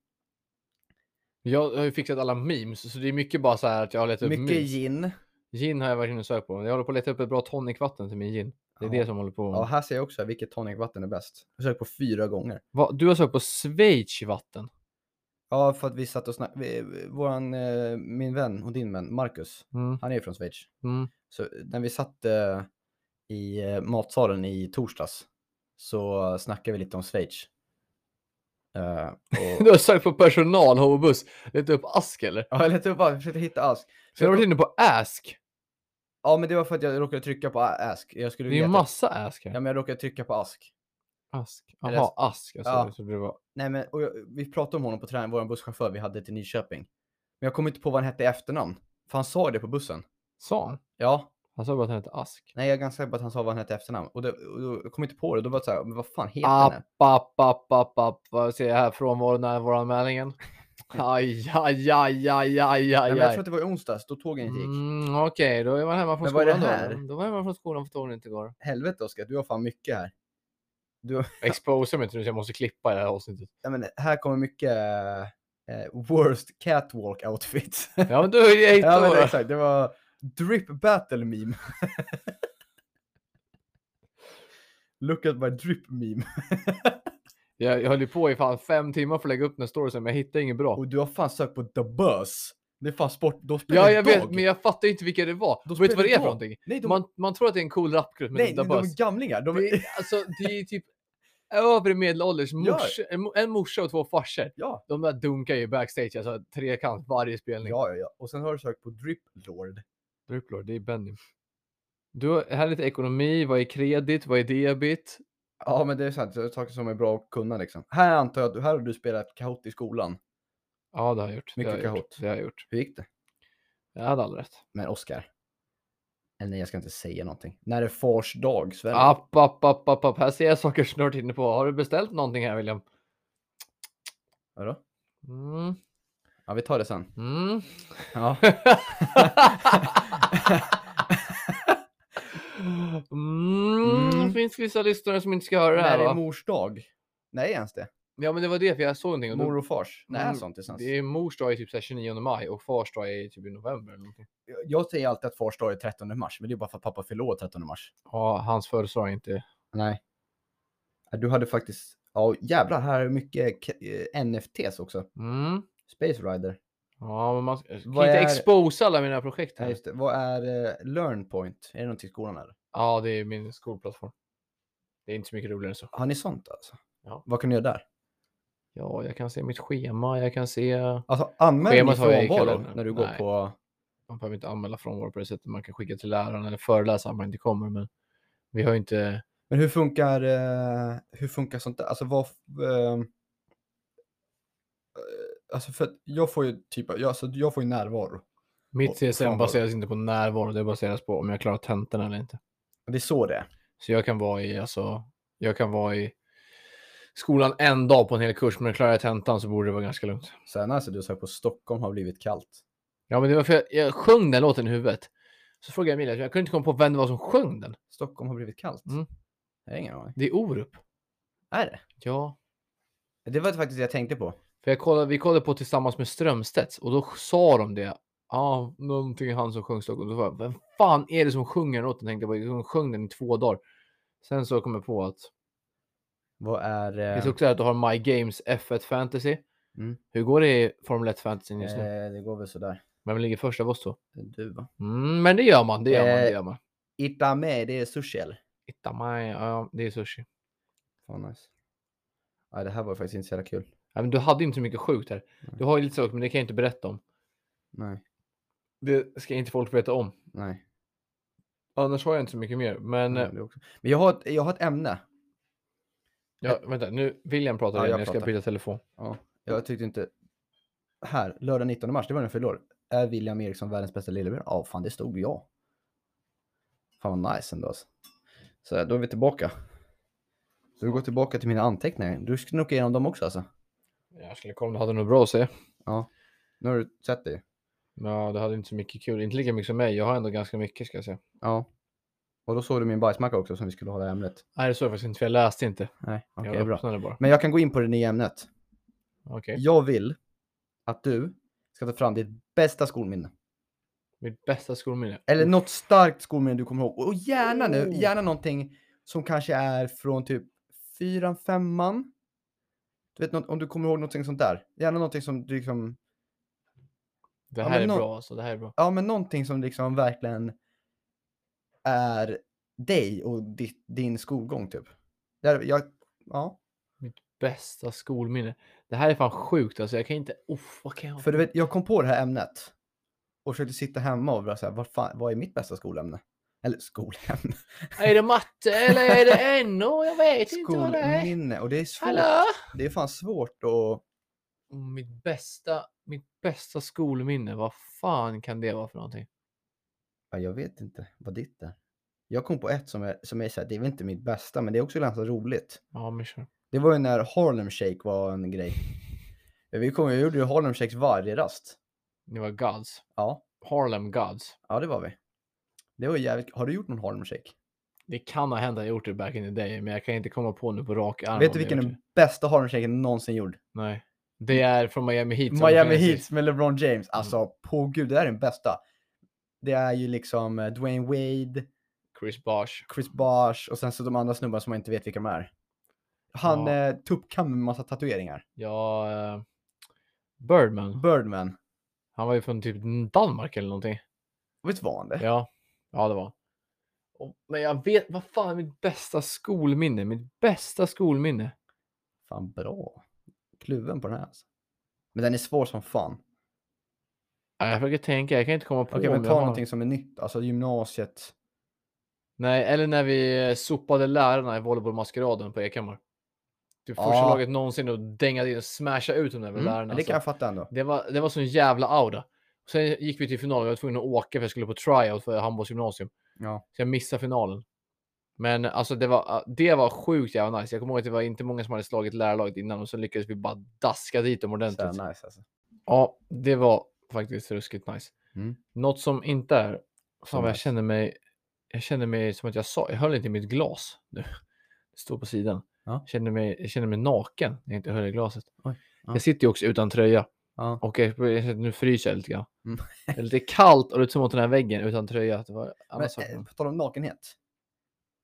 [SPEAKER 3] Jag har ju fixat alla memes, så det är mycket bara så här att jag har letat upp
[SPEAKER 2] Mycket
[SPEAKER 3] memes.
[SPEAKER 2] gin.
[SPEAKER 3] Gin har jag verkligen sökt på. Jag håller på att leta upp ett bra tonicvatten till min gin. Det är
[SPEAKER 2] Ja.
[SPEAKER 3] det som håller på.
[SPEAKER 2] Ja, här ser jag också vilket tonicvatten är bäst. Jag har sökt på fyra gånger.
[SPEAKER 3] Va, du har sökt på schweizvatten.
[SPEAKER 2] Ja, för att vi satt och snackade. Våran, eh, min vän och din vän, Marcus,
[SPEAKER 3] Mm.
[SPEAKER 2] han är ju från Schweiz.
[SPEAKER 3] Mm.
[SPEAKER 2] Så när vi satt eh, i eh, matsalen i torsdags så snackade vi lite om Schweiz. Eh, och...
[SPEAKER 3] Du har sökt på personal, homobuss. Letat upp ask eller?
[SPEAKER 2] Ja, jag letade upp allt, jag försökte hitta ask.
[SPEAKER 3] Sen har du varit inne på ask.
[SPEAKER 2] Ja, men det var för att jag råkade trycka på a- ask. Jag skulle
[SPEAKER 3] Det är ju
[SPEAKER 2] veta-
[SPEAKER 3] massa ask
[SPEAKER 2] Ja,
[SPEAKER 3] här.
[SPEAKER 2] men jag råkade trycka på ask.
[SPEAKER 3] Ask.
[SPEAKER 2] Eller
[SPEAKER 3] Jaha, ask. Alltså,
[SPEAKER 2] Ja.
[SPEAKER 3] jag trodde det var...
[SPEAKER 2] Nej, men och jag, vi pratade om honom på träningen, vår busschaufför vi hade till Nyköping. Men jag kommer inte på vad han hette i efternamn. För han sa det på bussen.
[SPEAKER 3] Sa han?
[SPEAKER 2] Ja,
[SPEAKER 3] Han sa bara att han hette ask.
[SPEAKER 2] nej jag är ganska säker på att han sa vad han hette i efternamn. Och, det, och då, jag kom inte på det, då var det så här, men vad fan heter
[SPEAKER 3] App,
[SPEAKER 2] han?
[SPEAKER 3] app, app, app, app. Vad ser jag här? Frånvaro närvaroanmälningen. Aj, aj, aj, aj, aj,
[SPEAKER 2] Nej,
[SPEAKER 3] aj.
[SPEAKER 2] men jag tror
[SPEAKER 3] aj.
[SPEAKER 2] att det var i onsdags, då tågen inte gick.
[SPEAKER 3] Mm, Okej, då är man hemma från
[SPEAKER 2] Men vad är det
[SPEAKER 3] skolan
[SPEAKER 2] här?
[SPEAKER 3] då. Då var jag hemma från skolan för tågen inte går.
[SPEAKER 2] Helvete Oskar, du har fan mycket här.
[SPEAKER 3] Exposa mig inte nu så jag måste klippa det här avsnittet.
[SPEAKER 2] Ja, men här kommer mycket eh, worst catwalk outfits.
[SPEAKER 3] Ja, men du är ju
[SPEAKER 2] ja, men
[SPEAKER 3] ja,
[SPEAKER 2] exakt, det var drip battle meme. Look at my drip meme.
[SPEAKER 3] jag, jag höll ju på i fan fem timmar för att lägga upp den här storyn, men jag hittade inget bra.
[SPEAKER 2] Och du har fan sökt på the buzz. Det är fan sport, då spelar
[SPEAKER 3] Ja, jag vet,
[SPEAKER 2] dog.
[SPEAKER 3] men jag fattar ju inte vilka det var.
[SPEAKER 2] Då
[SPEAKER 3] vet du
[SPEAKER 2] spelar
[SPEAKER 3] vad det är
[SPEAKER 2] dog.
[SPEAKER 3] för någonting?
[SPEAKER 2] Nej, de,
[SPEAKER 3] Man, man tror att det är en cool rapgrupp, men
[SPEAKER 2] nej,
[SPEAKER 3] det
[SPEAKER 2] de,
[SPEAKER 3] är bara...
[SPEAKER 2] är gamlingar. De,
[SPEAKER 3] Det är, alltså, det är typ övre medelålders
[SPEAKER 2] Ja.
[SPEAKER 3] mors, en, en morsa och två farsor.
[SPEAKER 2] ja.
[SPEAKER 3] De där dunkar ju backstage, alltså trekant varje spelning.
[SPEAKER 2] ja, ja, ja. Och sen har du sökt på drip lord.
[SPEAKER 3] Druplord, det är Benny. Du har- här är lite ekonomi, vad är kredit, vad är debit?
[SPEAKER 2] Ja, men det är sant. Det är saker som är bra att kunna liksom. Här antar jag att du, här har du spelat Kahoot i skolan.
[SPEAKER 3] Ja, det har jag gjort. det
[SPEAKER 2] Mycket
[SPEAKER 3] har jag gjort,
[SPEAKER 2] Kahoot.
[SPEAKER 3] Det har jag gjort.
[SPEAKER 2] Hur gick det?
[SPEAKER 3] Jag hade aldrig rätt.
[SPEAKER 2] Men Oscar. Eller nej, jag ska inte säga någonting. När är fars dag, Sverige?
[SPEAKER 3] App, app, app, app, app. Här ser jag saker snart inne på. Har du beställt någonting här William?
[SPEAKER 2] Vadå?
[SPEAKER 3] Mm.
[SPEAKER 2] Ja, vi tar det sen.
[SPEAKER 3] Mm.
[SPEAKER 2] Ja.
[SPEAKER 3] mm.
[SPEAKER 2] Mm.
[SPEAKER 3] Finns vissa lyssnare som inte ska höra det
[SPEAKER 2] När
[SPEAKER 3] här
[SPEAKER 2] är
[SPEAKER 3] va?
[SPEAKER 2] mors dag? Nej, ens det.
[SPEAKER 3] Ja men det var det för jag såg någonting. Och då,
[SPEAKER 2] Mor och fars. Nej,
[SPEAKER 3] Mor-
[SPEAKER 2] sånt är sant.
[SPEAKER 3] det är mors dag är typ så här 29 maj och fars dag är typ i november. Eller någonting.
[SPEAKER 2] Jag- Jag säger alltid att fars dag är 13 mars, men det är bara för att pappa fyller år 13 mars.
[SPEAKER 3] Ja, hans födelsedag är inte.
[SPEAKER 2] Nej. Ja, Du hade faktiskt, ja jävlar, här är mycket k- eh, NFTs också.
[SPEAKER 3] Mm.
[SPEAKER 2] Space Rider.
[SPEAKER 3] Ja, men man jag kan
[SPEAKER 2] Vad
[SPEAKER 3] inte
[SPEAKER 2] är-
[SPEAKER 3] exposa alla mina projekt
[SPEAKER 2] Ja,
[SPEAKER 3] här.
[SPEAKER 2] just det. Vad är eh, LearnPoint? Är det någonting i skolan eller?
[SPEAKER 3] Ja, det är min skolplattform. Det är inte så mycket roligare än så.
[SPEAKER 2] Har ni sånt alltså?
[SPEAKER 3] Ja.
[SPEAKER 2] Vad kan ni göra där?
[SPEAKER 3] Ja, jag kan se mitt schema. Jag kan se.
[SPEAKER 2] Alltså anmäler ni
[SPEAKER 3] Schemat har jag i
[SPEAKER 2] frånvaro
[SPEAKER 3] kalendern.
[SPEAKER 2] när du går
[SPEAKER 3] Nej.
[SPEAKER 2] på...
[SPEAKER 3] Man behöver inte anmäla frånvaro på det sättet. Man kan skicka till läraren eller föreläsa om man inte kommer. Men vi har ju inte.
[SPEAKER 2] Men hur funkar, eh, hur funkar sånt där? Alltså vad... f- ehm, eh, Alltså för att jag får ju typ, jag, alltså jag får ju närvaro. Och
[SPEAKER 3] Mitt CSN
[SPEAKER 2] frånvaro.
[SPEAKER 3] baseras inte på närvaro. Det baseras på om jag klarar tentorna eller inte.
[SPEAKER 2] Det är så det är.
[SPEAKER 3] Så jag kan vara i, alltså, jag kan vara i skolan en dag på en hel kurs, men klarar jag tentan så borde det vara ganska lugnt.
[SPEAKER 2] Sen alltså du sa på Stockholm har blivit kallt.
[SPEAKER 3] Ja, men det var för jag, jag sjöng den låten i huvudet. Så frågade jag Emilia, jag kunde inte komma på vem det var som sjöng den.
[SPEAKER 2] Stockholm har blivit kallt.
[SPEAKER 3] Mm.
[SPEAKER 2] Jag har ingen aning.
[SPEAKER 3] Det är Orup.
[SPEAKER 2] Är det?
[SPEAKER 3] Ja.
[SPEAKER 2] Det var faktiskt det jag tänkte på.
[SPEAKER 3] För jag kollade, vi kollade på Tillsammans med Strömstedt och då sa de det. Ja, ah, någonting är han som sjöng Stockholm. Då var jag, vem fan är det som sjunger den låten? Tänkte jag bara, de sjöng den i två dagar. Sen så kom jag på att
[SPEAKER 2] Vad är...
[SPEAKER 3] det
[SPEAKER 2] Eh,
[SPEAKER 3] finns också att du har My Games F1 Fantasy.
[SPEAKER 2] Mm.
[SPEAKER 3] Hur går det i Formel 1 Fantasy just nu?
[SPEAKER 2] eh, det går väl sådär.
[SPEAKER 3] Vem ligger först av oss då?
[SPEAKER 2] Du va?
[SPEAKER 3] Mm, men det gör man, det gör man, det
[SPEAKER 2] Eh,
[SPEAKER 3] gör man.
[SPEAKER 2] Itame, det är sushi eller?
[SPEAKER 3] Itamai, ja, det är sushi.
[SPEAKER 2] Fan nice. Ja, det här var faktiskt inte så jävla kul.
[SPEAKER 3] Ja, men du hade ju inte så mycket sjukt här.
[SPEAKER 2] Mm.
[SPEAKER 3] Du har ju lite saker, men det kan jag inte berätta om.
[SPEAKER 2] Nej,
[SPEAKER 3] Det ska inte folk veta om.
[SPEAKER 2] nej.
[SPEAKER 3] Annars har jag inte så mycket mer. Men
[SPEAKER 2] nej,
[SPEAKER 3] eh,
[SPEAKER 2] det också. Men jag har ett, jag har ett ämne.
[SPEAKER 3] ja, vänta, nu William pratar
[SPEAKER 2] Eh, Ja,
[SPEAKER 3] igen.
[SPEAKER 2] jag
[SPEAKER 3] Jag, ska
[SPEAKER 2] pratar.
[SPEAKER 3] byta telefon.
[SPEAKER 2] Ja, jag tyckte inte... Här, lördag 19 mars, det var den jag fyllde år. Är William Eriksson världens bästa lillebror? Ja, fan det stod ja. Fan vad nice ändå alltså. Så då är vi tillbaka. Så vi går tillbaka till mina anteckningar. Du snookade igenom dem också alltså?
[SPEAKER 3] Jag skulle kolla om du hade något bra att säga.
[SPEAKER 2] Nu har du sett det ju.
[SPEAKER 3] Ja, du hade inte så mycket kul. Inte lika mycket som mig. Jag har ändå ganska mycket ska jag säga.
[SPEAKER 2] Ja. Och då såg du min bajsmacka också som vi skulle ha det ämnet.
[SPEAKER 3] Nej, det såg jag faktiskt inte för jag läste inte.
[SPEAKER 2] Nej, okej
[SPEAKER 3] jag
[SPEAKER 2] bra.
[SPEAKER 3] öppnade bara.
[SPEAKER 2] Men jag kan gå in på det nya ämnet.
[SPEAKER 3] Okej.
[SPEAKER 2] Jag vill att du ska ta fram ditt bästa skolminne.
[SPEAKER 3] Mitt bästa skolminne.
[SPEAKER 2] Eller något starkt skolminne du kommer ihåg. Och gärna nu,
[SPEAKER 3] Oh.
[SPEAKER 2] gärna någonting som kanske är från typ fyran, femman. Du vet, något, om du kommer ihåg någonting sånt där. Gärna någonting som du liksom,
[SPEAKER 3] Det
[SPEAKER 2] Ja,
[SPEAKER 3] här är
[SPEAKER 2] men nå-
[SPEAKER 3] bra alltså. Det här är bra.
[SPEAKER 2] ja men någonting som liksom verkligen är dig och ditt, din skolgång typ. Där, jag, ja,
[SPEAKER 3] Bästa skolminne. Det här är fan sjukt alltså. Jag kan inte... Uff, vad kan jag...
[SPEAKER 2] för du vet, jag kom på det här ämnet och försökte sitta hemma och bara så här, vad fan, vad är mitt bästa skolämne? Eller skolämne,
[SPEAKER 3] Är det matte eller är det NO? Jag vet inte vad det är.
[SPEAKER 2] skolminne. Och det är svårt.
[SPEAKER 3] Hallå?
[SPEAKER 2] Det är fan svårt att
[SPEAKER 3] Och Mitt bästa, mitt bästa skolminne, vad fan kan det vara för någonting?
[SPEAKER 2] Ja, jag vet inte vad ditt är. Jag kom på ett som är, som är så här, det är väl inte mitt bästa, men det är också ganska roligt.
[SPEAKER 3] Ja, men kör.
[SPEAKER 2] Det var ju när Harlem Shake var en grej. Vi kom, jag gjorde ju Harlem Shakes varje rast.
[SPEAKER 3] Ni var gods.
[SPEAKER 2] Ja,
[SPEAKER 3] Harlem gods.
[SPEAKER 2] ja det var vi. Det var ju jävligt, har du gjort någon Harlem Shake?
[SPEAKER 3] Det kan ha hänt att jag gjort det back in the day, men jag kan inte komma på nu på rak arm.
[SPEAKER 2] vet
[SPEAKER 3] om
[SPEAKER 2] du
[SPEAKER 3] jag
[SPEAKER 2] vilken
[SPEAKER 3] gjort
[SPEAKER 2] den bästa Harlem Shaken någonsin gjord?
[SPEAKER 3] det. Nej. Det är från Miami Heat. som
[SPEAKER 2] Miami
[SPEAKER 3] Genesis.
[SPEAKER 2] Heat med LeBron James.
[SPEAKER 3] Mm.
[SPEAKER 2] Alltså, på gud, det där är den bästa. Det är ju liksom eh, Dwayne Wade,
[SPEAKER 3] Chris Bosh.
[SPEAKER 2] Chris Bosh och sen så de andra snubbarna som man inte vet vilka de är. Han
[SPEAKER 3] Ja.
[SPEAKER 2] eh, tuppkam med massa tatueringar.
[SPEAKER 3] Ja, eh, Birdman.
[SPEAKER 2] Birdman.
[SPEAKER 3] Han var ju från typ Danmark eller någonting.
[SPEAKER 2] Visst var han det?
[SPEAKER 3] Ja, ja det var han. Och- Men jag vet, vad fan är mitt bästa skolminne? Mitt bästa skolminne?
[SPEAKER 2] Fan bra. Kluven på den här alltså. Men den är svår som fan.
[SPEAKER 3] Ja, Jag försöker tänka, jag kan inte komma på
[SPEAKER 2] Okej,
[SPEAKER 3] om
[SPEAKER 2] men
[SPEAKER 3] jag
[SPEAKER 2] ta
[SPEAKER 3] har-
[SPEAKER 2] någonting som är nytt. Alltså gymnasiet.
[SPEAKER 3] Nej, eller när vi eh, sopade lärarna i volleybollmaskeraden på Ekhammar. Typ första
[SPEAKER 2] Ja.
[SPEAKER 3] laget någonsin att dänga in och smasha ut de där
[SPEAKER 2] Mm.
[SPEAKER 3] lärarna.
[SPEAKER 2] men det
[SPEAKER 3] alltså.
[SPEAKER 2] kan jag fatta ändå.
[SPEAKER 3] Det var, det var sån jävla aura. Sen gick vi till finalen. Jag var tvungen att åka för jag skulle på tryout för handbollsgymnasium.
[SPEAKER 2] Ja.
[SPEAKER 3] Så jag missade finalen. Men alltså det var, det var sjukt jävla nice. Jag kommer ihåg att det var inte många som hade slagit lärarlaget innan och så lyckades vi bara daska dit dem
[SPEAKER 2] Så
[SPEAKER 3] ordentligt.
[SPEAKER 2] här, nice alltså.
[SPEAKER 3] Ja, det var faktiskt ruskigt nice.
[SPEAKER 2] Mm.
[SPEAKER 3] Något som inte är... Fan vad jag
[SPEAKER 2] nice.
[SPEAKER 3] känner mig... Jag känner mig som att jag sa... Jag höll inte i mitt glas nu. Det står på sidan.
[SPEAKER 2] Ja.
[SPEAKER 3] Jag, känner mig, jag känner mig naken när jag inte höll i glaset.
[SPEAKER 2] Oj, ja.
[SPEAKER 3] Jag sitter ju också utan tröja.
[SPEAKER 2] Ja.
[SPEAKER 3] Och jag, jag känner att nu fryser jag lite grann.
[SPEAKER 2] Mm.
[SPEAKER 3] Det är lite kallt och det är som mot den här väggen utan tröja. Det var
[SPEAKER 2] Men
[SPEAKER 3] annars
[SPEAKER 2] eh, på tal om nakenhet.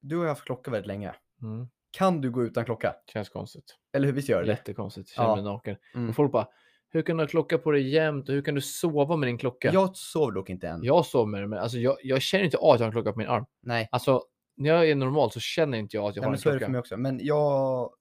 [SPEAKER 2] Du har ju haft klocka väldigt länge.
[SPEAKER 3] mm.
[SPEAKER 2] Kan du gå utan klocka?
[SPEAKER 3] Känns konstigt.
[SPEAKER 2] Eller hur? Visst gör du det?
[SPEAKER 3] Jättekonstigt. Jag Känner
[SPEAKER 2] Ja.
[SPEAKER 3] mig naken.
[SPEAKER 2] Mm.
[SPEAKER 3] Och folk bara, hur kan du ha klocka på dig jämt? Och hur kan du sova med din klocka?
[SPEAKER 2] Jag sover dock inte än.
[SPEAKER 3] Jag sover med den, men alltså jag, jag känner inte av att jag har en klocka på min arm.
[SPEAKER 2] Nej,
[SPEAKER 3] Alltså, när jag är normal så känner inte jag att jag
[SPEAKER 2] Nej
[SPEAKER 3] har
[SPEAKER 2] men
[SPEAKER 3] en
[SPEAKER 2] så är det
[SPEAKER 3] klocka.
[SPEAKER 2] för mig också. Men jag...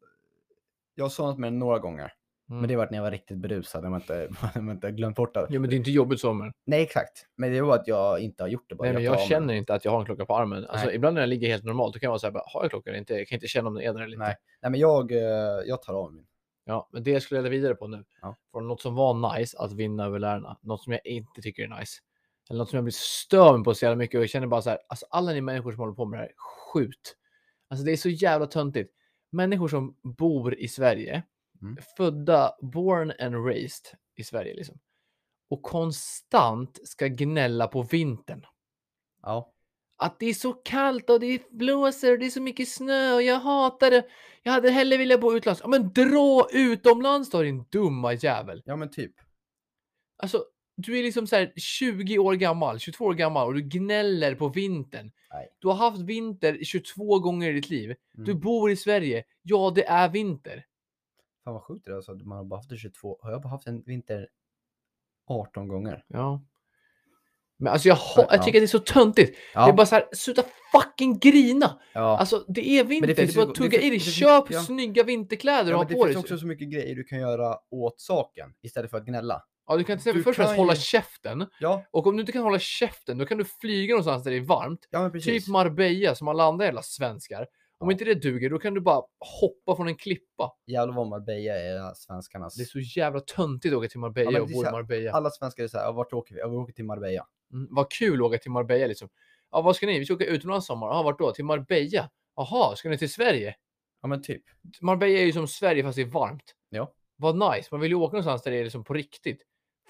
[SPEAKER 2] Jag har somnat med den några gånger. Men
[SPEAKER 3] Mm.
[SPEAKER 2] det var när jag var riktigt berusad. När man inte, när man inte har glömt bort det.
[SPEAKER 3] Jo, men det är inte jobbigt så, men,
[SPEAKER 2] Nej, exakt. Men det var att jag inte har gjort det. Bara.
[SPEAKER 3] nej, men
[SPEAKER 2] tar
[SPEAKER 3] jag
[SPEAKER 2] av mig
[SPEAKER 3] känner inte att jag har en klocka på armen. Alltså,
[SPEAKER 2] Nej.
[SPEAKER 3] ibland när jag ligger helt normalt, då kan jag vara så här, bara, har jag klockan eller inte? Jag kan inte känna om den är där eller inte.
[SPEAKER 2] Nej. Nej, men jag, eh, jag tar av min.
[SPEAKER 3] Ja, men det jag skulle leda vidare på nu,
[SPEAKER 2] Ja.
[SPEAKER 3] från något som var nice, att vinna över lärarna, något som jag inte tycker är nice, eller något som jag blir störd på så jävla mycket och jag känner bara så här, alltså alla ni människor som håller på med det här, skjut. Alltså det är så jävla töntigt. Människor som bor i Sverige,
[SPEAKER 2] Mm.
[SPEAKER 3] födda, born and raised i Sverige liksom, och konstant ska gnälla på vintern.
[SPEAKER 2] Ja.
[SPEAKER 3] Att det är så kallt och det blåser och det är så mycket snö och jag hatar det. Jag hade hellre velat bo utlands. Ja, men dra utomlands då din dumma jävel.
[SPEAKER 2] ja, men typ.
[SPEAKER 3] Alltså, du är liksom så här 20 år gammal, 22 år gammal och du gnäller på vintern.
[SPEAKER 2] Nej.
[SPEAKER 3] Du har haft vinter 22 gånger i ditt liv. Du
[SPEAKER 2] Mm.
[SPEAKER 3] bor i Sverige. Ja, det är vinter.
[SPEAKER 2] Fan vad sjukt det där. Alltså, man har bara haft det 22. Har jag bara haft en vinter 18 gånger?
[SPEAKER 3] Ja. Men alltså jag, ha- jag
[SPEAKER 2] Ja.
[SPEAKER 3] tycker att det är så töntigt.
[SPEAKER 2] Ja.
[SPEAKER 3] Det är bara så här, sluta fucking grina.
[SPEAKER 2] ja.
[SPEAKER 3] Alltså det är vinter, det
[SPEAKER 2] finns
[SPEAKER 3] är bara
[SPEAKER 2] ju-
[SPEAKER 3] att
[SPEAKER 2] det
[SPEAKER 3] tugga
[SPEAKER 2] fin-
[SPEAKER 3] i dig.
[SPEAKER 2] det finns-
[SPEAKER 3] Köp
[SPEAKER 2] ja.
[SPEAKER 3] snygga vinterkläder
[SPEAKER 2] Ja,
[SPEAKER 3] och
[SPEAKER 2] men
[SPEAKER 3] ha
[SPEAKER 2] det
[SPEAKER 3] på dig. typ.
[SPEAKER 2] finns också så mycket grejer du kan göra åt saken istället för att gnälla.
[SPEAKER 3] Ja, du kan till exempel
[SPEAKER 2] Du
[SPEAKER 3] först och främst
[SPEAKER 2] kan
[SPEAKER 3] hålla
[SPEAKER 2] ju-
[SPEAKER 3] käften.
[SPEAKER 2] Ja,
[SPEAKER 3] Och om du inte kan hålla käften, då kan du flyga någonstans där det är varmt.
[SPEAKER 2] ja men precis.
[SPEAKER 3] Typ Marbella som alla andra jävla svenskar. Om
[SPEAKER 2] Ja.
[SPEAKER 3] inte det duger, då kan du bara hoppa från en klippa.
[SPEAKER 2] Jävlar vad Marbella är svenskarnas.
[SPEAKER 3] Det är så jävla töntigt att åka till Marbella
[SPEAKER 2] men
[SPEAKER 3] och
[SPEAKER 2] det är
[SPEAKER 3] bo i
[SPEAKER 2] så här-
[SPEAKER 3] Marbella.
[SPEAKER 2] Alla svenskar är så här, "Ja, vart åker vi? Ja, vi åker till Marbella.
[SPEAKER 3] Mm, vad kul att åka till Marbella liksom. Ja, vad ska ni? Vi ska åka utomlands i sommar. Ja, vart då? Till Marbella? Jaha, ska ni till Sverige?
[SPEAKER 2] Ja men typ.
[SPEAKER 3] Marbella är ju som Sverige fast det är varmt.
[SPEAKER 2] Ja.
[SPEAKER 3] Vad nice. Man vill ju åka någonstans där det är liksom på riktigt.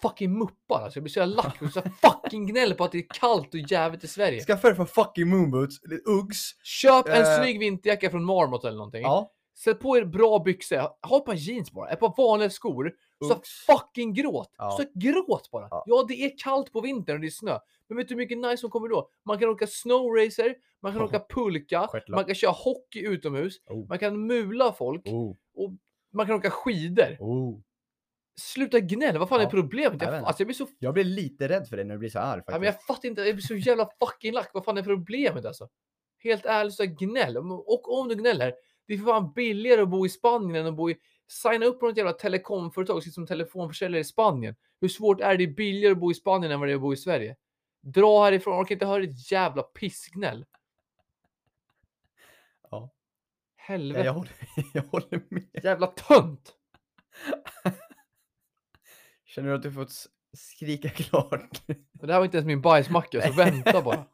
[SPEAKER 3] Fucking muppar alltså. Jag blir så jävla lack. Jag blir så här fucking gnäll på att det är kallt och jävligt i Sverige.
[SPEAKER 2] Skaffa dig för fucking moonboots, eller Uggs.
[SPEAKER 3] Köp en
[SPEAKER 2] Eh.
[SPEAKER 3] snygg vinterjacka från Marmot eller någonting.
[SPEAKER 2] Ja.
[SPEAKER 3] Sätt på er bra byxor. Ha ett par jeans bara. Ett par vanliga skor. Så
[SPEAKER 2] Uggs.
[SPEAKER 3] fucking gråt.
[SPEAKER 2] Ja.
[SPEAKER 3] Så gråt bara. Ja.
[SPEAKER 2] Ja.
[SPEAKER 3] det är kallt på vintern och det är snö. Men vet du hur mycket nice som kommer då? Man kan åka snowracer. Man kan åka pulka.
[SPEAKER 2] Stjärtlopp.
[SPEAKER 3] Man kan köra hockey utomhus.
[SPEAKER 2] Oh.
[SPEAKER 3] Man kan mula folk.
[SPEAKER 2] Oh.
[SPEAKER 3] Man kan åka skidor.
[SPEAKER 2] Oh.
[SPEAKER 3] Sluta gnälla. Vad fan är
[SPEAKER 2] Ja.
[SPEAKER 3] problemet?
[SPEAKER 2] Jag
[SPEAKER 3] Jag,
[SPEAKER 2] vet inte.
[SPEAKER 3] alltså, jag blir så...
[SPEAKER 2] Jag blir lite rädd för dig när du blir så arg
[SPEAKER 3] Ja, men
[SPEAKER 2] faktiskt.
[SPEAKER 3] jag fattar inte. Jag blir så jävla fucking lack. Vad fan är problemet alltså? Helt ärligt, så här, gnäll. Om- Och om du gnäller, det är för fan billigare att bo i Spanien än att bo i... Signa upp på något jävla telekomföretag, sitt som telefonförsäljare i Spanien. Hur svårt är det? Det är billigare att bo i Spanien än vad det är att bo i Sverige. Dra härifrån. Orkar inte höra ditt jävla pissgnäll.
[SPEAKER 2] Ja.
[SPEAKER 3] Helvete.
[SPEAKER 2] Ja, jag, håller, jag håller med.
[SPEAKER 3] Jävla tönt!
[SPEAKER 2] Känner du att du fått s- skrika klart?
[SPEAKER 3] Och Det här var inte ens min bajsmacka, så vänta bara.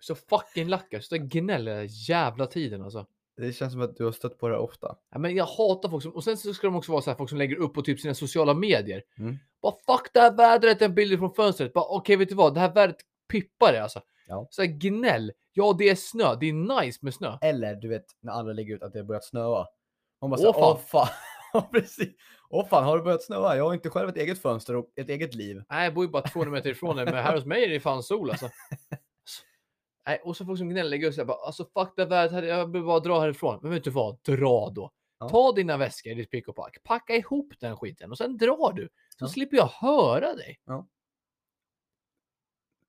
[SPEAKER 3] Så fucking lackar. Sluta gnäll hela jävla tiden alltså.
[SPEAKER 2] Det känns som att du har stött på det här ofta.
[SPEAKER 3] Ja, men jag hatar folk som, och sen så ska de också vara så här, folk som lägger upp på typ sina sociala medier.
[SPEAKER 2] Mm.
[SPEAKER 3] Bara fuck det här vädret, en bild från fönstret. Bara okej, vet du vad? Det här vädret pippar det alltså.
[SPEAKER 2] Ja.
[SPEAKER 3] Så här, gnäll. Ja, det är snö. Det är nice med snö.
[SPEAKER 2] Eller du vet när alla lägger ut att det har börjat snöa. Man bara
[SPEAKER 3] Åh,
[SPEAKER 2] såhär,
[SPEAKER 3] fan.
[SPEAKER 2] åh fan. Ja, precis. Åh fan, har det börjat snöa? Jag har inte själv ett eget fönster och ett eget liv.
[SPEAKER 3] Nej, jag bor ju bara 200 meter ifrån dig, men här hos mig är det fan sol alltså. Så- Nej, och så folk som gnäller just det, bara, alltså fuck det här vädret, här- jag behöver bara dra härifrån. Men vet du vad, dra då.
[SPEAKER 2] Ja.
[SPEAKER 3] Ta dina väskor i ditt pick och pack, packa ihop den skiten och sen drar du. Så
[SPEAKER 2] Ja.
[SPEAKER 3] slipper jag höra dig. Du,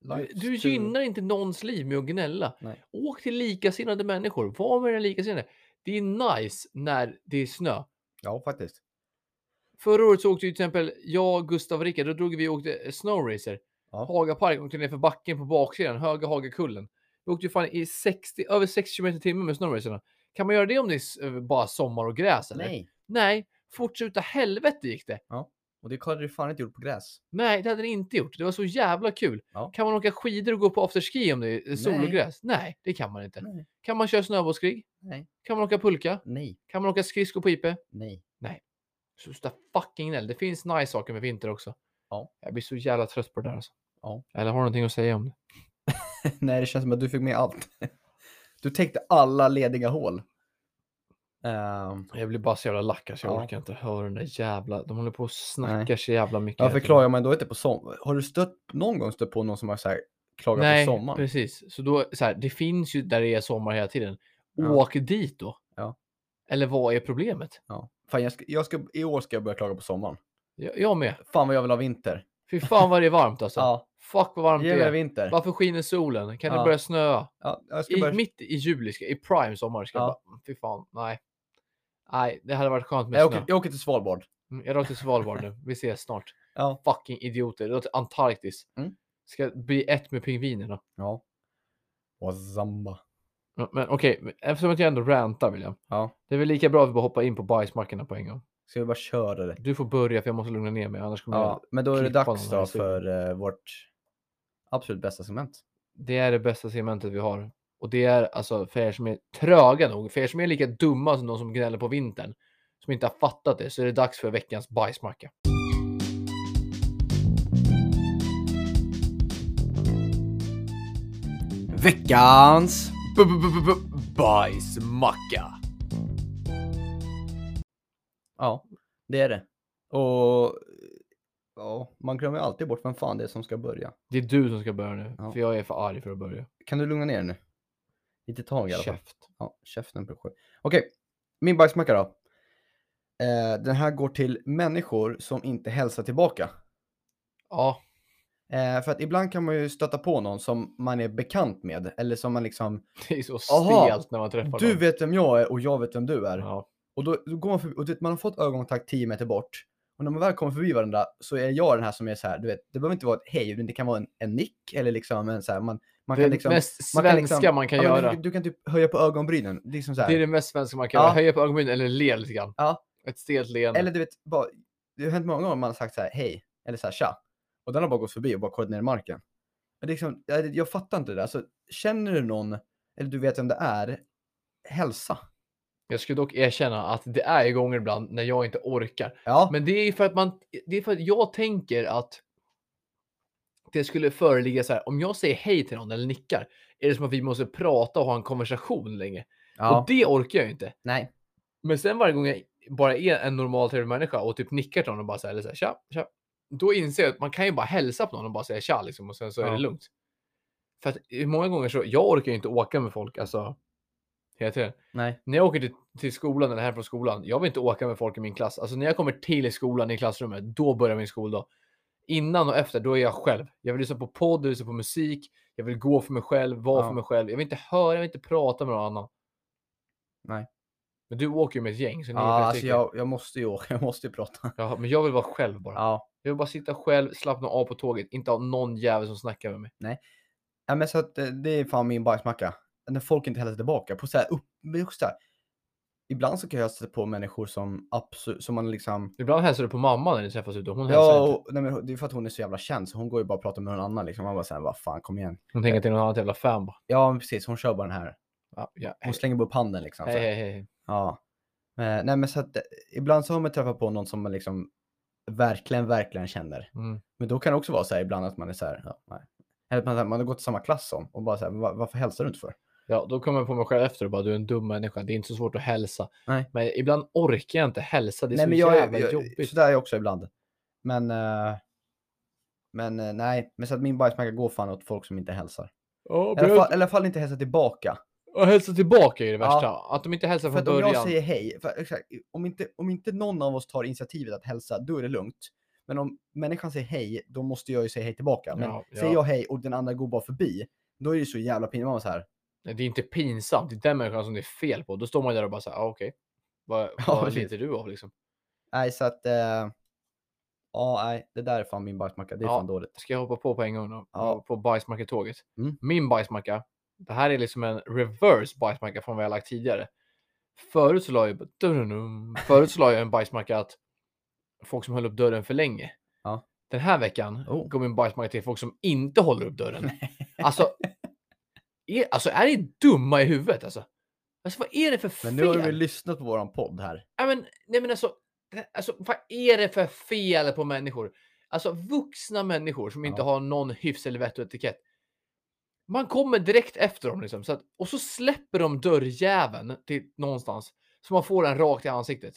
[SPEAKER 2] Life's
[SPEAKER 3] du
[SPEAKER 2] too-
[SPEAKER 3] gynnar inte någons liv med att gnälla.
[SPEAKER 2] Nej.
[SPEAKER 3] Åk till likasinnade människor, var med dina likasinnade. Det är nice när det är snö.
[SPEAKER 2] Ja, faktiskt.
[SPEAKER 3] Förra året så åkte ju till exempel jag, Gustav och Rickard, då drog vi och åkte snowracer.
[SPEAKER 2] Ja.
[SPEAKER 3] Hagapark åkte ner för backen på baksidan, höga Hagakullen. Vi åkte ju fan i 60, över 60 km i timmen med snowracerna. Kan man göra det om det är s- eh, bara sommar och gräs? Eller?
[SPEAKER 2] Nej.
[SPEAKER 3] Nej, fort så utav helvete gick det.
[SPEAKER 2] Och det hade du fan inte gjort på gräs.
[SPEAKER 3] Nej, det hade det inte gjort. Det var så jävla kul.
[SPEAKER 2] Ja.
[SPEAKER 3] Kan man åka skidor och gå på afterski om det är eh, sol
[SPEAKER 2] Nej.
[SPEAKER 3] och gräs? Nej, det kan man inte.
[SPEAKER 2] Nej.
[SPEAKER 3] Kan man köra snöbollskrig?
[SPEAKER 2] Nej.
[SPEAKER 3] Kan man åka pulka?
[SPEAKER 2] Nej.
[SPEAKER 3] Kan man åka skridskor på IP?
[SPEAKER 2] Nej.
[SPEAKER 3] Så där fucking gnäll. Det finns nice saker med vinter också.
[SPEAKER 2] Ja.
[SPEAKER 3] Jag blir så jävla trött på det där alltså.
[SPEAKER 2] Ja.
[SPEAKER 3] Eller har du någonting att säga om det?
[SPEAKER 2] Nej, det känns som att du fick med allt. Du täckte alla lediga hål. Ehm,
[SPEAKER 3] Jag blir bara så jävla lack alltså. Jag
[SPEAKER 2] Ja.
[SPEAKER 3] orkar inte höra den där jävla... De håller på och snackar så jävla mycket.
[SPEAKER 2] ja,
[SPEAKER 3] hela tiden.
[SPEAKER 2] förklarar man då inte på sommar? Har du stött någon gång stött på någon som har så här, klagat
[SPEAKER 3] Nej,
[SPEAKER 2] på sommaren?
[SPEAKER 3] precis. Så då, så här, det finns ju där det är sommar hela tiden.
[SPEAKER 2] Ja.
[SPEAKER 3] Åk dit då.
[SPEAKER 2] Ja.
[SPEAKER 3] Eller vad är problemet?
[SPEAKER 2] Ja. Fan, jag ska, jag ska, I år ska jag börja klaga på sommaren.
[SPEAKER 3] Jag, jag med.
[SPEAKER 2] Fan vad jag vill ha vinter.
[SPEAKER 3] Fy fan vad det är varmt alltså.
[SPEAKER 2] Ja,
[SPEAKER 3] Fuck vad varmt det
[SPEAKER 2] ge mig
[SPEAKER 3] är.
[SPEAKER 2] vinter.
[SPEAKER 3] Varför skiner solen? Kan det
[SPEAKER 2] Ja.
[SPEAKER 3] börja snöa?
[SPEAKER 2] Ja, jag ska
[SPEAKER 3] I,
[SPEAKER 2] börja...
[SPEAKER 3] Mitt i juli, ska, i prime sommar, ska
[SPEAKER 2] Ja.
[SPEAKER 3] jag bara, "Mm, fy fan, nej. Nej, det hade varit skönt med
[SPEAKER 2] jag,
[SPEAKER 3] snö.
[SPEAKER 2] åker, jag åker till Svalbard.
[SPEAKER 3] Mm, Jag drar till Svalbard nu. Vi ses snart.
[SPEAKER 2] Ja.
[SPEAKER 3] Fucking idioter. Jag drar till Antarktis.
[SPEAKER 2] Mm.
[SPEAKER 3] Ska bli ett med pingvinerna.
[SPEAKER 2] Ja. Wazamba.
[SPEAKER 3] Men- Men okej, eftersom att jag ändå rantar William.
[SPEAKER 2] Ja.
[SPEAKER 3] Det är väl lika bra att vi bara hoppar in på bajsmackorna på en gång.
[SPEAKER 2] Ska vi bara köra det?
[SPEAKER 3] Du får börja för jag måste lugna ner mig annars kommer jag...
[SPEAKER 2] Ja, men då är det
[SPEAKER 3] klippa
[SPEAKER 2] dags
[SPEAKER 3] någon här
[SPEAKER 2] då
[SPEAKER 3] i slutet.
[SPEAKER 2] för eh, vårt absolut bästa segment.
[SPEAKER 3] Det är det bästa segmentet vi har. Och det är alltså för er som är tröga nog, för er som är lika dumma som de som gnäller på vintern, som inte har fattat det, så är det dags för veckans bajsmacka.
[SPEAKER 2] Veckans!
[SPEAKER 3] Bajsmacka!
[SPEAKER 2] Ja, det är det. Och ja, man glömmer ju alltid bort vem fan det är som ska börja.
[SPEAKER 3] Det är du som ska börja nu,
[SPEAKER 2] Ja.
[SPEAKER 3] för jag är för arg för att börja.
[SPEAKER 2] Kan du lugna ner dig nu? Lite tag i alla fall.
[SPEAKER 3] Käft.
[SPEAKER 2] Ja, käften på sju. Okej, min bajsmacka då. Eh, den här går till människor som inte hälsar tillbaka.
[SPEAKER 3] Ja,
[SPEAKER 2] Eh, för att ibland kan man ju stöta på någon som man är bekant med eller som man liksom,
[SPEAKER 3] det är så
[SPEAKER 2] Aha,
[SPEAKER 3] stelt när man träffar
[SPEAKER 2] du
[SPEAKER 3] någon.
[SPEAKER 2] vet vem jag är och jag vet vem du är.
[SPEAKER 3] Ja.
[SPEAKER 2] Och då, då går man förbi, och du vet, man har fått ögonkontakt 10 meter bort. Och när man väl kommer förbi varandra så är jag den här som är så här, du vet, det behöver inte vara ett hej, utan det kan vara en, en nick eller liksom en så här, man, man
[SPEAKER 3] Det är
[SPEAKER 2] kan
[SPEAKER 3] det
[SPEAKER 2] liksom...
[SPEAKER 3] mest
[SPEAKER 2] man kan
[SPEAKER 3] svenska
[SPEAKER 2] liksom-
[SPEAKER 3] man kan
[SPEAKER 2] ja, men
[SPEAKER 3] göra.
[SPEAKER 2] Du, du kan typ höja på ögonbrynen, liksom så här.
[SPEAKER 3] Det är det mest svenska man kan
[SPEAKER 2] Ja.
[SPEAKER 3] göra. Höja på ögonbrynen eller le lite grann.
[SPEAKER 2] Ja.
[SPEAKER 3] Ett stelt leende.
[SPEAKER 2] Eller du vet, bara, det har hänt många gånger man har sagt så här, hej, eller så här, tja. Och den har bara gått förbi och bara kollat ner i marken. Och det är liksom, jag, jag fattar inte det där. Så känner du någon, eller du vet vem det är, hälsa.
[SPEAKER 3] Jag skulle dock erkänna att det är ju gånger ibland när jag inte orkar.
[SPEAKER 2] Ja,
[SPEAKER 3] Men det är ju för att man, det är för att jag tänker att det skulle föreligga så här, om jag säger hej till någon eller nickar, är det som att vi måste prata och ha en konversation länge.
[SPEAKER 2] ja.
[SPEAKER 3] Och det orkar jag ju inte.
[SPEAKER 2] nej.
[SPEAKER 3] Men sen varje gång jag bara är en normal trevlig människa och typ nickar till någon och bara så här, eller så här, tja, tja. Då inser jag att man kan ju bara hälsa på någon och bara säga tja liksom och sen så är
[SPEAKER 2] Ja.
[SPEAKER 3] det lugnt. För att eh, många gånger så, jag orkar ju inte åka med folk alltså hela tiden
[SPEAKER 2] Nej.
[SPEAKER 3] när jag åker till, till skolan eller hem från skolan, jag vill inte åka med folk i min klass. Alltså när jag kommer till skolan i klassrummet, då börjar min skoldag. Innan och efter, då är jag själv. Jag vill lyssna på podd, jag vill lyssna på musik, jag vill gå för mig själv, vara
[SPEAKER 2] Ja.
[SPEAKER 3] för mig själv. Jag vill inte höra, jag vill inte prata med någon annan.
[SPEAKER 2] Nej.
[SPEAKER 3] Men du åker ju med ett gäng. Så ni
[SPEAKER 2] Ja,
[SPEAKER 3] är flera
[SPEAKER 2] alltså
[SPEAKER 3] stycken.
[SPEAKER 2] jag, jag måste ju åka, jag måste ju prata.
[SPEAKER 3] Ja, men jag vill vara själv bara.
[SPEAKER 2] Ja.
[SPEAKER 3] Jag vill bara sitta själv, slappna av på tåget, inte ha någon jävel som snackar med mig.
[SPEAKER 2] Ja, men så att eh, det är fan min bajsmacka. När folk inte hälsar tillbaka. På så här, upp, men just så här. Ibland så kan jag stöta på människor som absolut, som man liksom.
[SPEAKER 3] Ibland hälsar du på mamma när ni träffas ute. Hon hälsar
[SPEAKER 2] Ja,
[SPEAKER 3] inte.
[SPEAKER 2] och, nej, men det är för att hon är så jävla känd så hon går ju bara och pratar med någon annan liksom. Man bara såhär, vad fan kom igen.
[SPEAKER 3] Hon tänker att det är någon annan jävla fan bara.
[SPEAKER 2] Ja, men precis. Hon kör bara den här.
[SPEAKER 3] Ja, ja,
[SPEAKER 2] Hon slänger bara upp handen liksom. så
[SPEAKER 3] hej,
[SPEAKER 2] här.
[SPEAKER 3] hej, hej, hej.
[SPEAKER 2] Ja. Men, nej men så att eh, ibland så har man träffat på någon som man liksom verkligen, verkligen känner.
[SPEAKER 3] Mm.
[SPEAKER 2] Men då kan det också vara så här ibland att man är så här, ja, nej. Eller att man, så här, man har gått i samma klass som och bara så här, "Va- varför hälsar du inte för?
[SPEAKER 3] Ja, då kommer jag på mig själv efter och bara du är en dum människa. Det är inte så svårt att hälsa.
[SPEAKER 2] Nej.
[SPEAKER 3] Men ibland orkar jag inte hälsa. Det är
[SPEAKER 2] nej,
[SPEAKER 3] så
[SPEAKER 2] men jag,
[SPEAKER 3] jävla
[SPEAKER 2] är- jag,
[SPEAKER 3] jobbigt.
[SPEAKER 2] Sådär är jag också ibland. Men, eh, men eh, nej, men så att min bajsmacka går fan åt folk som inte hälsar.
[SPEAKER 3] Ja,
[SPEAKER 2] I alla
[SPEAKER 3] men jag-
[SPEAKER 2] fall, i alla fall inte hälsa tillbaka.
[SPEAKER 3] Och hälsa tillbaka är ju det
[SPEAKER 2] Ja.
[SPEAKER 3] värsta. Att de inte hälsar
[SPEAKER 2] För
[SPEAKER 3] från
[SPEAKER 2] att om jag
[SPEAKER 3] början.
[SPEAKER 2] säger hej, för, exakt, om, inte, om inte någon av oss tar initiativet att hälsa, då är det lugnt. Men om människan säger hej, då måste jag ju säga hej tillbaka. Men
[SPEAKER 3] Ja,
[SPEAKER 2] säger
[SPEAKER 3] ja.
[SPEAKER 2] jag hej och den andra går bara förbi, då är det ju så jävla pinsamt så här.
[SPEAKER 3] Nej, Det är inte pinsamt. Det är den människan som det är fel på. Då står man där och bara så här, ah, okej. Vad,
[SPEAKER 2] Ja,
[SPEAKER 3] vad
[SPEAKER 2] precis.
[SPEAKER 3] lider du av liksom?
[SPEAKER 2] Nej, så att... Eh, ja, nej, det där är fan min bajsmacka. Det är
[SPEAKER 3] Ja.
[SPEAKER 2] fan dåligt.
[SPEAKER 3] Ska jag hoppa på på en gång då?
[SPEAKER 2] Ja.
[SPEAKER 3] På bajsmacketåget.
[SPEAKER 2] Mm.
[SPEAKER 3] Min bajsmacka Det här är liksom en reverse bajsmacka från vad jag lagt tidigare. Förut så la jag, dun-dun-dun. förut så la jag en bajsmacka att folk som höll upp dörren för länge.
[SPEAKER 2] Ja.
[SPEAKER 3] Den här veckan
[SPEAKER 2] Oh.
[SPEAKER 3] går min bajsmacka till folk som inte håller upp dörren. Alltså, är, alltså är ni dumma i huvudet alltså? Alltså vad är det för fel?
[SPEAKER 2] Men nu har du väl lyssnat på våran podd här.
[SPEAKER 3] Ja, men, nej, men alltså, det- alltså, vad är det för fel på människor? Alltså vuxna människor som inte
[SPEAKER 2] Ja.
[SPEAKER 3] har någon hyfs eller vett och etikett. Man kommer direkt efter dem liksom, så att, och så släpper de dörrjäveln till någonstans så man får den rakt i ansiktet.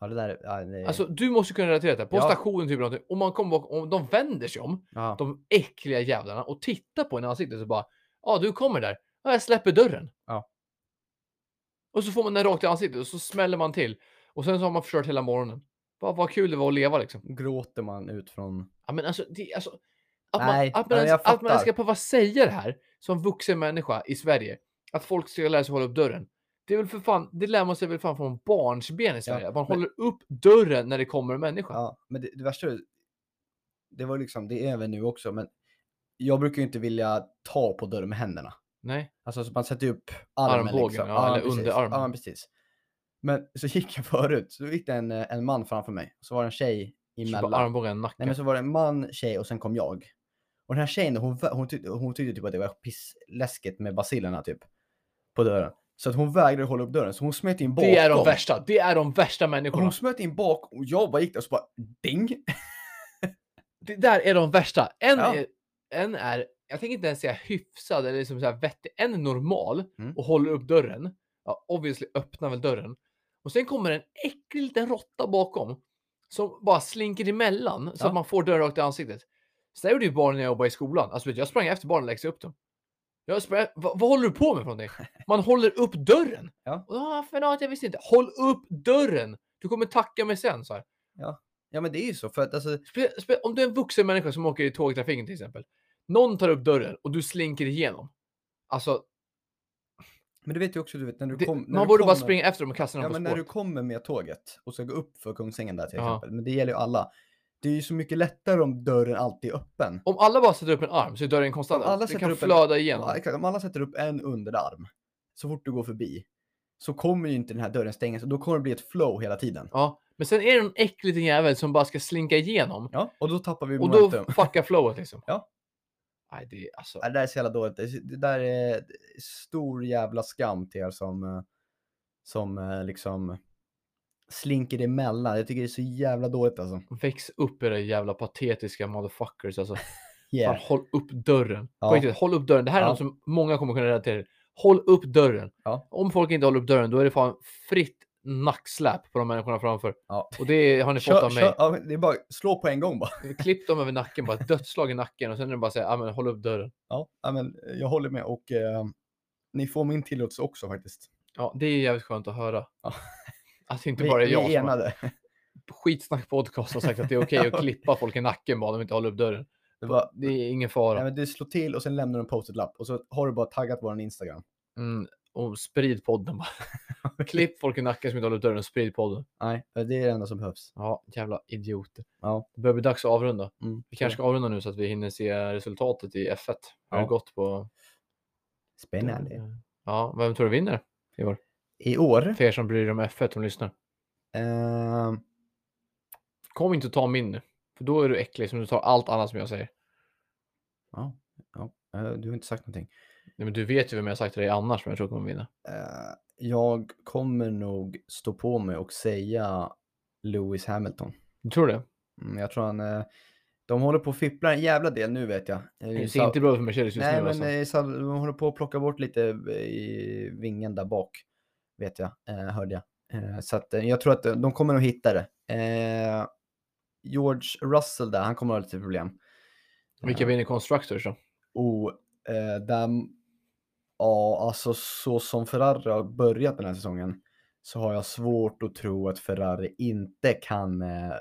[SPEAKER 2] Ja, det där är- ja, det är...
[SPEAKER 3] Alltså, du måste ju kunna relatera till det. här. På
[SPEAKER 2] Ja.
[SPEAKER 3] stationen typ någonting, och man kommer bak, och de vänder sig om,
[SPEAKER 2] ja.
[SPEAKER 3] de äckliga jävlarna och tittar på en i ansiktet och bara ja, du kommer där. Ja, jag släpper dörren.
[SPEAKER 2] Ja.
[SPEAKER 3] Och så får man den rakt i ansiktet och så smäller man till och sen så har man förstört hela morgonen. Bara, vad kul det var att leva liksom.
[SPEAKER 2] Gråter man ut från...
[SPEAKER 3] Ja, men alltså, det, alltså att,
[SPEAKER 2] Nej,
[SPEAKER 3] man, att,
[SPEAKER 2] ja,
[SPEAKER 3] man ens,
[SPEAKER 2] jag
[SPEAKER 3] att man ens
[SPEAKER 2] fattar.
[SPEAKER 3] ska behöva säga det här som vuxen människa i Sverige. Att folk ska lära sig hålla upp dörren. Det är väl för fan, det lär man sig väl fan från barnsben i Sverige. att man
[SPEAKER 2] men-
[SPEAKER 3] håller upp dörren när det kommer en människa.
[SPEAKER 2] Ja, men det, det värsta är... Det var liksom, det är även nu också, men jag brukar ju inte vilja ta på dörren med händerna.
[SPEAKER 3] Nej.
[SPEAKER 2] Alltså så man sätter upp armen.
[SPEAKER 3] Armbågen,
[SPEAKER 2] liksom.
[SPEAKER 3] ja, eller
[SPEAKER 2] precis.
[SPEAKER 3] underarmen.
[SPEAKER 2] Ja, precis. Men så gick jag förut, så gick det en, eh, en man framför mig. Så var det en tjej
[SPEAKER 3] Emellan.
[SPEAKER 2] emellan.
[SPEAKER 3] Armbågen, nacken.
[SPEAKER 2] Nej men så var det en man, tjej och sen kom jag. Och den här tjejen, hon, vä- hon, tyckte, hon tyckte typ att det var pissläskigt med bacillerna typ. På dörren. Så att hon vägrade hålla upp dörren, så hon smet in bakom.
[SPEAKER 3] Det är de värsta. Det är de värsta
[SPEAKER 2] Och
[SPEAKER 3] människorna.
[SPEAKER 2] hon smet in bak och jag bara gick där och så bara ding.
[SPEAKER 3] Det där är de värsta. En,
[SPEAKER 2] Ja.
[SPEAKER 3] är, en är, jag tänker inte ens säga hyfsad eller liksom så här vettig. En är normal
[SPEAKER 2] Mm.
[SPEAKER 3] och håller upp dörren. Ja, obviously öppnar väl dörren. Och sen kommer en äcklig liten råtta bakom som bara slinker emellan så
[SPEAKER 2] Ja.
[SPEAKER 3] att man får dörren rakt i ansiktet. Så där gjorde ju barnen när jag jobbade i skolan. Alltså vet, du, jag sprang efter barnen och läxade upp dem. Jag sprang, vad, vad håller du på med för någonting? Man håller upp dörren.
[SPEAKER 2] Ja.
[SPEAKER 3] Och, "Ah, förlåt, jag visste inte. Håll upp dörren. Du kommer tacka mig sen. Så här.
[SPEAKER 2] Ja men det är ju så för att alltså,
[SPEAKER 3] Spe- spe- Om du är en vuxen människa som åker i tågtrafiken till exempel. Någon tar upp dörren och du slinker igenom. Alltså,
[SPEAKER 2] men du vet ju också du vet när du
[SPEAKER 3] det,
[SPEAKER 2] kom- när
[SPEAKER 3] man
[SPEAKER 2] du
[SPEAKER 3] borde bara
[SPEAKER 2] kommer-
[SPEAKER 3] springa efter dem och kasta dem
[SPEAKER 2] Ja
[SPEAKER 3] på
[SPEAKER 2] men när du
[SPEAKER 3] spåret.
[SPEAKER 2] kommer med tåget och ska gå upp för Kungsängen där till
[SPEAKER 3] Ja.
[SPEAKER 2] exempel. Men det gäller ju alla. Det är ju så mycket lättare om dörren alltid är öppen.
[SPEAKER 3] Om alla bara sätter upp en arm så är dörren
[SPEAKER 2] Om
[SPEAKER 3] konstant
[SPEAKER 2] alla
[SPEAKER 3] öppen. Det
[SPEAKER 2] sätter
[SPEAKER 3] kan
[SPEAKER 2] upp en-
[SPEAKER 3] flöda
[SPEAKER 2] Ja,
[SPEAKER 3] igenom.
[SPEAKER 2] exakt. Om alla sätter upp en underarm så fort du går förbi så kommer ju inte den här dörren stängas och då kommer det bli ett flow hela tiden.
[SPEAKER 3] Ja, men sen är det en äcklig liten jävel som bara ska slinka igenom.
[SPEAKER 2] Ja, och då tappar vi
[SPEAKER 3] Och då
[SPEAKER 2] momentum.
[SPEAKER 3] fuckar flowet liksom.
[SPEAKER 2] Ja.
[SPEAKER 3] Nej, det är alltså.
[SPEAKER 2] Ja, Det där är så jävla dåligt. Det det där är stor jävla skam till er som, eh, som eh, liksom slinker emellan. Jag tycker det är så jävla dåligt alltså.
[SPEAKER 3] Väx upp era jävla patetiska motherfuckers alltså.
[SPEAKER 2] Yeah.
[SPEAKER 3] Fan, håll upp dörren.
[SPEAKER 2] Ja.
[SPEAKER 3] På riktigt, håll upp dörren. Det här är
[SPEAKER 2] Ja.
[SPEAKER 3] något som många kommer kunna relatera till. Håll upp dörren.
[SPEAKER 2] Ja.
[SPEAKER 3] Om folk inte håller upp dörren, då är det fan fritt nacksläpp på de människorna framför.
[SPEAKER 2] Ja.
[SPEAKER 3] Och det har ni fått av mig.
[SPEAKER 2] ja, men det är bara slå på en gång bara.
[SPEAKER 3] Klipp dem över nacken, bara ett dödsslag i nacken och sen är det bara att säga, ah, men håll upp dörren.
[SPEAKER 2] Ja, ja, men jag håller med och eh, ni får min tillåtelse också faktiskt.
[SPEAKER 3] Ja, det är jävligt skönt att höra.
[SPEAKER 2] Ja.
[SPEAKER 3] Att det inte
[SPEAKER 2] Vi,
[SPEAKER 3] bara är
[SPEAKER 2] vi
[SPEAKER 3] jag
[SPEAKER 2] är
[SPEAKER 3] som har
[SPEAKER 2] enade.
[SPEAKER 3] skitsnack podcast har sagt att det är okej att klippa folk i nacken bara de inte håller upp dörren.
[SPEAKER 2] Det var,
[SPEAKER 3] Det är ingen fara.
[SPEAKER 2] Nej, men du slår till och sen lämnar du en post-it-lapp och så har du bara taggat våran Instagram.
[SPEAKER 3] Mm, och sprid podden bara. Klipp folk i nacken som inte håller upp dörren och sprid podden.
[SPEAKER 2] Nej, det är det enda som behövs.
[SPEAKER 3] Ja, jävla idioter.
[SPEAKER 2] Ja.
[SPEAKER 3] Det börjar bli dags att avrunda.
[SPEAKER 2] Mm,
[SPEAKER 3] Vi kanske ska avrunda nu så att vi hinner se resultatet i F1. Hur
[SPEAKER 2] Ja.
[SPEAKER 3] det gått på...
[SPEAKER 2] Spännande.
[SPEAKER 3] Ja, vem tror du vinner i år?
[SPEAKER 2] I år?
[SPEAKER 3] För er som bryr er om F1 som lyssnar.
[SPEAKER 2] ehm,
[SPEAKER 3] Kom inte och ta min nu. För då är du äcklig som du tar allt annat som jag säger.
[SPEAKER 2] ja, ja, eh, du har inte sagt någonting.
[SPEAKER 3] Nej, men du vet ju vem jag har sagt till dig annars som jag tror kommer vinna.
[SPEAKER 2] Eh, jag kommer nog stå på mig och säga Lewis Hamilton.
[SPEAKER 3] Du tror det?
[SPEAKER 2] Mm, jag tror han... eh, de håller på att fippla en jävla del nu vet jag. Eh,
[SPEAKER 3] Det
[SPEAKER 2] Sau-
[SPEAKER 3] ser inte bra ut för Mercedes just
[SPEAKER 2] Nej,
[SPEAKER 3] nu.
[SPEAKER 2] men
[SPEAKER 3] alltså.
[SPEAKER 2] eh, Sau- de håller på att plocka bort lite eh, i vingen där bak. Vet jag, eh, hörde jag. Eh, så att, eh, jag tror att eh, de kommer att hitta det. Eh, George Russell där, han kommer att ha lite problem.
[SPEAKER 3] Vilka vinner Constructors då?
[SPEAKER 2] Och eh, där, ja alltså så som Ferrari har börjat den här säsongen så har jag svårt att tro att Ferrari inte kan eh,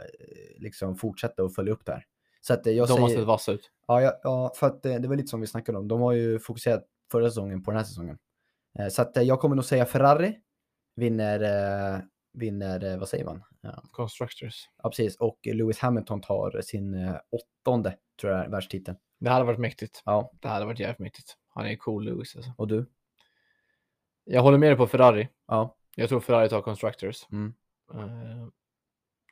[SPEAKER 2] liksom fortsätta och följa upp där. Så att eh, jag
[SPEAKER 3] de har
[SPEAKER 2] säger...
[SPEAKER 3] sett vassa ut.
[SPEAKER 2] Ja, ja, ja för att eh, det var lite som vi snackade om. De har ju fokuserat förra säsongen på den här säsongen. Eh, Så att eh, jag kommer nog säga Ferrari vinner, eh, vinner eh, vad säger man? Ja,
[SPEAKER 3] Constructors.
[SPEAKER 2] ja precis. Och Lewis Hamilton tar sin eh, åttonde, tror jag, är, världstiteln.
[SPEAKER 3] Det hade varit mäktigt.
[SPEAKER 2] Ja,
[SPEAKER 3] Det hade varit jävligt mäktigt. Han är cool Lewis alltså.
[SPEAKER 2] och du?
[SPEAKER 3] Jag håller med dig på Ferrari.
[SPEAKER 2] Ja.
[SPEAKER 3] Jag tror Ferrari tar Constructors.
[SPEAKER 2] Mm.
[SPEAKER 3] Eh,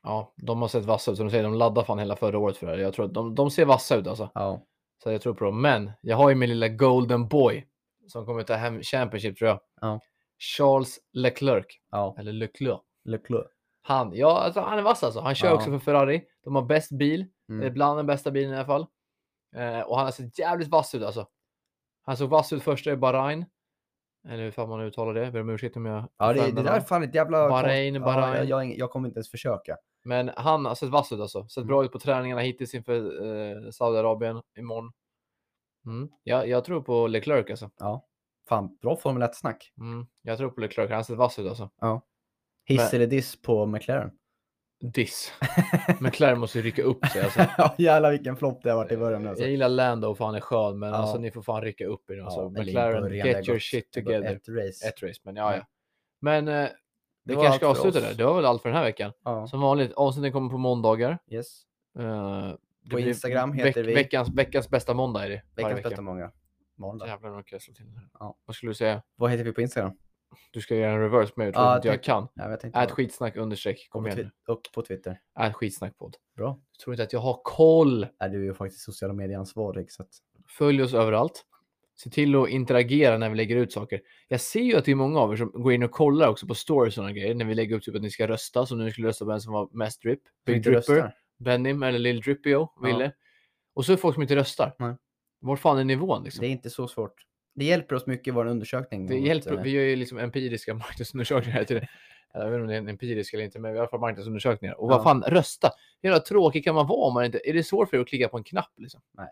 [SPEAKER 3] ja, de har sett vassa ut. Som du säger, de laddade fan hela förra året Ferrari. Jag tror att de, de ser vassa ut alltså.
[SPEAKER 2] Ja.
[SPEAKER 3] Så jag tror på dem. Men jag har ju min lilla golden boy som kommer ta hem Championship tror jag.
[SPEAKER 2] Ja.
[SPEAKER 3] Charles Leclerc,
[SPEAKER 2] Ja.
[SPEAKER 3] eller Leclerc.
[SPEAKER 2] Leclerc.
[SPEAKER 3] Han, ja, alltså, han är vass alltså. Han kör
[SPEAKER 2] Ja.
[SPEAKER 3] också för Ferrari. De har bäst bil. Det är
[SPEAKER 2] Mm.
[SPEAKER 3] bland den bästa bilen i alla fall. Eh, och han har sett jävligt vass ut alltså. Han såg vass ut första i Bahrain. Eller hur fan man uttalar det. Jag ber om ursäkt om jag...
[SPEAKER 2] Ja, det, det
[SPEAKER 3] förnamn.
[SPEAKER 2] där är fan ett jävla... konst-
[SPEAKER 3] Bahrain, Bahrain.
[SPEAKER 2] Ja, jag, jag, har ing- jag kommer inte ens försöka.
[SPEAKER 3] Men han har sett vass ut alltså.
[SPEAKER 2] Mm.
[SPEAKER 3] Sett bra ut på träningarna hittills inför eh, Saudiarabien imorgon. Mm. Jag, jag tror på Leclerc alltså.
[SPEAKER 2] Fan, bra Formel 1-snack.
[SPEAKER 3] Mm. Jag tror på Leclerc. Han har sett vass ut alltså.
[SPEAKER 2] Hiss
[SPEAKER 3] Men-
[SPEAKER 2] eller diss på McLaren.
[SPEAKER 3] Diss. McLaren måste ju rycka upp sig alltså.
[SPEAKER 2] ja, jävlar vilken flopp det har varit i början. Alltså.
[SPEAKER 3] Jag gillar Lando för han är skön, men
[SPEAKER 2] Ja.
[SPEAKER 3] alltså ni får fan rycka upp i den. Alltså,
[SPEAKER 2] Ja, eller i
[SPEAKER 3] McLaren,
[SPEAKER 2] början, det har
[SPEAKER 3] get your
[SPEAKER 2] gått-
[SPEAKER 3] shit
[SPEAKER 2] det har gått
[SPEAKER 3] together.
[SPEAKER 2] Ett race.
[SPEAKER 3] Ett race, men ja,
[SPEAKER 2] Ja.
[SPEAKER 3] ja. Men eh, vi
[SPEAKER 2] var
[SPEAKER 3] kanske ska
[SPEAKER 2] allt för
[SPEAKER 3] avsluta
[SPEAKER 2] oss.
[SPEAKER 3] det. Det var väl allt för den här veckan.
[SPEAKER 2] Ja.
[SPEAKER 3] Som vanligt, avsnitten kommer på måndagar.
[SPEAKER 2] Yes.
[SPEAKER 3] Eh, det
[SPEAKER 2] På
[SPEAKER 3] blir
[SPEAKER 2] Instagram heter vi-
[SPEAKER 3] Veckans, veckans bästa måndag är det. varje
[SPEAKER 2] Veckans
[SPEAKER 3] vecka.
[SPEAKER 2] bästa många. Måndag.
[SPEAKER 3] Jävlar vad mycket jag slår till.
[SPEAKER 2] Ja.
[SPEAKER 3] Vad skulle du säga?
[SPEAKER 2] Vad heter vi på Instagram?
[SPEAKER 3] Du ska göra en reverse med mig, tror
[SPEAKER 2] Ja,
[SPEAKER 3] jag inte jag
[SPEAKER 2] tänk-
[SPEAKER 3] kan.
[SPEAKER 2] Ja, men jag tänkte
[SPEAKER 3] Ät
[SPEAKER 2] bara-
[SPEAKER 3] skitsnack understreck.
[SPEAKER 2] och
[SPEAKER 3] Kom
[SPEAKER 2] på
[SPEAKER 3] igen.
[SPEAKER 2] Twi- Och på Twitter.
[SPEAKER 3] Ät skitsnack podd.
[SPEAKER 2] Bra.
[SPEAKER 3] Jag tror inte att jag har koll.
[SPEAKER 2] Ja, du är ju faktiskt sociala medieansvarig. Så att...
[SPEAKER 3] Följ oss överallt. Se till att interagera när vi lägger ut saker. Jag ser ju att det är många av er som går in och kollar också på stories och sådana grejer. När vi lägger upp typ att ni ska rösta. Så nu skulle rösta på vem som var mest drip. Big
[SPEAKER 2] Inte
[SPEAKER 3] Dripper,
[SPEAKER 2] röstar.
[SPEAKER 3] Benim eller Lil Drippio, Ville. Och så är det folk som inte röstar.
[SPEAKER 2] Nej.
[SPEAKER 3] Var fan är nivån liksom?
[SPEAKER 2] Det är inte så svårt. Det hjälper oss mycket i vår undersökning.
[SPEAKER 3] Det
[SPEAKER 2] mot,
[SPEAKER 3] hjälper,
[SPEAKER 2] eh,
[SPEAKER 3] vi gör ju liksom empiriska marknadsundersökningar här till det. Jag vet inte om det är en empirisk eller inte, men vi har i alla fall marknadsundersökningar. Och vad
[SPEAKER 2] Ja.
[SPEAKER 3] fan, rösta! Hur jävla tråkig kan man vara om man inte... Är det svårt för er att klicka på en knapp liksom?
[SPEAKER 2] Nej.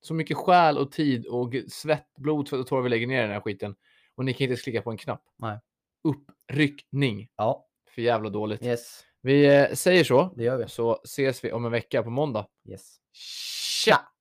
[SPEAKER 3] Så mycket själ och tid och g- svett, blod, svett och tårar vi lägger ner i den här skiten. Och ni kan inte ens klicka på en knapp.
[SPEAKER 2] Nej.
[SPEAKER 3] Uppryckning!
[SPEAKER 2] Ja,
[SPEAKER 3] För jävla dåligt.
[SPEAKER 2] yes.
[SPEAKER 3] Vi eh, säger så,
[SPEAKER 2] Det gör vi.
[SPEAKER 3] så ses vi om en vecka på måndag.
[SPEAKER 2] Yes.
[SPEAKER 3] Tja!